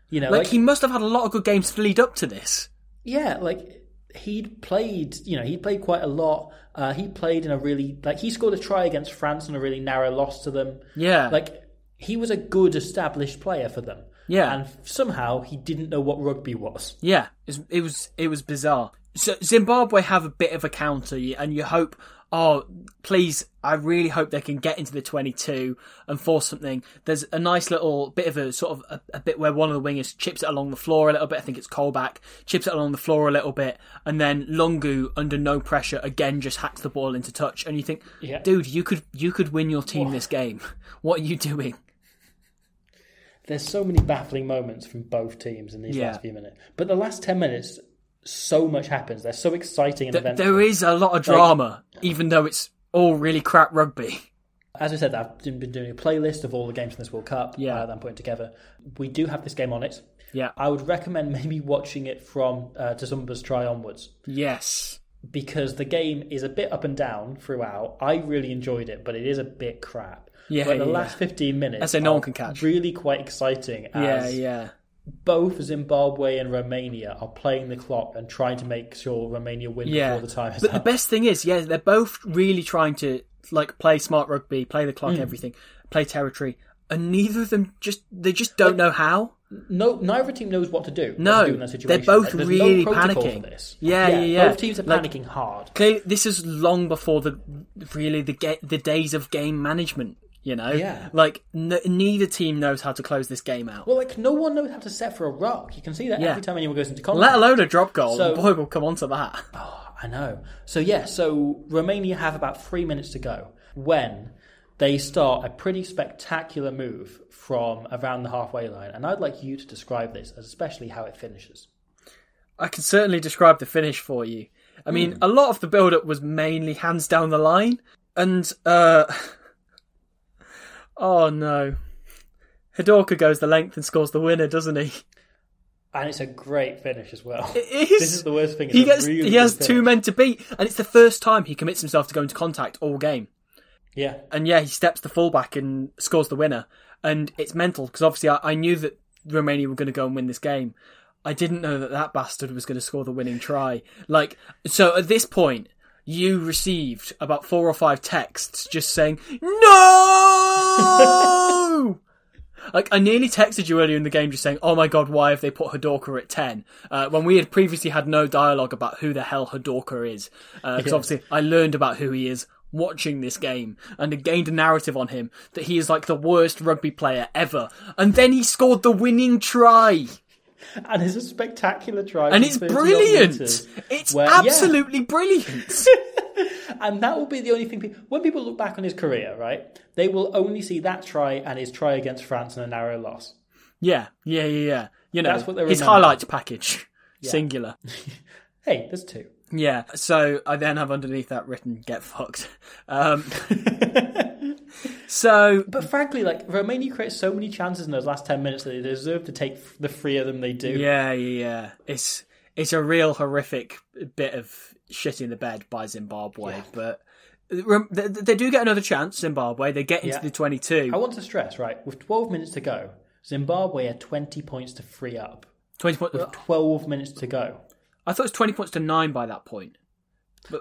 Speaker 2: you know,
Speaker 3: like,
Speaker 2: like,
Speaker 3: he must have had a lot of good games to lead up to this.
Speaker 2: yeah, like he'd played. You know, he played quite a lot. Uh, he played in a really like he scored a try against France on a really narrow loss to them.
Speaker 3: Yeah,
Speaker 2: Like he was a good established player for them.
Speaker 3: Yeah.
Speaker 2: and somehow he didn't know what rugby was.
Speaker 3: Yeah, it was it was, it was bizarre. So Zimbabwe have a bit of a counter, you- and you hope, oh, please, I really hope they can get into the twenty-two and force something. There's a nice little bit of a sort of a, a bit where one of the wingers chips it along the floor a little bit. I think it's Colback chips it along the floor a little bit, and then Lungu, under no pressure, again just hacks the ball into touch. And you think,
Speaker 2: Yeah.
Speaker 3: dude, you could you could win your team this game. *laughs* What are you doing?
Speaker 2: There's so many baffling moments from both teams in these
Speaker 3: Yeah.
Speaker 2: last few minutes. But the last ten minutes, so much happens. They're so exciting and eventful.
Speaker 3: There is a lot of drama, even though it's all really crap rugby.
Speaker 2: As I said, I've been doing a playlist of all the games from this World Cup
Speaker 3: Yeah.
Speaker 2: uh, that I'm putting together. We do have this game on it.
Speaker 3: Yeah.
Speaker 2: I would recommend *laughs* maybe watching it from uh, December's try onwards
Speaker 3: Yes.
Speaker 2: because the game is a bit up and down throughout. I really enjoyed it, but it is a bit crap.
Speaker 3: Yeah,
Speaker 2: but the
Speaker 3: yeah.
Speaker 2: last 15 minutes
Speaker 3: I say no
Speaker 2: are
Speaker 3: one can catch.
Speaker 2: really quite exciting
Speaker 3: Yeah,
Speaker 2: as
Speaker 3: yeah.
Speaker 2: both Zimbabwe and Romania are playing the clock and trying to make sure Romania win
Speaker 3: Yeah.
Speaker 2: before the time is
Speaker 3: but the
Speaker 2: up.
Speaker 3: best thing is, yeah, they're both really trying to like play smart rugby, play the
Speaker 2: Hmm.
Speaker 3: clock, everything, play territory, and neither of them just they just don't know how.
Speaker 2: No, neither team knows what to do. what
Speaker 3: No,
Speaker 2: to do in that
Speaker 3: they're
Speaker 2: situation.
Speaker 3: both
Speaker 2: Like, there's
Speaker 3: really
Speaker 2: no protocol
Speaker 3: panicking.
Speaker 2: For this.
Speaker 3: Yeah, yeah, yeah.
Speaker 2: Both teams are
Speaker 3: Like-
Speaker 2: panicking hard.
Speaker 3: Clearly, this is long before the really the ga- the days of game management. You know,
Speaker 2: Yeah.
Speaker 3: Like n- neither team knows how to close this game out,
Speaker 2: Well, like no one knows how to set for a rock. You can see that
Speaker 3: Yeah.
Speaker 2: every time anyone goes into contact.
Speaker 3: let alone a drop goal.
Speaker 2: So-
Speaker 3: Boy, we'll come on to that.
Speaker 2: I know. So yeah, so Romania have about three minutes to go when they start a pretty spectacular move from around the halfway line, and I'd like you to describe this, especially how it finishes.
Speaker 3: I can certainly describe the finish for you. I mean, a lot of the build up was mainly hands down the line, and uh, *laughs* oh no, Hidorka goes the length and scores the winner, doesn't he?
Speaker 2: And it's a great finish as well.
Speaker 3: It is.
Speaker 2: This is the worst thing. It's
Speaker 3: He
Speaker 2: a
Speaker 3: gets
Speaker 2: really
Speaker 3: he has
Speaker 2: good
Speaker 3: two
Speaker 2: finish.
Speaker 3: men to beat, and it's the first time he commits himself to going to contact all game.
Speaker 2: *laughs* Yeah.
Speaker 3: and yeah, he steps the fullback and scores the winner. And it's mental because obviously I, I knew that Romania were going to go and win this game. I didn't know that that bastard was going to score the winning try. Like, so at this point, you received about four or five texts just saying, No! Like I nearly texted you earlier in the game, just saying, "Oh my god, why have they put Hadorka at 10? Uh, when we had previously had no dialogue about who the hell Hadorka is, because obviously I learned about who he is watching this game and had gained a narrative on him that he is like the worst rugby player ever, and then he scored the winning try,
Speaker 2: And it's a spectacular try. from
Speaker 3: and it's
Speaker 2: 30 odd
Speaker 3: brilliant.
Speaker 2: metres,
Speaker 3: It's
Speaker 2: where- yeah. *laughs*
Speaker 3: absolutely brilliant.
Speaker 2: And that will be the only thing. People, when people look back on his career, right, they will only see that try and his try against France and a narrow loss.
Speaker 3: yeah, yeah, yeah, yeah. You know,
Speaker 2: That's what they
Speaker 3: his
Speaker 2: remember.
Speaker 3: highlights package, singular.
Speaker 2: Hey, there's two.
Speaker 3: Yeah, so I then have underneath that written "get fucked." *laughs* Um, so
Speaker 2: But frankly, like Romania creates so many chances in those last ten minutes that they deserve to take f- the three of them they do.
Speaker 3: yeah, yeah, yeah, it's it's a real horrific bit of shit in the bed by Zimbabwe, but rem- they, they do get another chance. Zimbabwe, they get into
Speaker 2: Yeah.
Speaker 3: the twenty-two,
Speaker 2: I want to stress, right, with 12 minutes to go, Zimbabwe are 20 points to free up.
Speaker 3: twenty points.
Speaker 2: 12 minutes to go.
Speaker 3: I thought it was twenty points to nine by that point,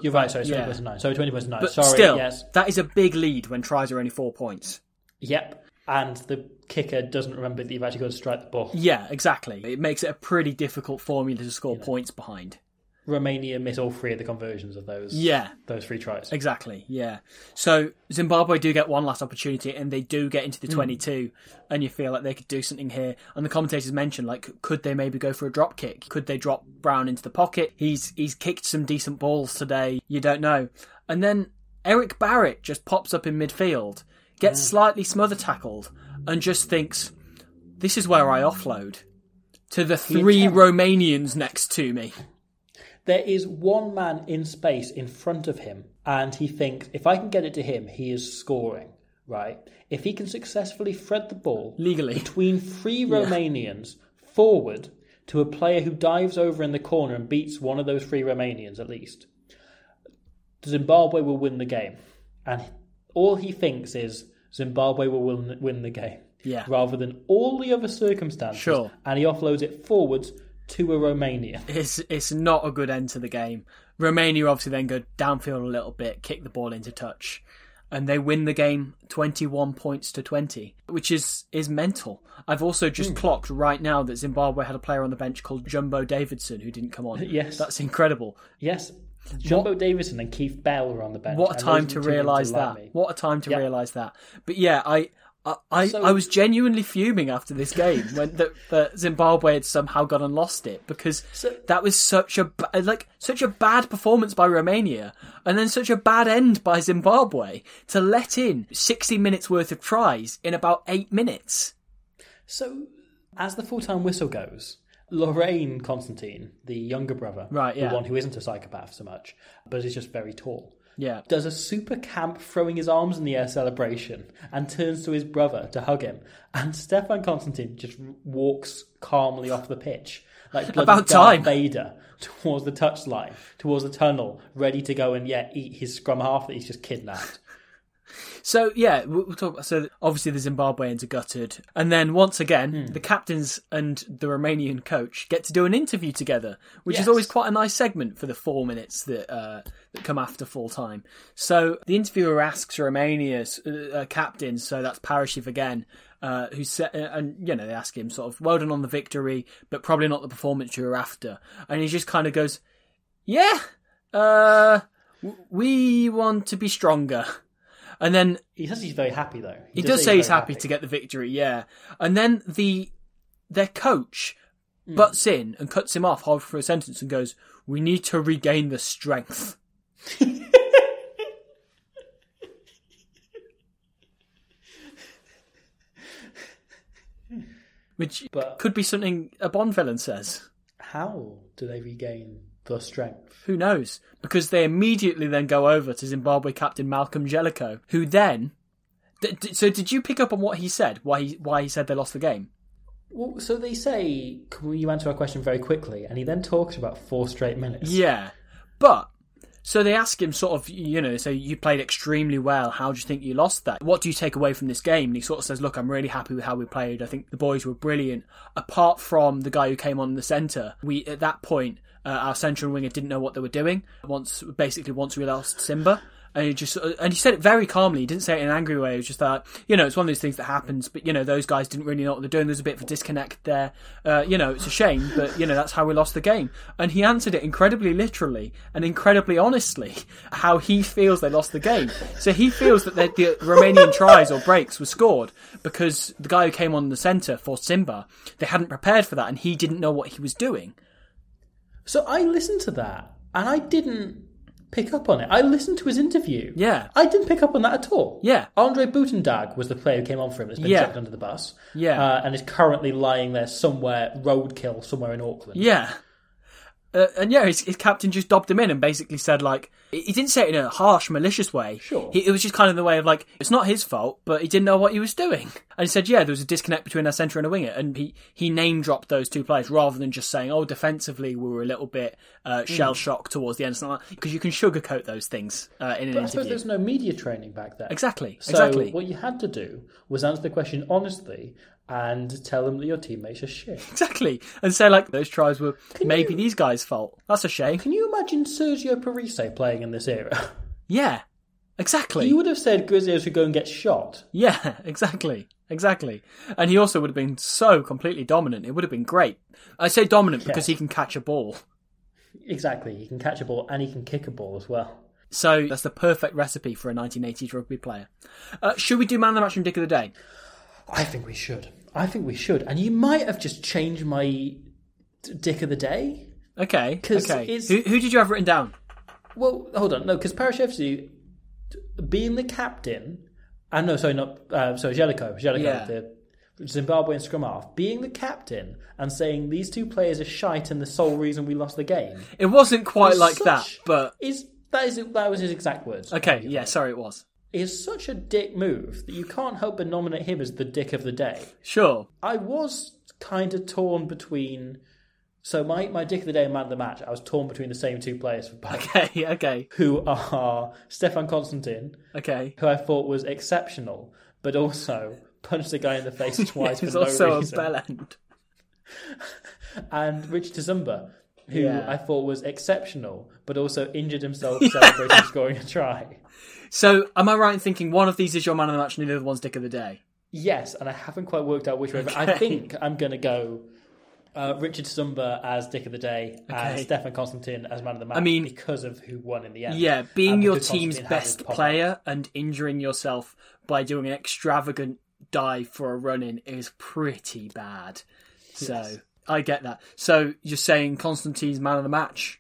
Speaker 2: You're right, sorry, it's
Speaker 3: yeah.
Speaker 2: 20 points to 9. Sorry, 20 points to 9.
Speaker 3: but
Speaker 2: Uh, sorry,
Speaker 3: still,
Speaker 2: yes.
Speaker 3: that is a big lead when tries are only four points.
Speaker 2: Yep. And the kicker doesn't remember that you've actually got to strike the ball.
Speaker 3: Yeah, exactly. It makes it a pretty difficult formula to score points behind.
Speaker 2: Romania miss all three of the conversions of those
Speaker 3: Yeah.
Speaker 2: those three tries.
Speaker 3: Exactly. Yeah. So Zimbabwe do get one last opportunity, and they do get into the twenty-two, and you feel like they could do something here. And the commentators mentioned like, could they maybe go for a drop kick? Could they drop Brown into the pocket? He's he's kicked some decent balls today. You don't know. And then Eric Barrett just pops up in midfield, gets slightly smother tackled, and just thinks, this is where I offload to the three Romanians next to me.
Speaker 2: There is one man in space in front of him, and he thinks, if I can get it to him, he is scoring, right? If he can successfully thread the ball
Speaker 3: Legally.
Speaker 2: between three Romanians forward to a player who dives over in the corner and beats one of those three Romanians at least, Zimbabwe will win the game. And all he thinks is Zimbabwe will win, win the game.
Speaker 3: Yeah.
Speaker 2: Rather than all the other circumstances.
Speaker 3: Sure.
Speaker 2: And he offloads it forwards to a Romanian.
Speaker 3: it's it's not a good end to the game. Romania obviously then go downfield a little bit, kick the ball into touch, and they win the game twenty one points to twenty, which is is mental. I've also just clocked right now that Zimbabwe had a player on the bench called Jumbo Davidson who didn't come on.
Speaker 2: Yes.
Speaker 3: that's incredible.
Speaker 2: Yes. Jumbo Davison and Keith Bell were on the bench.
Speaker 3: What a
Speaker 2: and
Speaker 3: time
Speaker 2: those
Speaker 3: to
Speaker 2: were the two that
Speaker 3: realise
Speaker 2: delight
Speaker 3: that.
Speaker 2: me.
Speaker 3: What a time to
Speaker 2: Yeah.
Speaker 3: realise that. But yeah, I. I, I,
Speaker 2: So-
Speaker 3: I was genuinely fuming after this game when that, that Zimbabwe had somehow gone and lost it because that was such a ba- like such a bad performance by Romania and then such a bad end by Zimbabwe to let in 60 minutes worth of tries in about 8 minutes.
Speaker 2: So, as the full time whistle goes, Lorraine Constantine, the younger brother,
Speaker 3: Right, yeah.
Speaker 2: the one who isn't a psychopath so much, but is just very tall,
Speaker 3: Yeah.
Speaker 2: does a super camp throwing his arms in the air celebration and turns to his brother to hug him. And *laughs* Stefan Constantine just walks calmly off the pitch. Like bloody
Speaker 3: About
Speaker 2: Darth
Speaker 3: time.
Speaker 2: Vader towards the touchline, towards the tunnel, ready to go and yeah, eat his scrum half that he's just kidnapped.
Speaker 3: So yeah, we'll we'll talk. So obviously the Zimbabweans are gutted, and then once again the captains and the Romanian coach get to do an interview together, which is
Speaker 2: Yes.
Speaker 3: always quite a nice segment for the four minutes that uh, that come after full time. So the interviewer asks Romania's uh, uh, captain, so that's Parishiv again, uh, who said, and you know they ask him sort of, "Well done on the victory, but probably not the performance you were after," and he just kind of goes, "Yeah, uh, w- we want to be stronger," and then.
Speaker 2: He says he's very happy though.
Speaker 3: He does, say he's happy, to
Speaker 2: to
Speaker 3: get the victory, yeah. And then the their coach butts in and cuts him off halfway through a sentence and goes, "We need to regain the *laughs* strength." Which
Speaker 2: But-
Speaker 3: could be something a Bond villain says.
Speaker 2: How do they regain their strength?
Speaker 3: Who knows? Because they immediately then go over to Zimbabwe captain Malcolm Jellicoe, who then. D- d- so did you pick up on what he said? Why he why he said they lost the game?
Speaker 2: Well, so they say, "Can you answer our question very quickly?" And he then talks about four straight minutes.
Speaker 3: Yeah, but So they ask him, sort of, you know, so you played extremely well. How do you think you lost that? What do you take away from this game? And he sort of says, look, I'm really happy with how we played. I think the boys were brilliant. Apart from the guy who came on in the centre, we, at that point, uh, our central winger didn't know what they were doing. Once, basically, once we lost Simba. And he just, uh, and he said it very calmly. He didn't say it in an angry way. It was just that, you know, it's one of those things that happens. But you know, those guys didn't really know what they're doing. There's a bit of a disconnect there. Uh, you know, it's a shame, but you know, that's how we lost the game. And he answered it incredibly literally and incredibly honestly *laughs* how he feels they lost the game. So he feels that the, the Romanian tries or breaks were scored because the guy who came on the centre for Simba, they hadn't prepared for that, and he didn't know what he was doing.
Speaker 2: So I listened to that and I didn't pick up on it. I listened to his interview.
Speaker 3: Yeah.
Speaker 2: I didn't pick up on that at all.
Speaker 3: Yeah.
Speaker 2: Andre Butendag was the player who came on for him that's been
Speaker 3: Yeah.
Speaker 2: chucked under the bus.
Speaker 3: Yeah.
Speaker 2: Uh, and is currently lying there somewhere, roadkill, somewhere in Auckland.
Speaker 3: Yeah. Uh, and yeah, his, his captain just dobbed him in and basically said, like, he he didn't say it in a harsh, malicious way.
Speaker 2: Sure.
Speaker 3: He, it was just kind of the way of, like, it's not his fault, but he didn't know what he was doing. And he said, yeah, there was a disconnect between our centre and a winger. And he, he name dropped those two players rather than just saying, oh, defensively, we were a little bit uh,
Speaker 2: Hmm.
Speaker 3: shell shocked towards the end. Because you can sugarcoat those things uh, in an
Speaker 2: But I suppose
Speaker 3: interview.
Speaker 2: there's no media training back then.
Speaker 3: Exactly.
Speaker 2: So
Speaker 3: exactly.
Speaker 2: what you had to do was answer the question honestly and tell them that your teammates are shit.
Speaker 3: *laughs* Exactly. And say, like, those tries were maybe these guys' fault. That's a shame.
Speaker 2: Can you imagine Sergio Parise playing in this era? *laughs*
Speaker 3: Yeah. Exactly.
Speaker 2: he would have said Grizzlies should go and get shot.
Speaker 3: Yeah, *laughs* exactly. Exactly. And he also would have been so completely dominant. It would have been great. I say dominant because he can catch a ball.
Speaker 2: Exactly. He can catch a ball and he can kick a ball as well.
Speaker 3: So that's the perfect recipe for a 1980s rugby player. Uh, should we do man of the match and dick of the day?
Speaker 2: I think we should. I think we should. And you might have just changed my d- dick of the day.
Speaker 3: Okay.
Speaker 2: 'Cause
Speaker 3: Okay.
Speaker 2: it's-
Speaker 3: Who, who did you have written down?
Speaker 2: Well, hold on. No, because Parashevsky being the captain, and no, sorry, not uh, sorry, Jellicoe, Jellicoe,
Speaker 3: Yeah.
Speaker 2: the Zimbabwean scrum half, being the captain and saying these two players are shite and the sole reason we lost the game.
Speaker 3: It wasn't quite
Speaker 2: Is
Speaker 3: like
Speaker 2: such-
Speaker 3: that, but
Speaker 2: is that is that was his exact words.
Speaker 3: okay. Yeah, sorry, it was.
Speaker 2: is such a dick move that you can't help but nominate him as the dick of the day.
Speaker 3: Sure. *laughs*
Speaker 2: I was kind of torn between. So my, my dick of the day and man of the match, I was torn between the same two players for Bag,
Speaker 3: Okay. Okay.
Speaker 2: *laughs* who are Stefan Constantine,
Speaker 3: Okay.
Speaker 2: who I thought was exceptional, but also *laughs* punched a guy in the
Speaker 3: *laughs*
Speaker 2: face twice for
Speaker 3: He's
Speaker 2: no
Speaker 3: also a
Speaker 2: reason,
Speaker 3: bell end.
Speaker 2: and Richard Zumba, who
Speaker 3: Yeah.
Speaker 2: I thought was exceptional, but also injured himself
Speaker 3: *laughs*
Speaker 2: celebrating scoring a try.
Speaker 3: So am I right in thinking one of these is your man of the match and the other one's dick of the day?
Speaker 2: Yes, and I haven't quite worked out which way. but I
Speaker 3: Okay.
Speaker 2: think I'm going to go uh, Richard Sumba as Dick of the Day and
Speaker 3: Okay.
Speaker 2: Stefan Constantine as Man of the Match.
Speaker 3: mean-
Speaker 2: because of who won in the end.
Speaker 3: Yeah, being
Speaker 2: Um, And
Speaker 3: your
Speaker 2: because Constantine
Speaker 3: team's
Speaker 2: had his
Speaker 3: best
Speaker 2: pop-up.
Speaker 3: player and injuring yourself by doing an extravagant dive for a run in is pretty bad. So I get that. So you're saying Constantine's man of the match?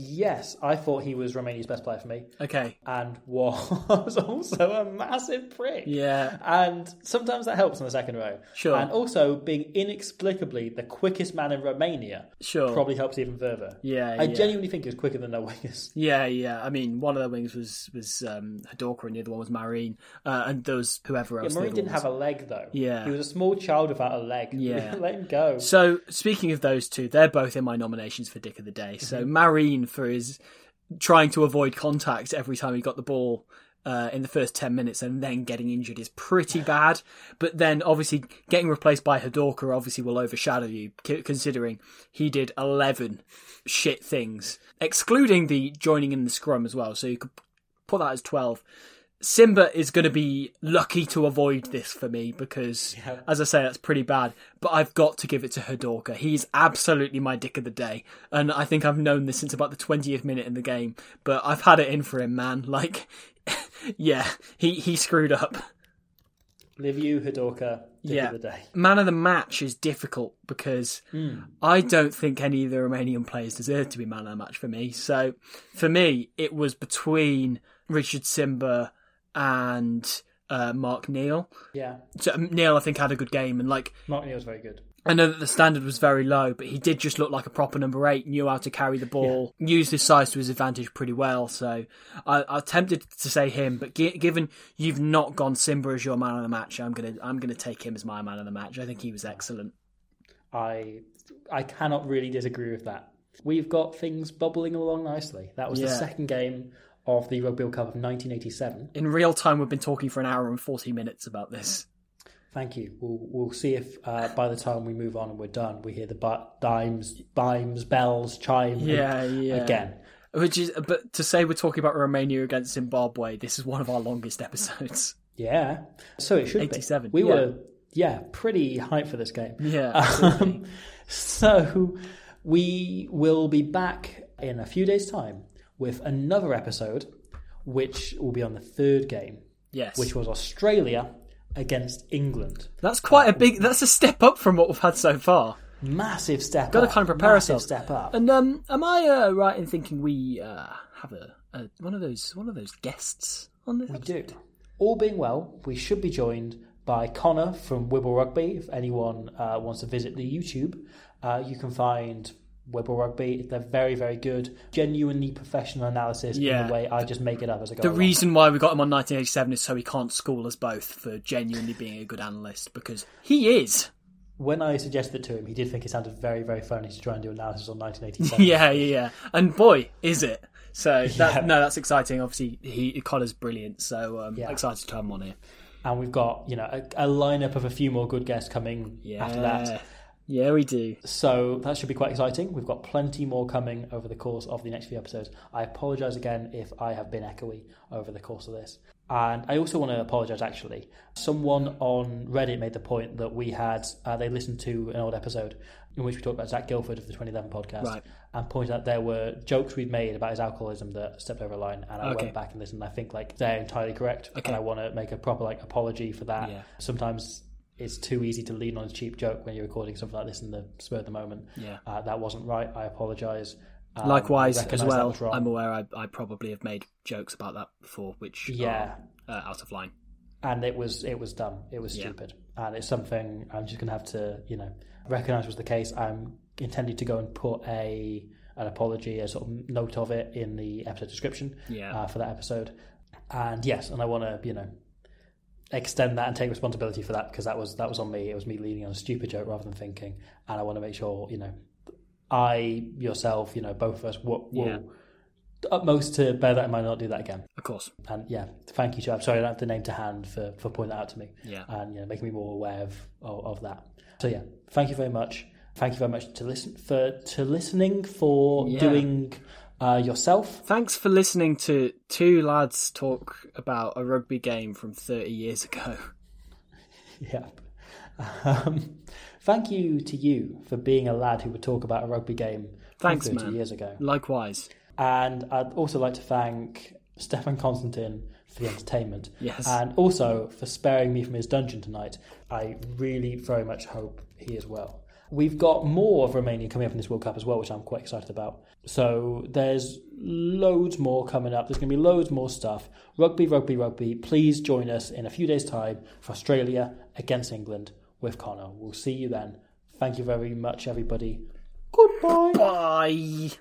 Speaker 2: Yes, I thought he was Romania's best player for me,
Speaker 3: Okay.
Speaker 2: and *laughs* was also a massive prick.
Speaker 3: Yeah.
Speaker 2: And sometimes that helps in the second row.
Speaker 3: Sure.
Speaker 2: And also being inexplicably the quickest man in Romania
Speaker 3: Sure.
Speaker 2: probably helps even further.
Speaker 3: Yeah,
Speaker 2: I
Speaker 3: yeah.
Speaker 2: genuinely think he was quicker than no wingers.
Speaker 3: Yeah, yeah. I mean, one of the wings was was um, Hadorka, and the other one was Marine, uh, and those whoever else. the
Speaker 2: Murray
Speaker 3: other
Speaker 2: didn't
Speaker 3: one was.
Speaker 2: have a leg though.
Speaker 3: Yeah.
Speaker 2: he was a small child without a leg.
Speaker 3: Yeah.
Speaker 2: *laughs* let him go.
Speaker 3: So speaking of those two, they're both in my nominations for Dick of the Day. So Marine for his trying to avoid contact every time he got the ball uh, in the first ten minutes and then getting injured is pretty bad. But then obviously getting replaced by Hadorka obviously will overshadow you c- considering he did eleven shit things, excluding the joining in the scrum as well. So you could p- put that as twelve. Simba is going to be lucky to avoid this for me because, as I say, that's pretty bad. But I've got to give it to Hodorka. He's absolutely my dick of the day, and I think I've known this since about the twentieth minute in the game. But I've had it in for him, man. *laughs* Like, yeah, he he screwed up.
Speaker 2: Liviu Hidorka, dick
Speaker 3: Yeah.
Speaker 2: of the day.
Speaker 3: Man of the match is difficult because I don't think any of the Romanian players deserve to be man of the match for me. So for me, it was between Richard Simba and uh, Mark Neal.
Speaker 2: Yeah,
Speaker 3: So, um, Neil, I think, had a good game, and like
Speaker 2: Mark Neal was very good.
Speaker 3: I know that the standard was very low, but he did just look like a proper number eight. Knew how to carry the ball, used his size to his advantage pretty well. So I, I tempted to say him, but gi- given you've not gone Simba as your man of the match, I'm gonna I'm gonna take him as my man of the match. I think he was excellent.
Speaker 2: I I cannot really disagree with that. We've got things bubbling along nicely. That was the
Speaker 3: Yeah.
Speaker 2: second game of the Rugby World Cup of 1987.
Speaker 3: In real time, we've been talking for an hour and 40 minutes about this.
Speaker 2: Thank you. We'll, we'll see if uh, by the time we move on and we're done, we hear the bu- dimes, bimes, bells, chime
Speaker 3: Yeah, yeah.
Speaker 2: again.
Speaker 3: Which is, but to say we're talking about Romania against Zimbabwe, this is one of our longest episodes.
Speaker 2: Yeah. So it should
Speaker 3: 87,
Speaker 2: be. We
Speaker 3: yeah.
Speaker 2: were, yeah, pretty hyped for this game. *laughs*
Speaker 3: Yeah.
Speaker 2: Um, so we will be back in a few days' time with another episode, which will be on the third game,
Speaker 3: *laughs* yes.
Speaker 2: which was Australia against England.
Speaker 3: That's quite a big. That's a step up from what we've had so far.
Speaker 2: Massive step
Speaker 3: Got to
Speaker 2: up.
Speaker 3: kind of prepare
Speaker 2: massive
Speaker 3: ourselves.
Speaker 2: step up.
Speaker 3: And um, am I uh, right in thinking we uh, have a, a one of those one of those guests on this?
Speaker 2: We do. All being well, we should be joined by Connor from Wibble Rugby. If anyone uh, wants to visit the YouTube, uh, you can find Wibble Rugby. They're very, very good. Genuinely professional analysis in
Speaker 3: Yeah.
Speaker 2: the way I just make it up as I go.
Speaker 3: The
Speaker 2: along.
Speaker 3: reason why we got him on 1987 is so he can't school us both for genuinely being a good analyst because he is.
Speaker 2: when I suggested it to him, he did think it sounded very, very funny to try and do analysis
Speaker 3: *laughs*
Speaker 2: on 1987.
Speaker 3: Yeah, yeah, yeah. And boy, is it. So
Speaker 2: *laughs*
Speaker 3: that, no, that's exciting. Obviously, he Connor's brilliant. So um,
Speaker 2: Yeah.
Speaker 3: excited to have him on here.
Speaker 2: And we've got you know a, a lineup of a few more good guests coming after that.
Speaker 3: yeah, we do.
Speaker 2: So that should be quite exciting. We've got plenty more coming over the course of the next few episodes. I apologise again if I have been echoey over the course of this. And I also want to apologise actually. Someone on Reddit made the point that we had, uh, they listened to an old episode in which we talked about Zach Guilford of the 2011 podcast
Speaker 3: Right.
Speaker 2: and pointed out there were jokes we'd made about his alcoholism that stepped over a line. And I
Speaker 3: Okay.
Speaker 2: went back and listened. I think like they're entirely correct.
Speaker 3: Okay.
Speaker 2: And I want to make a proper like apology for that
Speaker 3: Yeah.
Speaker 2: sometimes it's too easy to lean on a cheap joke when you're recording something like this in the spur of the moment.
Speaker 3: Yeah.
Speaker 2: uh, that wasn't right. I apologise. Um,
Speaker 3: Likewise,
Speaker 2: I
Speaker 3: as
Speaker 2: recognise that
Speaker 3: well,
Speaker 2: was wrong.
Speaker 3: I'm aware I, I probably have made jokes about that before, which
Speaker 2: Yeah.
Speaker 3: are uh, out of line.
Speaker 2: and it was it was dumb. It was stupid, and it's something I'm just gonna have to you know recognise was the case. I'm intending to go and put a an apology, a sort of note of it in the episode description
Speaker 3: Yeah.
Speaker 2: uh, for that episode. And yes, and I want to you know extend that and take responsibility for that because that was that was on me. It was me leaning on a stupid joke rather than thinking, and I want to make sure you know I yourself, you know, both of us will, will
Speaker 3: Yeah.
Speaker 2: utmost to bear that in mind, and not do that again.
Speaker 3: Of course.
Speaker 2: And yeah, thank you, Joe. I'm sorry I don't have the name to hand for, for pointing that out to me.
Speaker 3: Yeah.
Speaker 2: And you know, making me more aware of, of, of that. So yeah, thank you very much. Thank you very much to listen for to listening for
Speaker 3: Yeah.
Speaker 2: doing uh,
Speaker 3: *laughs*
Speaker 2: yourself.
Speaker 3: Thanks for listening to two lads talk about a rugby game from 30 years ago. *laughs*
Speaker 2: Yep. Um, thank you to you for being a lad who would talk about a rugby game from
Speaker 3: Thanks,
Speaker 2: 30
Speaker 3: man.
Speaker 2: years ago.
Speaker 3: Likewise.
Speaker 2: And I'd also like to thank Stefan Constantine for the entertainment.
Speaker 3: Yes.
Speaker 2: And also for sparing me from his dungeon tonight. I really very much hope he is well. We've got more of Romania coming up in this World Cup as well, which I'm quite excited about. So there's loads more coming up. There's going to be loads more stuff. Rugby, rugby, rugby. Please join us in a few days' time for Australia against England with Connor. We'll see you then. Thank you very much, everybody. Goodbye.
Speaker 3: Bye.